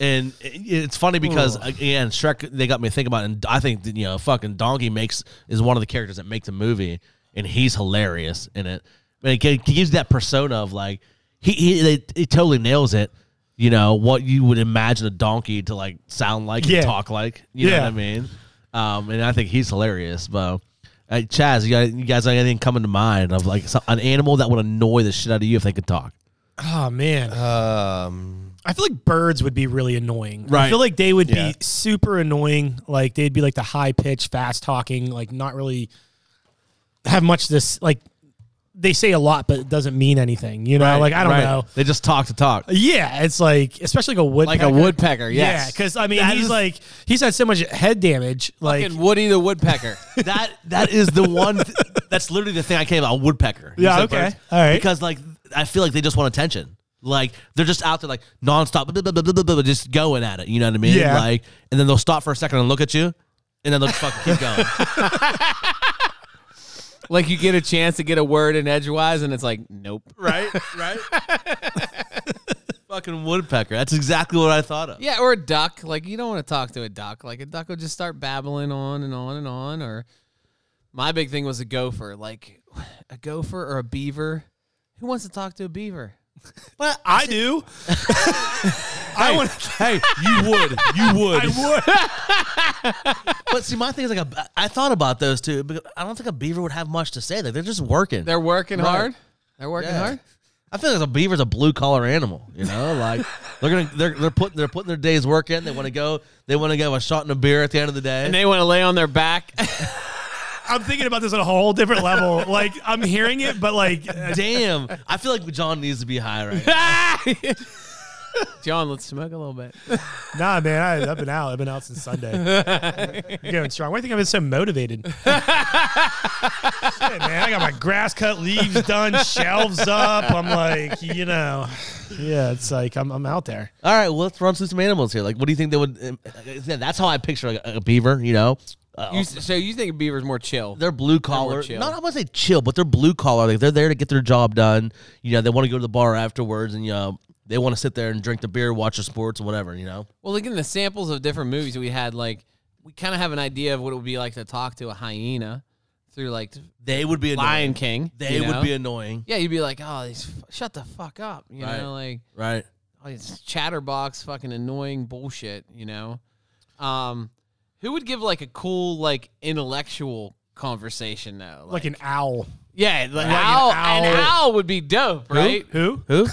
Speaker 1: And it- it's funny because again, Shrek they got me thinking about, it, and I think that, you know, fucking Donkey makes is one of the characters that make the movie, and he's hilarious in it. And it gi- gives that persona of like he he they, he totally nails it. You know what you would imagine a donkey to like sound like
Speaker 4: Yeah.
Speaker 1: and talk like. You know
Speaker 4: Yeah.
Speaker 1: what I mean? Um, and I think he's hilarious, but. uh Chaz, you guys, you guys got anything coming to mind of like some, an animal that would annoy the shit out of you if they could talk?
Speaker 4: Oh man,
Speaker 3: Um,
Speaker 4: I feel like birds would be really annoying.
Speaker 1: Right.
Speaker 4: I feel like they would
Speaker 3: Yeah.
Speaker 4: be super annoying. Like they'd be like the high pitched, fast talking, like not really have much this like they say a lot but it doesn't mean anything. You know, like I don't
Speaker 1: Right.
Speaker 4: know.
Speaker 1: They just talk to talk.
Speaker 4: Yeah, it's like especially like a
Speaker 2: Like
Speaker 4: woodpecker.
Speaker 2: a woodpecker,
Speaker 4: Yeah,
Speaker 2: yes.
Speaker 4: because I mean
Speaker 1: That
Speaker 4: he's
Speaker 1: is-
Speaker 4: like he's had so much head damage.
Speaker 2: (laughs)
Speaker 4: Like
Speaker 2: Fucking Woody the woodpecker.
Speaker 1: that that is the one. th- that's literally the thing I care about. Woodpecker. You
Speaker 4: Yeah,
Speaker 1: said
Speaker 4: okay.
Speaker 1: birds.
Speaker 4: All right.
Speaker 1: Because like I feel like they just want attention. Like they're just out there like nonstop, blah, blah, blah, blah, blah, blah, blah, just going at it. You know what I mean?
Speaker 4: Yeah.
Speaker 1: Like, and then they'll stop for a second and look at you, and then they'll just fucking keep
Speaker 4: (laughs)
Speaker 1: going.
Speaker 2: like you get a chance to get a word in edgewise, and it's like, nope.
Speaker 1: right. Right. fucking woodpecker. That's exactly what I thought of.
Speaker 2: Yeah, or a duck. Like you don't want to talk to a duck. Like a duck will just start babbling on and on and on. Or my big thing was a gopher. Like (sighs) a gopher or a beaver. Who wants to talk to a beaver?
Speaker 4: well, I do.
Speaker 1: (laughs)
Speaker 4: I want
Speaker 1: Hey, you would, you would, (laughs) I (laughs) would. but see, my thing is like, a, I thought about those two, but I don't think a beaver would have much to say. Like they're just working.
Speaker 2: They're working
Speaker 1: Right.
Speaker 2: hard. They're working
Speaker 1: Yeah.
Speaker 2: hard.
Speaker 1: I feel like a beaver's a blue collar animal. You know, (laughs) like they're gonna they're they're putting they're putting their day's work in. They want to go they want to go a shot and a beer at the end of the day.
Speaker 2: And they want to lay on their back. (laughs)
Speaker 4: I'm thinking about this on a whole different level. like I'm hearing it, but like
Speaker 1: Damn, I feel like John needs to be high right. (laughs) now.
Speaker 2: John, let's smoke a little bit.
Speaker 4: Nah, man, I, I've been out. I've been out since Sunday.
Speaker 1: (laughs)
Speaker 4: You're going strong. Why do you think I've been so motivated? Shit, man, I got my grass cut, leaves done, shelves up. I'm like, you know, yeah, it's like I'm, I'm out there.
Speaker 1: All right, well let's run through some animals here. Like, what do you think they would? um, uh, That's how I picture like, a, a beaver. You know, Uh,
Speaker 2: You, so you think a beaver's more chill?
Speaker 1: they're blue collar.
Speaker 2: chill.
Speaker 1: Not I want to say chill, but they're blue collar. Like they're there to get their job done. You know, they want to go to the bar afterwards, and you know, they want to sit there and drink the beer, watch the sports, whatever. You know,
Speaker 2: Well, again, the samples of different movies we had, like we kind of have an idea of what it would be like to talk to a hyena through like
Speaker 1: they would be annoying.
Speaker 2: Lion King.
Speaker 1: They
Speaker 2: you
Speaker 1: would
Speaker 2: know?
Speaker 1: be annoying,
Speaker 2: Yeah, you'd be like, oh, these f- shut the fuck up. You
Speaker 1: Right.
Speaker 2: know, like
Speaker 1: right?
Speaker 2: all this chatterbox, fucking annoying bullshit. You know, um, who would give like a cool, like intellectual conversation though?
Speaker 4: Like an owl.
Speaker 2: yeah, like
Speaker 4: an
Speaker 2: owl, an
Speaker 4: owl.
Speaker 2: owl would be dope, right?
Speaker 4: Who?
Speaker 1: Who?
Speaker 2: Who?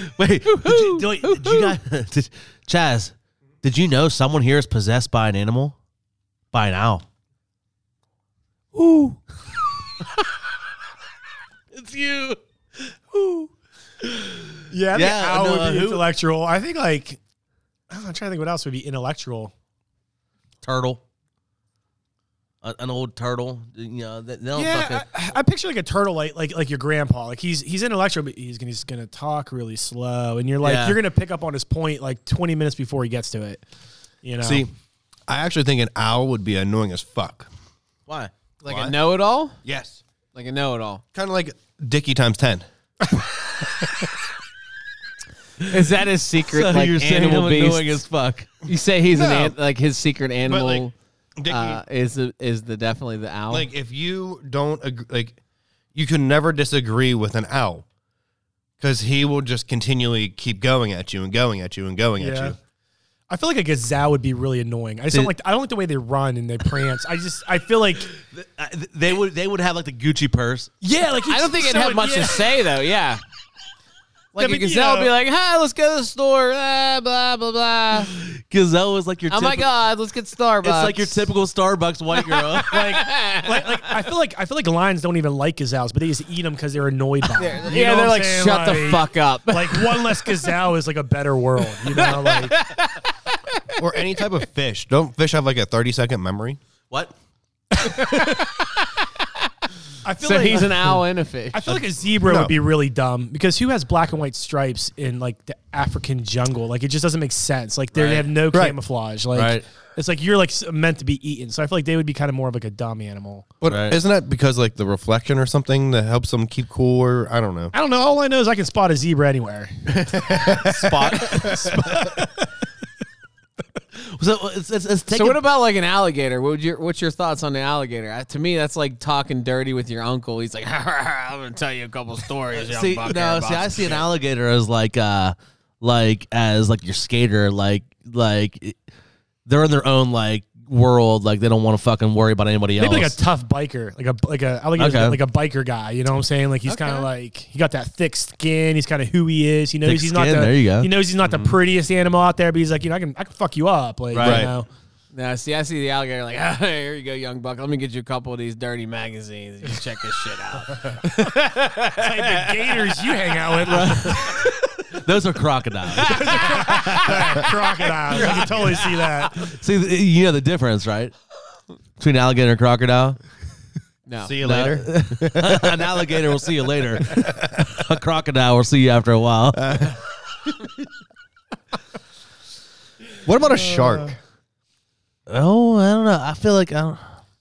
Speaker 1: (laughs) Wait, did you, did you- did you guys, (laughs) did, Chaz, did you know someone here is possessed by an animal? By an owl. Ooh. it's you. Ooh.
Speaker 4: Yeah, the
Speaker 1: Yeah,
Speaker 4: owl
Speaker 1: no,
Speaker 4: would be
Speaker 1: who?
Speaker 4: intellectual. I think like I don't know, I'm trying to think what else would be intellectual.
Speaker 1: Turtle. A- an old turtle. You know, they,
Speaker 2: Oh,
Speaker 1: they don't fucking.
Speaker 4: Yeah, I, I picture like a turtle, like like like your grandpa. Like he's he's intellectual, but he's gonna, he's gonna talk really slow, and you're like
Speaker 1: Yeah.
Speaker 4: you're gonna pick up on his point like 20 minutes before he gets to it. You know,
Speaker 3: See, I actually think an owl would be annoying as fuck.
Speaker 1: why?
Speaker 2: Like a know-it-all?
Speaker 3: Yes.
Speaker 2: Like a know-it-all?
Speaker 3: Kind of like Dickie times 10.
Speaker 2: Is that his secret?
Speaker 1: So
Speaker 2: like
Speaker 1: you're saying
Speaker 2: animal
Speaker 1: I'm
Speaker 2: beast?
Speaker 1: annoying as fuck.
Speaker 2: You say he's an
Speaker 3: No.
Speaker 2: an like his secret animal
Speaker 3: like, Dickie,
Speaker 2: uh, is the, is the definitely the owl.
Speaker 3: like if you don't agree, like you can never disagree with an owl because he will just continually keep going at you and going at you and going
Speaker 4: Yeah.
Speaker 3: at you.
Speaker 4: I feel like a gazelle would be really annoying. I just don't
Speaker 1: Dude.
Speaker 4: like. I don't like the way they run and they prance. I just. I feel like.
Speaker 1: Uh, th- They would. They would have like the Gucci purse.
Speaker 4: Yeah, like
Speaker 2: (laughs)
Speaker 4: (laughs)
Speaker 2: I don't think it had much to say though. Yeah, Like
Speaker 4: Yeah,
Speaker 2: a
Speaker 4: but, you
Speaker 2: gazelle
Speaker 4: know-
Speaker 2: be like, hi, let's go to the store. Blah, blah, blah, blah.
Speaker 1: Gazelle is like your.
Speaker 2: oh my
Speaker 1: typi-
Speaker 2: God, let's get Starbucks.
Speaker 1: It's like your typical Starbucks white girl. like
Speaker 4: like, like I feel like I feel like lions don't even like gazelles, but they just eat them because they're annoyed by them. You
Speaker 2: yeah, they're
Speaker 4: know what I'm
Speaker 2: like,
Speaker 4: saying?
Speaker 2: shut the
Speaker 4: Like-
Speaker 2: fuck up.
Speaker 4: Like one less gazelle is like a better world, you know. Like
Speaker 3: or any type of fish. Don't fish have like a 30 second memory?
Speaker 1: what?
Speaker 4: I
Speaker 2: (laughs)
Speaker 4: feel
Speaker 2: so
Speaker 4: like
Speaker 2: he's an owl and a fish.
Speaker 4: I feel like a zebra
Speaker 3: No.
Speaker 4: would be really dumb because who has black and white stripes in like the African jungle? Like it just doesn't make sense. Like they're- they
Speaker 1: Right.
Speaker 4: have no
Speaker 3: Right.
Speaker 4: camouflage. Like
Speaker 1: Right.
Speaker 4: it's like you're like s- meant to be eaten. So I feel like they would be kind of more of like a dumb animal.
Speaker 3: But
Speaker 1: Right.
Speaker 3: isn't that because like the reflection or something that helps them keep cool or I don't know.
Speaker 4: I don't know. All I know is I can spot a zebra anywhere.
Speaker 1: Spot. (laughs) so uh, it's, it's, it's
Speaker 2: so
Speaker 1: taking.
Speaker 2: what about like an alligator? What would your what's your thoughts on the alligator? Uh, to me, that's like talking dirty with your uncle. He's like, (laughs) I'm gonna tell you a couple stories. young
Speaker 1: see,
Speaker 2: buck here
Speaker 1: no,
Speaker 2: about
Speaker 1: see, I
Speaker 2: some
Speaker 1: see an
Speaker 2: shit."
Speaker 1: alligator as like, uh, like as like your skater, like like it- they're in their own like world, like they don't want to fucking worry about anybody else.
Speaker 4: Maybe like a tough biker, like a like a alligator,
Speaker 1: Okay.
Speaker 4: like a biker guy. You know what I'm saying? Like he's kind of like he got that thick skin. He's kind of who he is. He knows
Speaker 1: Thick
Speaker 4: he's not
Speaker 1: skin,
Speaker 4: the
Speaker 1: there you go. Mm-hmm.
Speaker 4: he knows he's not the prettiest animal out there, but he's like you know I can I can fuck you up. Like
Speaker 1: Right.
Speaker 4: you know.
Speaker 2: No, see, I see the alligator like, (laughs) "Ah, here you go, young buck. Let me get you a couple of these dirty magazines. You check this shit out.
Speaker 4: type (laughs) of gators you hang out with, bro.
Speaker 1: Those are crocodiles.
Speaker 4: (laughs)
Speaker 2: (laughs)
Speaker 4: crocodiles. You can totally see that.
Speaker 1: see, th- you know the difference, right? Between alligator and crocodile.
Speaker 2: (laughs)
Speaker 1: (laughs)
Speaker 2: No,
Speaker 3: you
Speaker 1: No. an alligator will see you later. (laughs) a crocodile will see you after a while.
Speaker 2: Uh.
Speaker 3: What about a shark?
Speaker 4: Uh,
Speaker 1: oh, I don't know. I feel like I don't.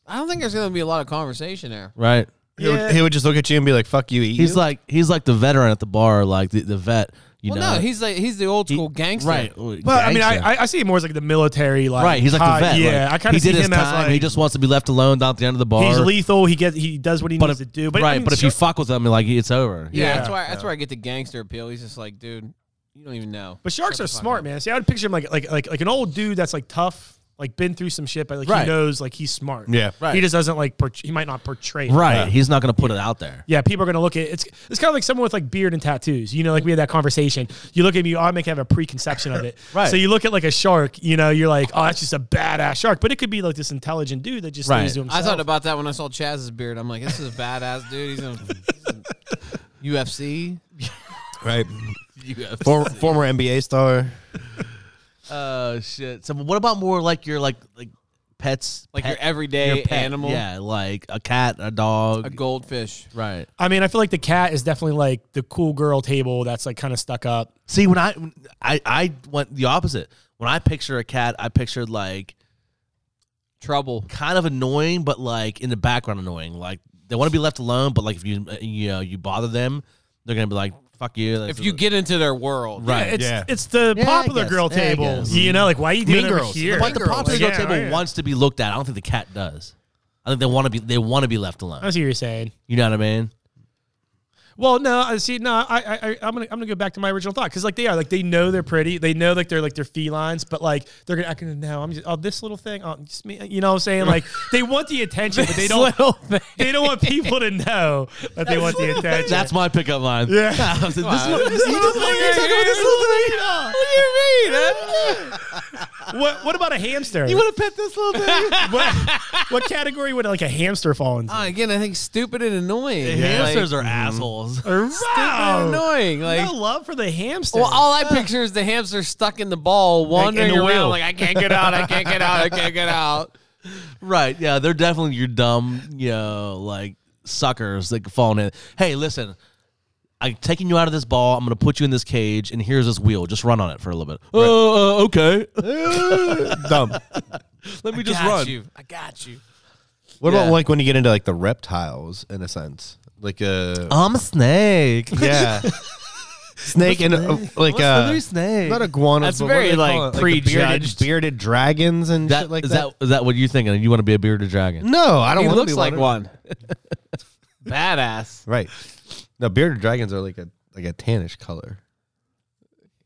Speaker 2: I don't think there's gonna be a lot of conversation there.
Speaker 1: Right.
Speaker 3: He, would, he would just look at you and be like, "Fuck you, eat
Speaker 1: He's
Speaker 3: you."
Speaker 1: like he's like the veteran at the bar, like the, the vet. You
Speaker 2: Well,
Speaker 1: know.
Speaker 2: no, he's like he's the old school gangster.
Speaker 1: right.
Speaker 4: Well, I mean, I, I- I see it more as like the military, like
Speaker 1: right. He's like
Speaker 4: high-
Speaker 1: the vet.
Speaker 4: Yeah,
Speaker 1: like,
Speaker 4: I kind
Speaker 1: he
Speaker 4: of see
Speaker 1: did his
Speaker 4: him as
Speaker 1: time.
Speaker 4: like
Speaker 1: he just wants to be left alone down at the end of the bar.
Speaker 4: he's lethal. He gets he does what he
Speaker 1: But
Speaker 4: needs
Speaker 1: if,
Speaker 4: to do. But I
Speaker 1: right,
Speaker 4: mean,
Speaker 1: but if
Speaker 4: sure-
Speaker 1: you fuck with him, like it's over.
Speaker 2: Yeah,
Speaker 4: Yeah.
Speaker 2: that's why that's where I get the gangster appeal. He's just like, dude, you don't even know.
Speaker 4: but sharks
Speaker 2: Shut
Speaker 4: are
Speaker 2: the fuck
Speaker 4: smart,
Speaker 2: up.
Speaker 4: man. See, I would picture him like like like like an old dude that's like tough, like been through some shit, but like
Speaker 1: Right.
Speaker 4: he knows like he's smart.
Speaker 3: Yeah.
Speaker 1: Right.
Speaker 4: He just doesn't like portray- he might not portray. it.
Speaker 1: Right. He's not gonna put it out (laughs) there.
Speaker 4: Yeah, people are gonna look at it's. It's kind of like someone with like beard and tattoos. You know, like we had that conversation. You look at me, you automatically have a preconception of it.
Speaker 1: (laughs) Right.
Speaker 4: So you look at like a shark. You know, you're like, oh, that's just a badass shark. But it could be like this intelligent dude that just
Speaker 1: Right.
Speaker 4: stays to
Speaker 2: I
Speaker 4: himself.
Speaker 2: thought about that when I saw Chaz's beard. I'm like, this is a badass dude. He's in,
Speaker 1: (laughs)
Speaker 2: he's in UFC.
Speaker 3: right.
Speaker 1: Yeah.
Speaker 3: Former, former NBA star.
Speaker 1: Oh shit. So what about more like your like like pets,
Speaker 2: Like
Speaker 1: pet-
Speaker 2: your everyday
Speaker 1: pet?
Speaker 2: animal.
Speaker 1: Yeah, like a cat, a dog.
Speaker 2: A goldfish.
Speaker 1: right.
Speaker 4: I mean, I feel like the cat is definitely like the cool girl table that's like kind of stuck up.
Speaker 1: See, when I I I went the opposite. When I picture a cat, I pictured like
Speaker 2: Trouble.
Speaker 1: kind of annoying, but like in the background annoying. Like they want to be left alone, but like if you you know you bother them, they're gonna be like fuck you. that's-
Speaker 2: If you get into their world.
Speaker 1: Right.
Speaker 4: It's
Speaker 3: Yeah.
Speaker 4: it's the
Speaker 1: Yeah, I
Speaker 4: popular
Speaker 1: guess.
Speaker 4: girl
Speaker 1: Yeah, I
Speaker 4: table.
Speaker 1: guess.
Speaker 4: You know, like why are you doing
Speaker 3: Mean
Speaker 4: it over
Speaker 3: Girls.
Speaker 4: here?
Speaker 1: but the
Speaker 2: Girls.
Speaker 1: popular
Speaker 4: Yeah,
Speaker 1: girl table
Speaker 4: right.
Speaker 1: wants to be looked at. I don't think the cat does. I think they want to be they want to be left
Speaker 4: I
Speaker 1: alone.
Speaker 4: see what you're saying.
Speaker 1: You know what I mean?
Speaker 4: Well, no, I see. No, I, I, I- I'm gonna, I'm gonna go back to my original thought because, like, they are like they know they're pretty. They know like they're like they're felines, but like they're gonna act like, no. I'm just oh this little thing. Oh, just me. You know what I'm saying? Like they want the attention, but they don't. They don't want people to know that they want the attention.
Speaker 1: That's my pickup line.
Speaker 4: Yeah.
Speaker 1: (laughs) I was like, this little- this little thing you're talking about, this little thing. What do you mean? huh?
Speaker 4: (laughs) what. What about a hamster?
Speaker 1: You want to pet this little thing?
Speaker 4: (laughs) what, what category would like a hamster fall into?
Speaker 2: Ah, again, I think stupid and annoying.
Speaker 1: Hamsters
Speaker 2: Like,
Speaker 1: are assholes. (laughs)
Speaker 4: wow.
Speaker 2: Uh, stupid and annoying. Like,
Speaker 4: no love for the hamster.
Speaker 2: well, all I picture is the hamster stuck in the ball, wandering
Speaker 4: the
Speaker 2: around
Speaker 4: wheel.
Speaker 2: like I can't get out, I can't get out, I can't
Speaker 1: (laughs)
Speaker 2: get out.
Speaker 1: Right. Yeah, they're definitely your dumb, you know, like suckers that phone in. Hey, listen, I'm taking you out of this ball. I'm gonna put you in this cage, and here's this wheel. Just run on it for a little bit. Oh, uh, okay.
Speaker 3: Dumb.
Speaker 1: Let me just
Speaker 2: got
Speaker 1: run.
Speaker 2: you. I got you.
Speaker 3: What
Speaker 1: Yeah.
Speaker 3: about like when you get into like the reptiles in a sense? Like a
Speaker 1: I'm a snake.
Speaker 3: yeah. Snake and uh, like
Speaker 1: What's (laughs)
Speaker 3: uh,
Speaker 1: the new snake?
Speaker 3: not
Speaker 2: That's
Speaker 3: iguanas. but what do
Speaker 2: very,
Speaker 3: they call
Speaker 2: like,
Speaker 3: it? the
Speaker 2: prejudged.
Speaker 3: bearded, bearded dragons and
Speaker 1: That-
Speaker 3: shit like
Speaker 1: is
Speaker 3: that.
Speaker 1: that is that what you're thinking? You want to be a bearded dragon?
Speaker 3: No, I don't.
Speaker 2: He
Speaker 3: wanna
Speaker 2: looks
Speaker 3: be
Speaker 2: like
Speaker 3: one.
Speaker 2: one. (laughs) Badass.
Speaker 3: Right. No, bearded dragons are like a like a tannish color.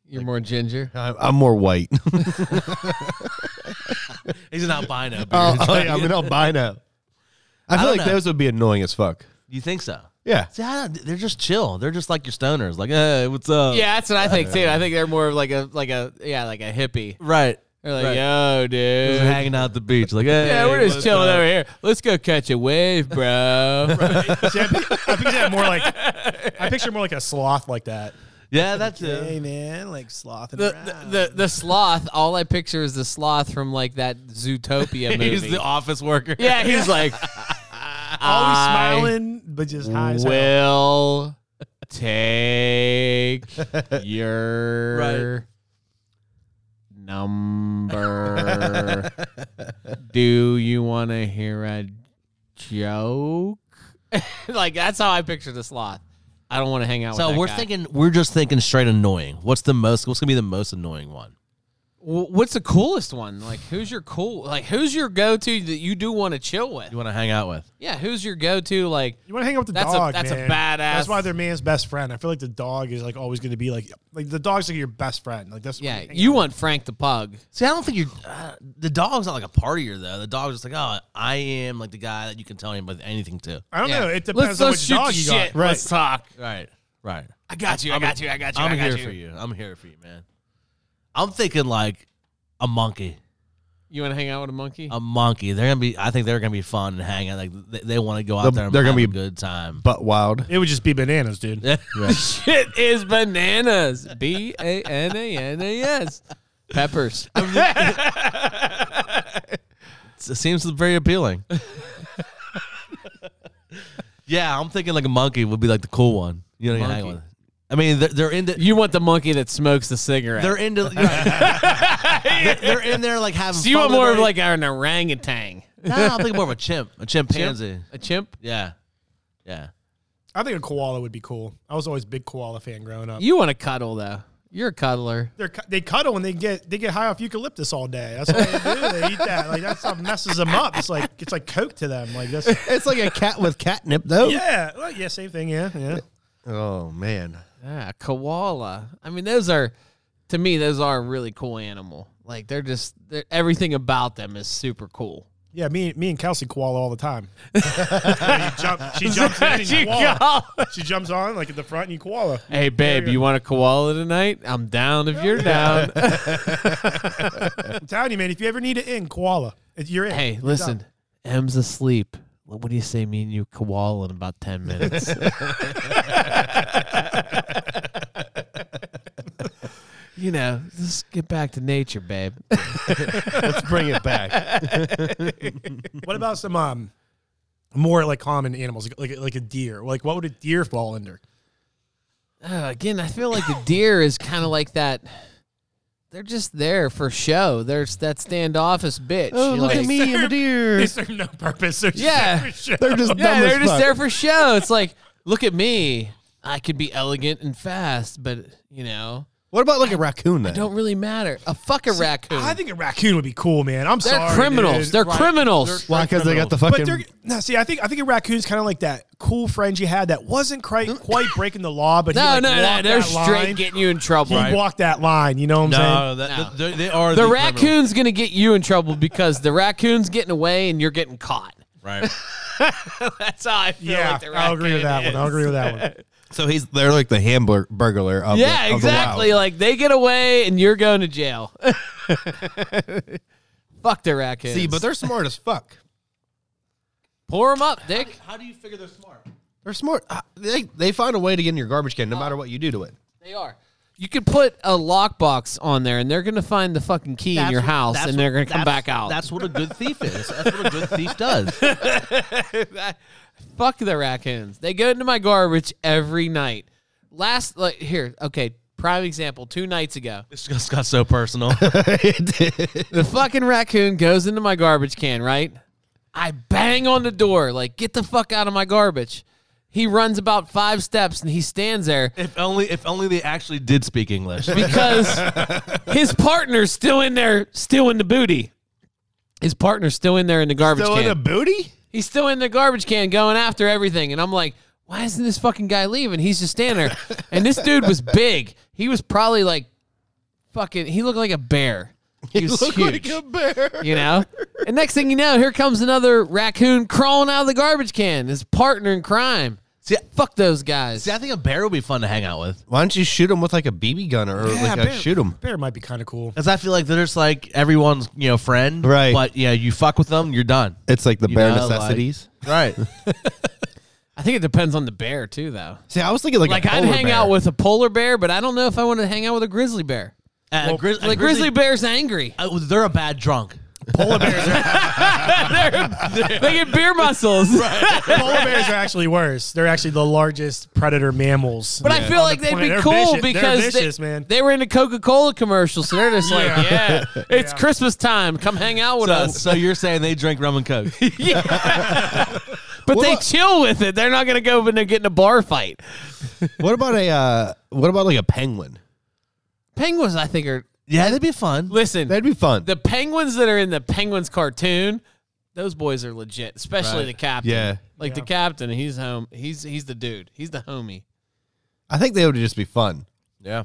Speaker 2: You're more ginger.
Speaker 3: I'm, I'm more (laughs) white.
Speaker 1: He's an (laughs) albino. Bearded
Speaker 3: Oh,
Speaker 1: dragon.
Speaker 3: yeah, I'm an albino. I feel
Speaker 1: don't
Speaker 3: like
Speaker 1: know.
Speaker 3: those would be annoying as fuck.
Speaker 1: You think so?
Speaker 3: Yeah.
Speaker 1: See, I don't, they're just chill. They're just like your stoners. Like, hey, what's up?
Speaker 2: Yeah, that's what I think too. I think they're more of like a like a yeah like a hippie.
Speaker 1: Right.
Speaker 2: They're like,
Speaker 1: Right.
Speaker 2: yo, dude.
Speaker 1: Just hanging out at the beach. Like, hey,
Speaker 2: yeah, we're just
Speaker 1: what's
Speaker 2: chilling
Speaker 1: up?"
Speaker 2: over here. Let's go catch a wave,
Speaker 1: (laughs)
Speaker 2: bro.
Speaker 4: See, I, pic- I picture that more like I picture more like a sloth like that.
Speaker 1: Yeah, that's it.
Speaker 7: man, like slothing
Speaker 2: (laughs) the, the the the sloth. All I picture is the sloth from like that Zootopia movie.
Speaker 1: (laughs) He's the office worker.
Speaker 2: yeah, he's
Speaker 1: (laughs)
Speaker 2: like
Speaker 7: always
Speaker 2: I
Speaker 7: smiling, but just high as hell.
Speaker 2: Will (laughs) take your
Speaker 1: Right.
Speaker 2: (laughs) number. Do you want to hear a joke? (laughs) like that's how I picture the sloth. I don't want to hang out.
Speaker 1: So
Speaker 2: with that
Speaker 1: we're
Speaker 2: guy.
Speaker 1: thinking, we're just thinking straight annoying. What's the most? What's gonna be the most annoying one?
Speaker 2: Wh- What's the coolest one? Like, who's your cool? Like, who's your go-to that you do want to chill with?
Speaker 1: You want to hang out with?
Speaker 2: Yeah, who's your go-to? Like,
Speaker 4: You want to hang out with the
Speaker 2: That's a-
Speaker 4: dog.
Speaker 2: that's a
Speaker 4: man.
Speaker 2: badass-
Speaker 4: That's why they're man's best friend. I feel like the dog is like always going to be like like the dog's like your best friend. Like that's
Speaker 2: yeah,
Speaker 4: what hang
Speaker 2: you
Speaker 4: out
Speaker 2: want Frank the pug.
Speaker 1: See, I don't think you're. Uh, the dog's not like a partier though. The dog's just like, oh, I am like the guy that you can tell him about anything to.
Speaker 4: with. I don't
Speaker 2: Yeah.
Speaker 4: know. It
Speaker 2: Let's,
Speaker 4: depends on
Speaker 2: let's
Speaker 4: which
Speaker 2: shoot
Speaker 4: dog
Speaker 2: the
Speaker 4: you
Speaker 2: shit.
Speaker 4: got.
Speaker 2: Let's talk.
Speaker 1: Right. Right.
Speaker 2: I got you. I got you. I got you.
Speaker 1: I'm
Speaker 2: I got
Speaker 1: here for you. I'm here for you, man. I'm thinking like a monkey.
Speaker 2: You want to hang out with a (laughs) monkey?
Speaker 1: A monkey. They're gonna be. I think they're gonna be fun and hang out. Like they, they want to go out
Speaker 3: They'll-
Speaker 1: there. And
Speaker 3: they're gonna
Speaker 1: have a
Speaker 3: be-
Speaker 1: good time. (laughs)
Speaker 3: Butt wild.
Speaker 4: It would just be bananas, dude.
Speaker 2: Shit is bananas. B A N A N A S. Peppers.
Speaker 1: It seems very appealing. yeah, I'm thinking like a monkey would be like the cool one. You know, you hang
Speaker 2: Monkey.
Speaker 1: with. I mean, they're, they're into.
Speaker 2: You want the monkey that smokes the cigarette.
Speaker 1: They're
Speaker 3: (laughs)
Speaker 1: into. They're- they're in there like having.
Speaker 2: so you
Speaker 1: fun
Speaker 2: want
Speaker 1: with
Speaker 2: more of
Speaker 1: it.
Speaker 2: like an orangutan.
Speaker 1: No, I'm thinking more of a chimp, a chimpanzee.
Speaker 2: A chimp?
Speaker 1: Yeah, yeah.
Speaker 4: I think a koala would be cool. I was always a big koala fan growing up.
Speaker 2: You want to cuddle though. You're a cuddler.
Speaker 4: They're, cu- they cuddle and they get they get high off eucalyptus all day. That's what they do. They eat that. Like that's what messes them up. It's like it's like coke to them.
Speaker 2: (laughs)
Speaker 4: Like that's
Speaker 3: It's like a cat with catnip, though.
Speaker 4: yeah. Well, yeah, same thing. Yeah, yeah.
Speaker 3: Oh man.
Speaker 2: Yeah, Ah, koala. I mean, those are to me, those are a really cool animal. Like they're just they're, everything about them is super cool.
Speaker 4: Yeah, me, me and Kelsey koala all
Speaker 2: (laughs)
Speaker 4: the time. You jump- she jumps in and you koala. She jumps on like at the front and you koala.
Speaker 2: Hey babe, you want a koala tonight? I'm down if you're down.
Speaker 4: I'm telling you, man, if you ever need an in, koala. If You're in.
Speaker 2: Hey,
Speaker 4: You're
Speaker 2: listen,
Speaker 4: done.
Speaker 2: M's asleep. What what do you say, me and you koala in about 10 (laughs) minutes? you know, let's get back to nature, babe. Uh,
Speaker 3: Let's bring it back.
Speaker 4: What about some um more like common animals, like like, like a deer? Like what would a deer fall under? (laughs)
Speaker 2: Uh, again, I feel like the deer is kind of like that. They're just there for show. There's that standoffish bitch.
Speaker 3: (laughs) Oh,
Speaker 2: You're
Speaker 3: look
Speaker 2: like-
Speaker 3: at me, I'm a deer.
Speaker 4: Is there no purpose? They're just
Speaker 2: Yeah.
Speaker 4: there for show.
Speaker 3: They're just
Speaker 2: Yeah,
Speaker 3: dumb
Speaker 2: they're
Speaker 3: as
Speaker 2: just
Speaker 3: fuck.
Speaker 2: there for show. It's like, look at me. I could be elegant and fast, but you know,
Speaker 3: What about like a raccoon? Then?
Speaker 2: don't really matter. A fuck a raccoon.
Speaker 4: I think a raccoon would be cool, man. I'm
Speaker 2: They're
Speaker 4: sorry,
Speaker 2: criminals.
Speaker 4: dude.
Speaker 2: They're criminals.
Speaker 3: Why? Because they got the
Speaker 4: but
Speaker 3: fucking.
Speaker 4: they're no. See, I think I think a raccoon's kind of like that cool friend you had that wasn't quite quite breaking the law, but
Speaker 2: Mm. no,
Speaker 4: he, like,
Speaker 2: no, no.
Speaker 4: walked
Speaker 2: They're
Speaker 4: that
Speaker 2: straight
Speaker 4: line.
Speaker 2: getting you in trouble.
Speaker 4: He walked that line. You know what I'm saying?
Speaker 1: No, that,
Speaker 2: No.
Speaker 1: They, they are
Speaker 2: The
Speaker 1: the criminals.
Speaker 2: raccoon's gonna get you in trouble because the raccoon's getting away and you're getting caught. (laughs)
Speaker 1: Right.
Speaker 2: That's how I feel.
Speaker 4: Yeah,
Speaker 2: like the
Speaker 4: I'll agree with that
Speaker 2: raccoon
Speaker 4: one. I'll
Speaker 2: is.
Speaker 4: agree with that one.
Speaker 3: so he's they're like the hamburger burglar. Of
Speaker 2: Yeah,
Speaker 3: the, of the
Speaker 2: exactly.
Speaker 3: wild.
Speaker 2: Like they get away and you're going to jail. (laughs) Fuck the raccoons.
Speaker 3: See, but they're smart as fuck.
Speaker 2: pour them up, Dick.
Speaker 1: How do you figure they're smart?
Speaker 3: They're smart. Uh, They they find a way to get in your garbage can, no matter what you do to it.
Speaker 2: They are. You could put a lockbox on there, and they're gonna find the fucking key in your house, and they're gonna come back out.
Speaker 1: That's what a good thief is. That's what a good thief
Speaker 2: (laughs)
Speaker 1: does.
Speaker 2: Fuck the raccoons. They go into my garbage every night. Last, like here, okay. Prime example: two nights ago,
Speaker 1: (laughs) This just got so
Speaker 3: (laughs)
Speaker 1: personal.
Speaker 2: the fucking raccoon goes into my garbage can. Right, I bang on the door, like get the fuck out of my garbage. He runs about five steps and he stands there
Speaker 1: if only, if only they actually did speak English.
Speaker 2: because his partner's still in there, still in the booty. His partner's still in there in the garbage can.
Speaker 3: booty?
Speaker 2: He's still in the garbage can going after everything. And I'm like, why isn't this fucking guy leaving? He's just standing there. And this dude was big. He was probably like fucking, he looked like a bear. He was huge.
Speaker 3: bear.
Speaker 2: you know? And next thing you know, here comes another raccoon crawling out of the garbage can, his partner in crime.
Speaker 1: See,
Speaker 2: Fuck those guys.
Speaker 1: see, I think a bear would be fun to hang out with
Speaker 3: (laughs) Why don't you shoot him with like a BB gun or
Speaker 4: Yeah,
Speaker 3: like a
Speaker 4: bear,
Speaker 3: shoot him?
Speaker 4: Bear might be kind
Speaker 2: (laughs)
Speaker 4: of cool.
Speaker 1: because I feel like they're just like everyone's you know friend,
Speaker 3: Right.
Speaker 1: But yeah, you fuck with them, you're done, Uh,
Speaker 3: It's like the
Speaker 1: You
Speaker 3: bare
Speaker 1: know, like-
Speaker 3: necessities.
Speaker 1: right? (laughs)
Speaker 2: I think it depends on the bear too, though.
Speaker 3: See, I was thinking like,
Speaker 2: Like
Speaker 3: a
Speaker 2: I'd
Speaker 3: polar
Speaker 2: hang
Speaker 3: bear. (laughs)
Speaker 2: out with a polar bear, but I don't know if I want to hang out with a grizzly bear.
Speaker 1: And a grizz- a
Speaker 2: Like grizzly, bear's angry.
Speaker 1: uh, they're a bad drunk.
Speaker 4: Polar bears, are,
Speaker 2: they get beer muscles.
Speaker 4: polar bears are actually worse. They're actually the largest predator mammals.
Speaker 2: But I feel like they'd
Speaker 4: point.
Speaker 2: be
Speaker 4: They're
Speaker 2: cool
Speaker 4: vicious- they're
Speaker 2: because
Speaker 4: vicious,
Speaker 2: they,
Speaker 4: man.
Speaker 2: they were in a Coca Cola commercial, so they're just like, yeah,
Speaker 4: (laughs)
Speaker 2: it's Christmas time. Come hang out with
Speaker 1: So,
Speaker 2: us.
Speaker 1: so you're saying they drink rum and
Speaker 3: (laughs)
Speaker 1: coke?
Speaker 2: But they chill with it. They're not going to go when they get in a bar fight.
Speaker 3: What about a uh, what about like a penguin?
Speaker 2: Penguins, I think, are.
Speaker 1: yeah, that'd be fun.
Speaker 2: Listen,
Speaker 3: That'd be fun.
Speaker 2: the penguins that are in the Penguins cartoon, those boys are legit, especially the captain.
Speaker 3: Yeah.
Speaker 2: Like the captain, he's home. He's he's the dude. He's the homie.
Speaker 3: I think they would just be fun.
Speaker 1: Yeah,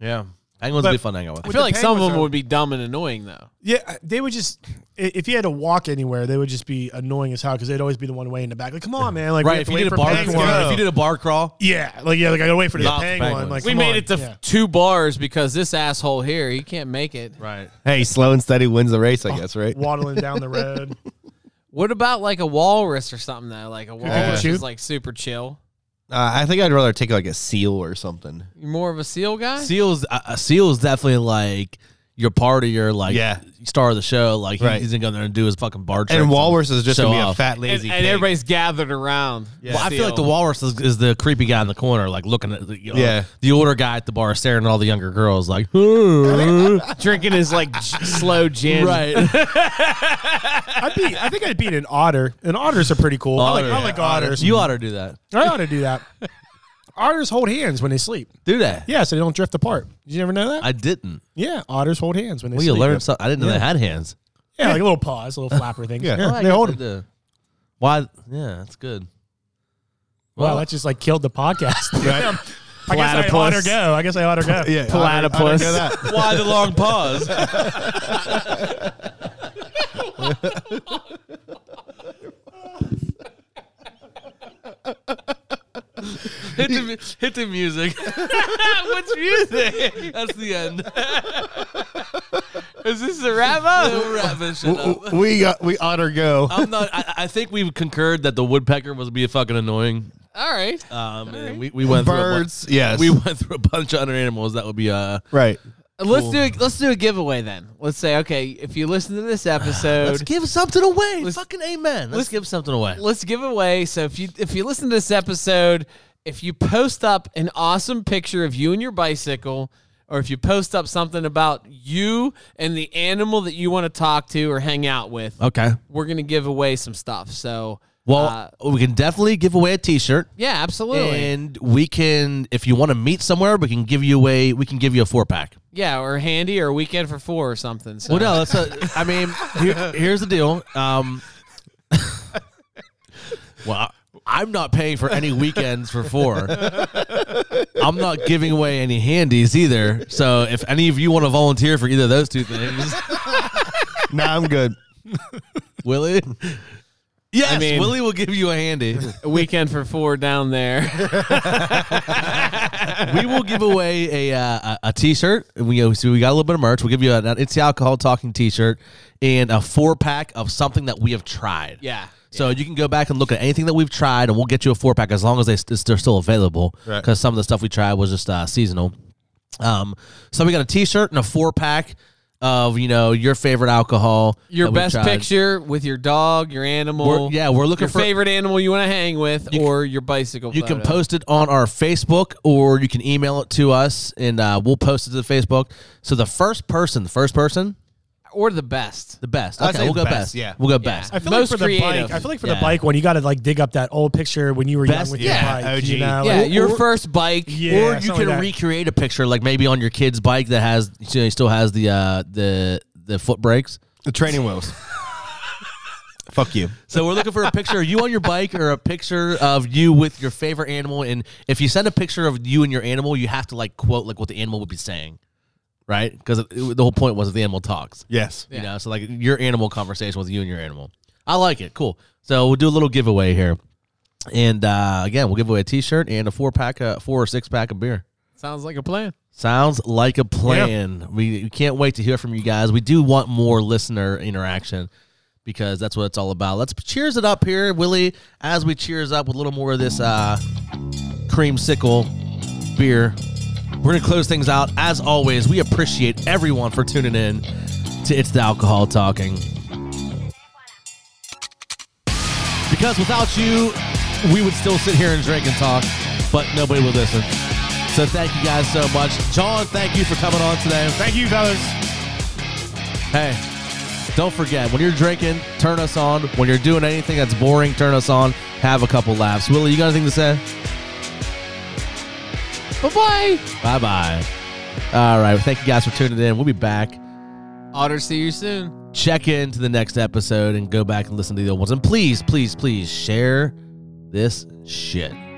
Speaker 1: yeah. Penguins
Speaker 4: But-
Speaker 1: would be fun to hang out
Speaker 2: I
Speaker 1: with.
Speaker 4: With
Speaker 2: feel
Speaker 4: the
Speaker 2: like some of
Speaker 4: penguins
Speaker 2: them
Speaker 4: are-
Speaker 2: would be dumb and annoying though.
Speaker 4: Yeah, they would just i- if you had to walk anywhere, they would just be annoying as hell because they'd always be the one way in the back. Like, come on, man! Like, we
Speaker 1: Right?
Speaker 4: have
Speaker 1: If
Speaker 4: to
Speaker 1: you
Speaker 4: wait
Speaker 1: did a
Speaker 4: for
Speaker 1: bar,
Speaker 4: penguins.
Speaker 1: if you did a bar crawl,
Speaker 4: yeah, like yeah, like I gotta wait for the
Speaker 1: Lots of
Speaker 4: penguin.
Speaker 1: penguins.
Speaker 4: Like,
Speaker 2: we
Speaker 4: come
Speaker 2: made
Speaker 4: on.
Speaker 2: it to
Speaker 4: Yeah.
Speaker 2: f two bars because this asshole here, he can't make it.
Speaker 1: right?
Speaker 3: Hey, slow and steady wins the race, I guess, right?
Speaker 4: waddling down the road.
Speaker 2: What about like a walrus or something though? Like a walrus
Speaker 4: shoot?
Speaker 2: is like super chill.
Speaker 3: Uh, I think I'd rather take like a seal or something.
Speaker 2: You more of a seal guy?
Speaker 1: Seals, uh, uh, Seals definitely like your part of your like
Speaker 3: Yeah.
Speaker 1: star of the show. Like he-
Speaker 3: Right.
Speaker 1: he's gonna go there and do his fucking bar. tricks
Speaker 3: And walrus is just
Speaker 1: show
Speaker 3: gonna be a
Speaker 1: off.
Speaker 3: fat
Speaker 2: and,
Speaker 3: lazy.
Speaker 2: and
Speaker 3: pig.
Speaker 2: everybody's gathered around.
Speaker 1: Well, I feel like the walrus is, is the creepy guy in the corner, like looking at the, you know,
Speaker 3: Yeah.
Speaker 1: the older guy at the bar, staring at all the younger girls, like (laughs) right.
Speaker 2: drinking is like j- slow gin. (laughs)
Speaker 4: I'd be. I think I'd beat an otter. And otters are pretty cool. I like, I like otters.
Speaker 1: You ought to do that.
Speaker 4: I ought to do that. otters hold hands when they sleep.
Speaker 1: Do that.
Speaker 4: Yeah, so they don't drift apart. Did you ever know that?
Speaker 1: I didn't.
Speaker 4: yeah, otters hold hands when they
Speaker 1: Well, you
Speaker 4: sleep.
Speaker 1: learned something. I didn't know they had hands.
Speaker 4: Yeah, like a little paws, a little flapper thing.
Speaker 3: Yeah.
Speaker 1: Well, I
Speaker 4: they
Speaker 1: guess
Speaker 4: hold
Speaker 1: they
Speaker 4: 'em.
Speaker 1: do. Why? Yeah, that's good.
Speaker 4: Wow, that just like killed the podcast. Damn. (laughs) I guess I ought to
Speaker 2: Platypus.
Speaker 4: go. I guess I ought to go.
Speaker 3: yeah,
Speaker 2: Platypus.
Speaker 3: I, I that.
Speaker 1: Why the long (laughs) pause? hit, the, mu- hit the music. (laughs)
Speaker 2: What's music?
Speaker 1: That's the end.
Speaker 2: Is this a wrap up?
Speaker 1: We'll wrap this shit up. Oh.
Speaker 3: W- we got we otter go.
Speaker 1: I'm not. I, I think we've concurred that the woodpecker was be fucking annoying.
Speaker 2: All right.
Speaker 1: Um, and we, we went
Speaker 3: Birds, yes.
Speaker 1: Through a, bu- we went through a bunch of other animals that would be uh
Speaker 3: right.
Speaker 2: Let's do a, let's do a giveaway then. Let's say okay, if you listen to this
Speaker 1: (sighs)
Speaker 2: episode,
Speaker 1: Let's give something away.
Speaker 2: Let's-
Speaker 1: Fucking amen. Let's,
Speaker 2: let's-
Speaker 1: give something away.
Speaker 2: let's give away. So if you if you listen to this episode, if you post up an awesome picture of you and your bicycle, or if you post up something about you and the animal that you want to talk to or hang out with,
Speaker 1: Okay.
Speaker 2: we're gonna give away some stuff. So uh,
Speaker 1: Well, we can definitely give away a T-shirt,
Speaker 2: yeah, absolutely,
Speaker 1: and we can, if you want to meet somewhere, we can give you away. We can give you a four pack.
Speaker 2: yeah, or handy or weekend for four or something. So.
Speaker 1: Well, no, that's a, I mean, here, here's the deal. Um, well, I- I'm not paying for any weekends for four. I'm not giving away any handies either. So if any of you want to volunteer for either of those two things,
Speaker 3: Nah, I'm good.
Speaker 1: Willie, yes,
Speaker 2: mean-
Speaker 1: Willie will give you a handy.
Speaker 2: a weekend for four
Speaker 1: (laughs)
Speaker 2: down there. (laughs)
Speaker 1: we will give away a uh, a, a t-shirt. And We so we got a little bit of merch. We'll give you an it's the alcohol talking t-shirt and a four pack of something that we have tried.
Speaker 2: yeah.
Speaker 1: So you can go back and look at anything that we've tried, and we'll get you a four pack as long as they st- they're still available. Because some of the stuff we tried was just uh, seasonal. Um, so we got a T-shirt and a four pack of you know your favorite alcohol,
Speaker 2: Your
Speaker 1: that we've
Speaker 2: best
Speaker 1: tried.
Speaker 2: picture with your dog, your animal.
Speaker 1: We're- yeah, we're looking
Speaker 2: your
Speaker 1: for.
Speaker 2: favorite animal you want to hang with, or your bicycle.
Speaker 1: you can
Speaker 2: photo.
Speaker 1: post it on our Facebook, or you can email it to us, and uh, we'll post it to the Facebook. So the first person, the first person,
Speaker 2: or the best.
Speaker 1: the best.
Speaker 3: I'd
Speaker 1: Okay,
Speaker 3: say
Speaker 1: we'll go
Speaker 3: the
Speaker 1: best.
Speaker 3: best, yeah.
Speaker 1: we'll go best.
Speaker 4: I feel
Speaker 2: Most
Speaker 4: like for the
Speaker 2: creative.
Speaker 4: bike. I feel like for
Speaker 1: Yeah.
Speaker 4: the bike one, you got to like dig up that old picture when you were
Speaker 1: Best-
Speaker 4: young with
Speaker 1: yeah,
Speaker 4: your bike.
Speaker 3: OG.
Speaker 4: You know,
Speaker 2: Yeah,
Speaker 4: like-
Speaker 2: your first bike.
Speaker 4: yeah,
Speaker 1: or you
Speaker 4: something
Speaker 1: can
Speaker 4: like that.
Speaker 1: recreate a picture, like maybe on your kid's bike that has you know, still has the uh, the the foot brakes.
Speaker 3: The training wheels. Fuck you.
Speaker 1: So we're looking for a picture of you on your bike or a picture of you with your favorite animal. And if you send a picture of you and your animal, you have to like quote like what the animal would be saying, right? Because the whole point was if the animal talks,
Speaker 3: Yes.
Speaker 1: you know. So like your animal conversation with you and your animal. I like it. Cool. So we'll do a little giveaway here. And uh, again, we'll give away a T-shirt and a four pack, uh, four or six pack of beer.
Speaker 2: Sounds like a plan.
Speaker 1: Sounds like a plan. We, we can't wait to hear from you guys. We do want more listener interaction because that's what it's all about. Let's cheers it up here, Willie, as we cheers up with a little more of this uh, cream sickle beer. We're going to close things out. As always, we appreciate everyone for tuning in to It's the Alcohol Talking. Because without you, we would still sit here and drink and talk, but nobody would listen. So thank you guys so much. John, thank you for coming on today.
Speaker 4: Thank you, fellas.
Speaker 1: Hey, don't forget when you're drinking, turn us on. When you're doing anything that's boring, turn us on. Have a couple laughs. Willie, you got anything to say?
Speaker 2: Bye bye.
Speaker 1: Bye bye. All right. Thank you guys for tuning in. We'll be back.
Speaker 2: Otter, see you soon.
Speaker 1: Check into the next episode and go back and listen to the old ones. And please, please, please share this shit.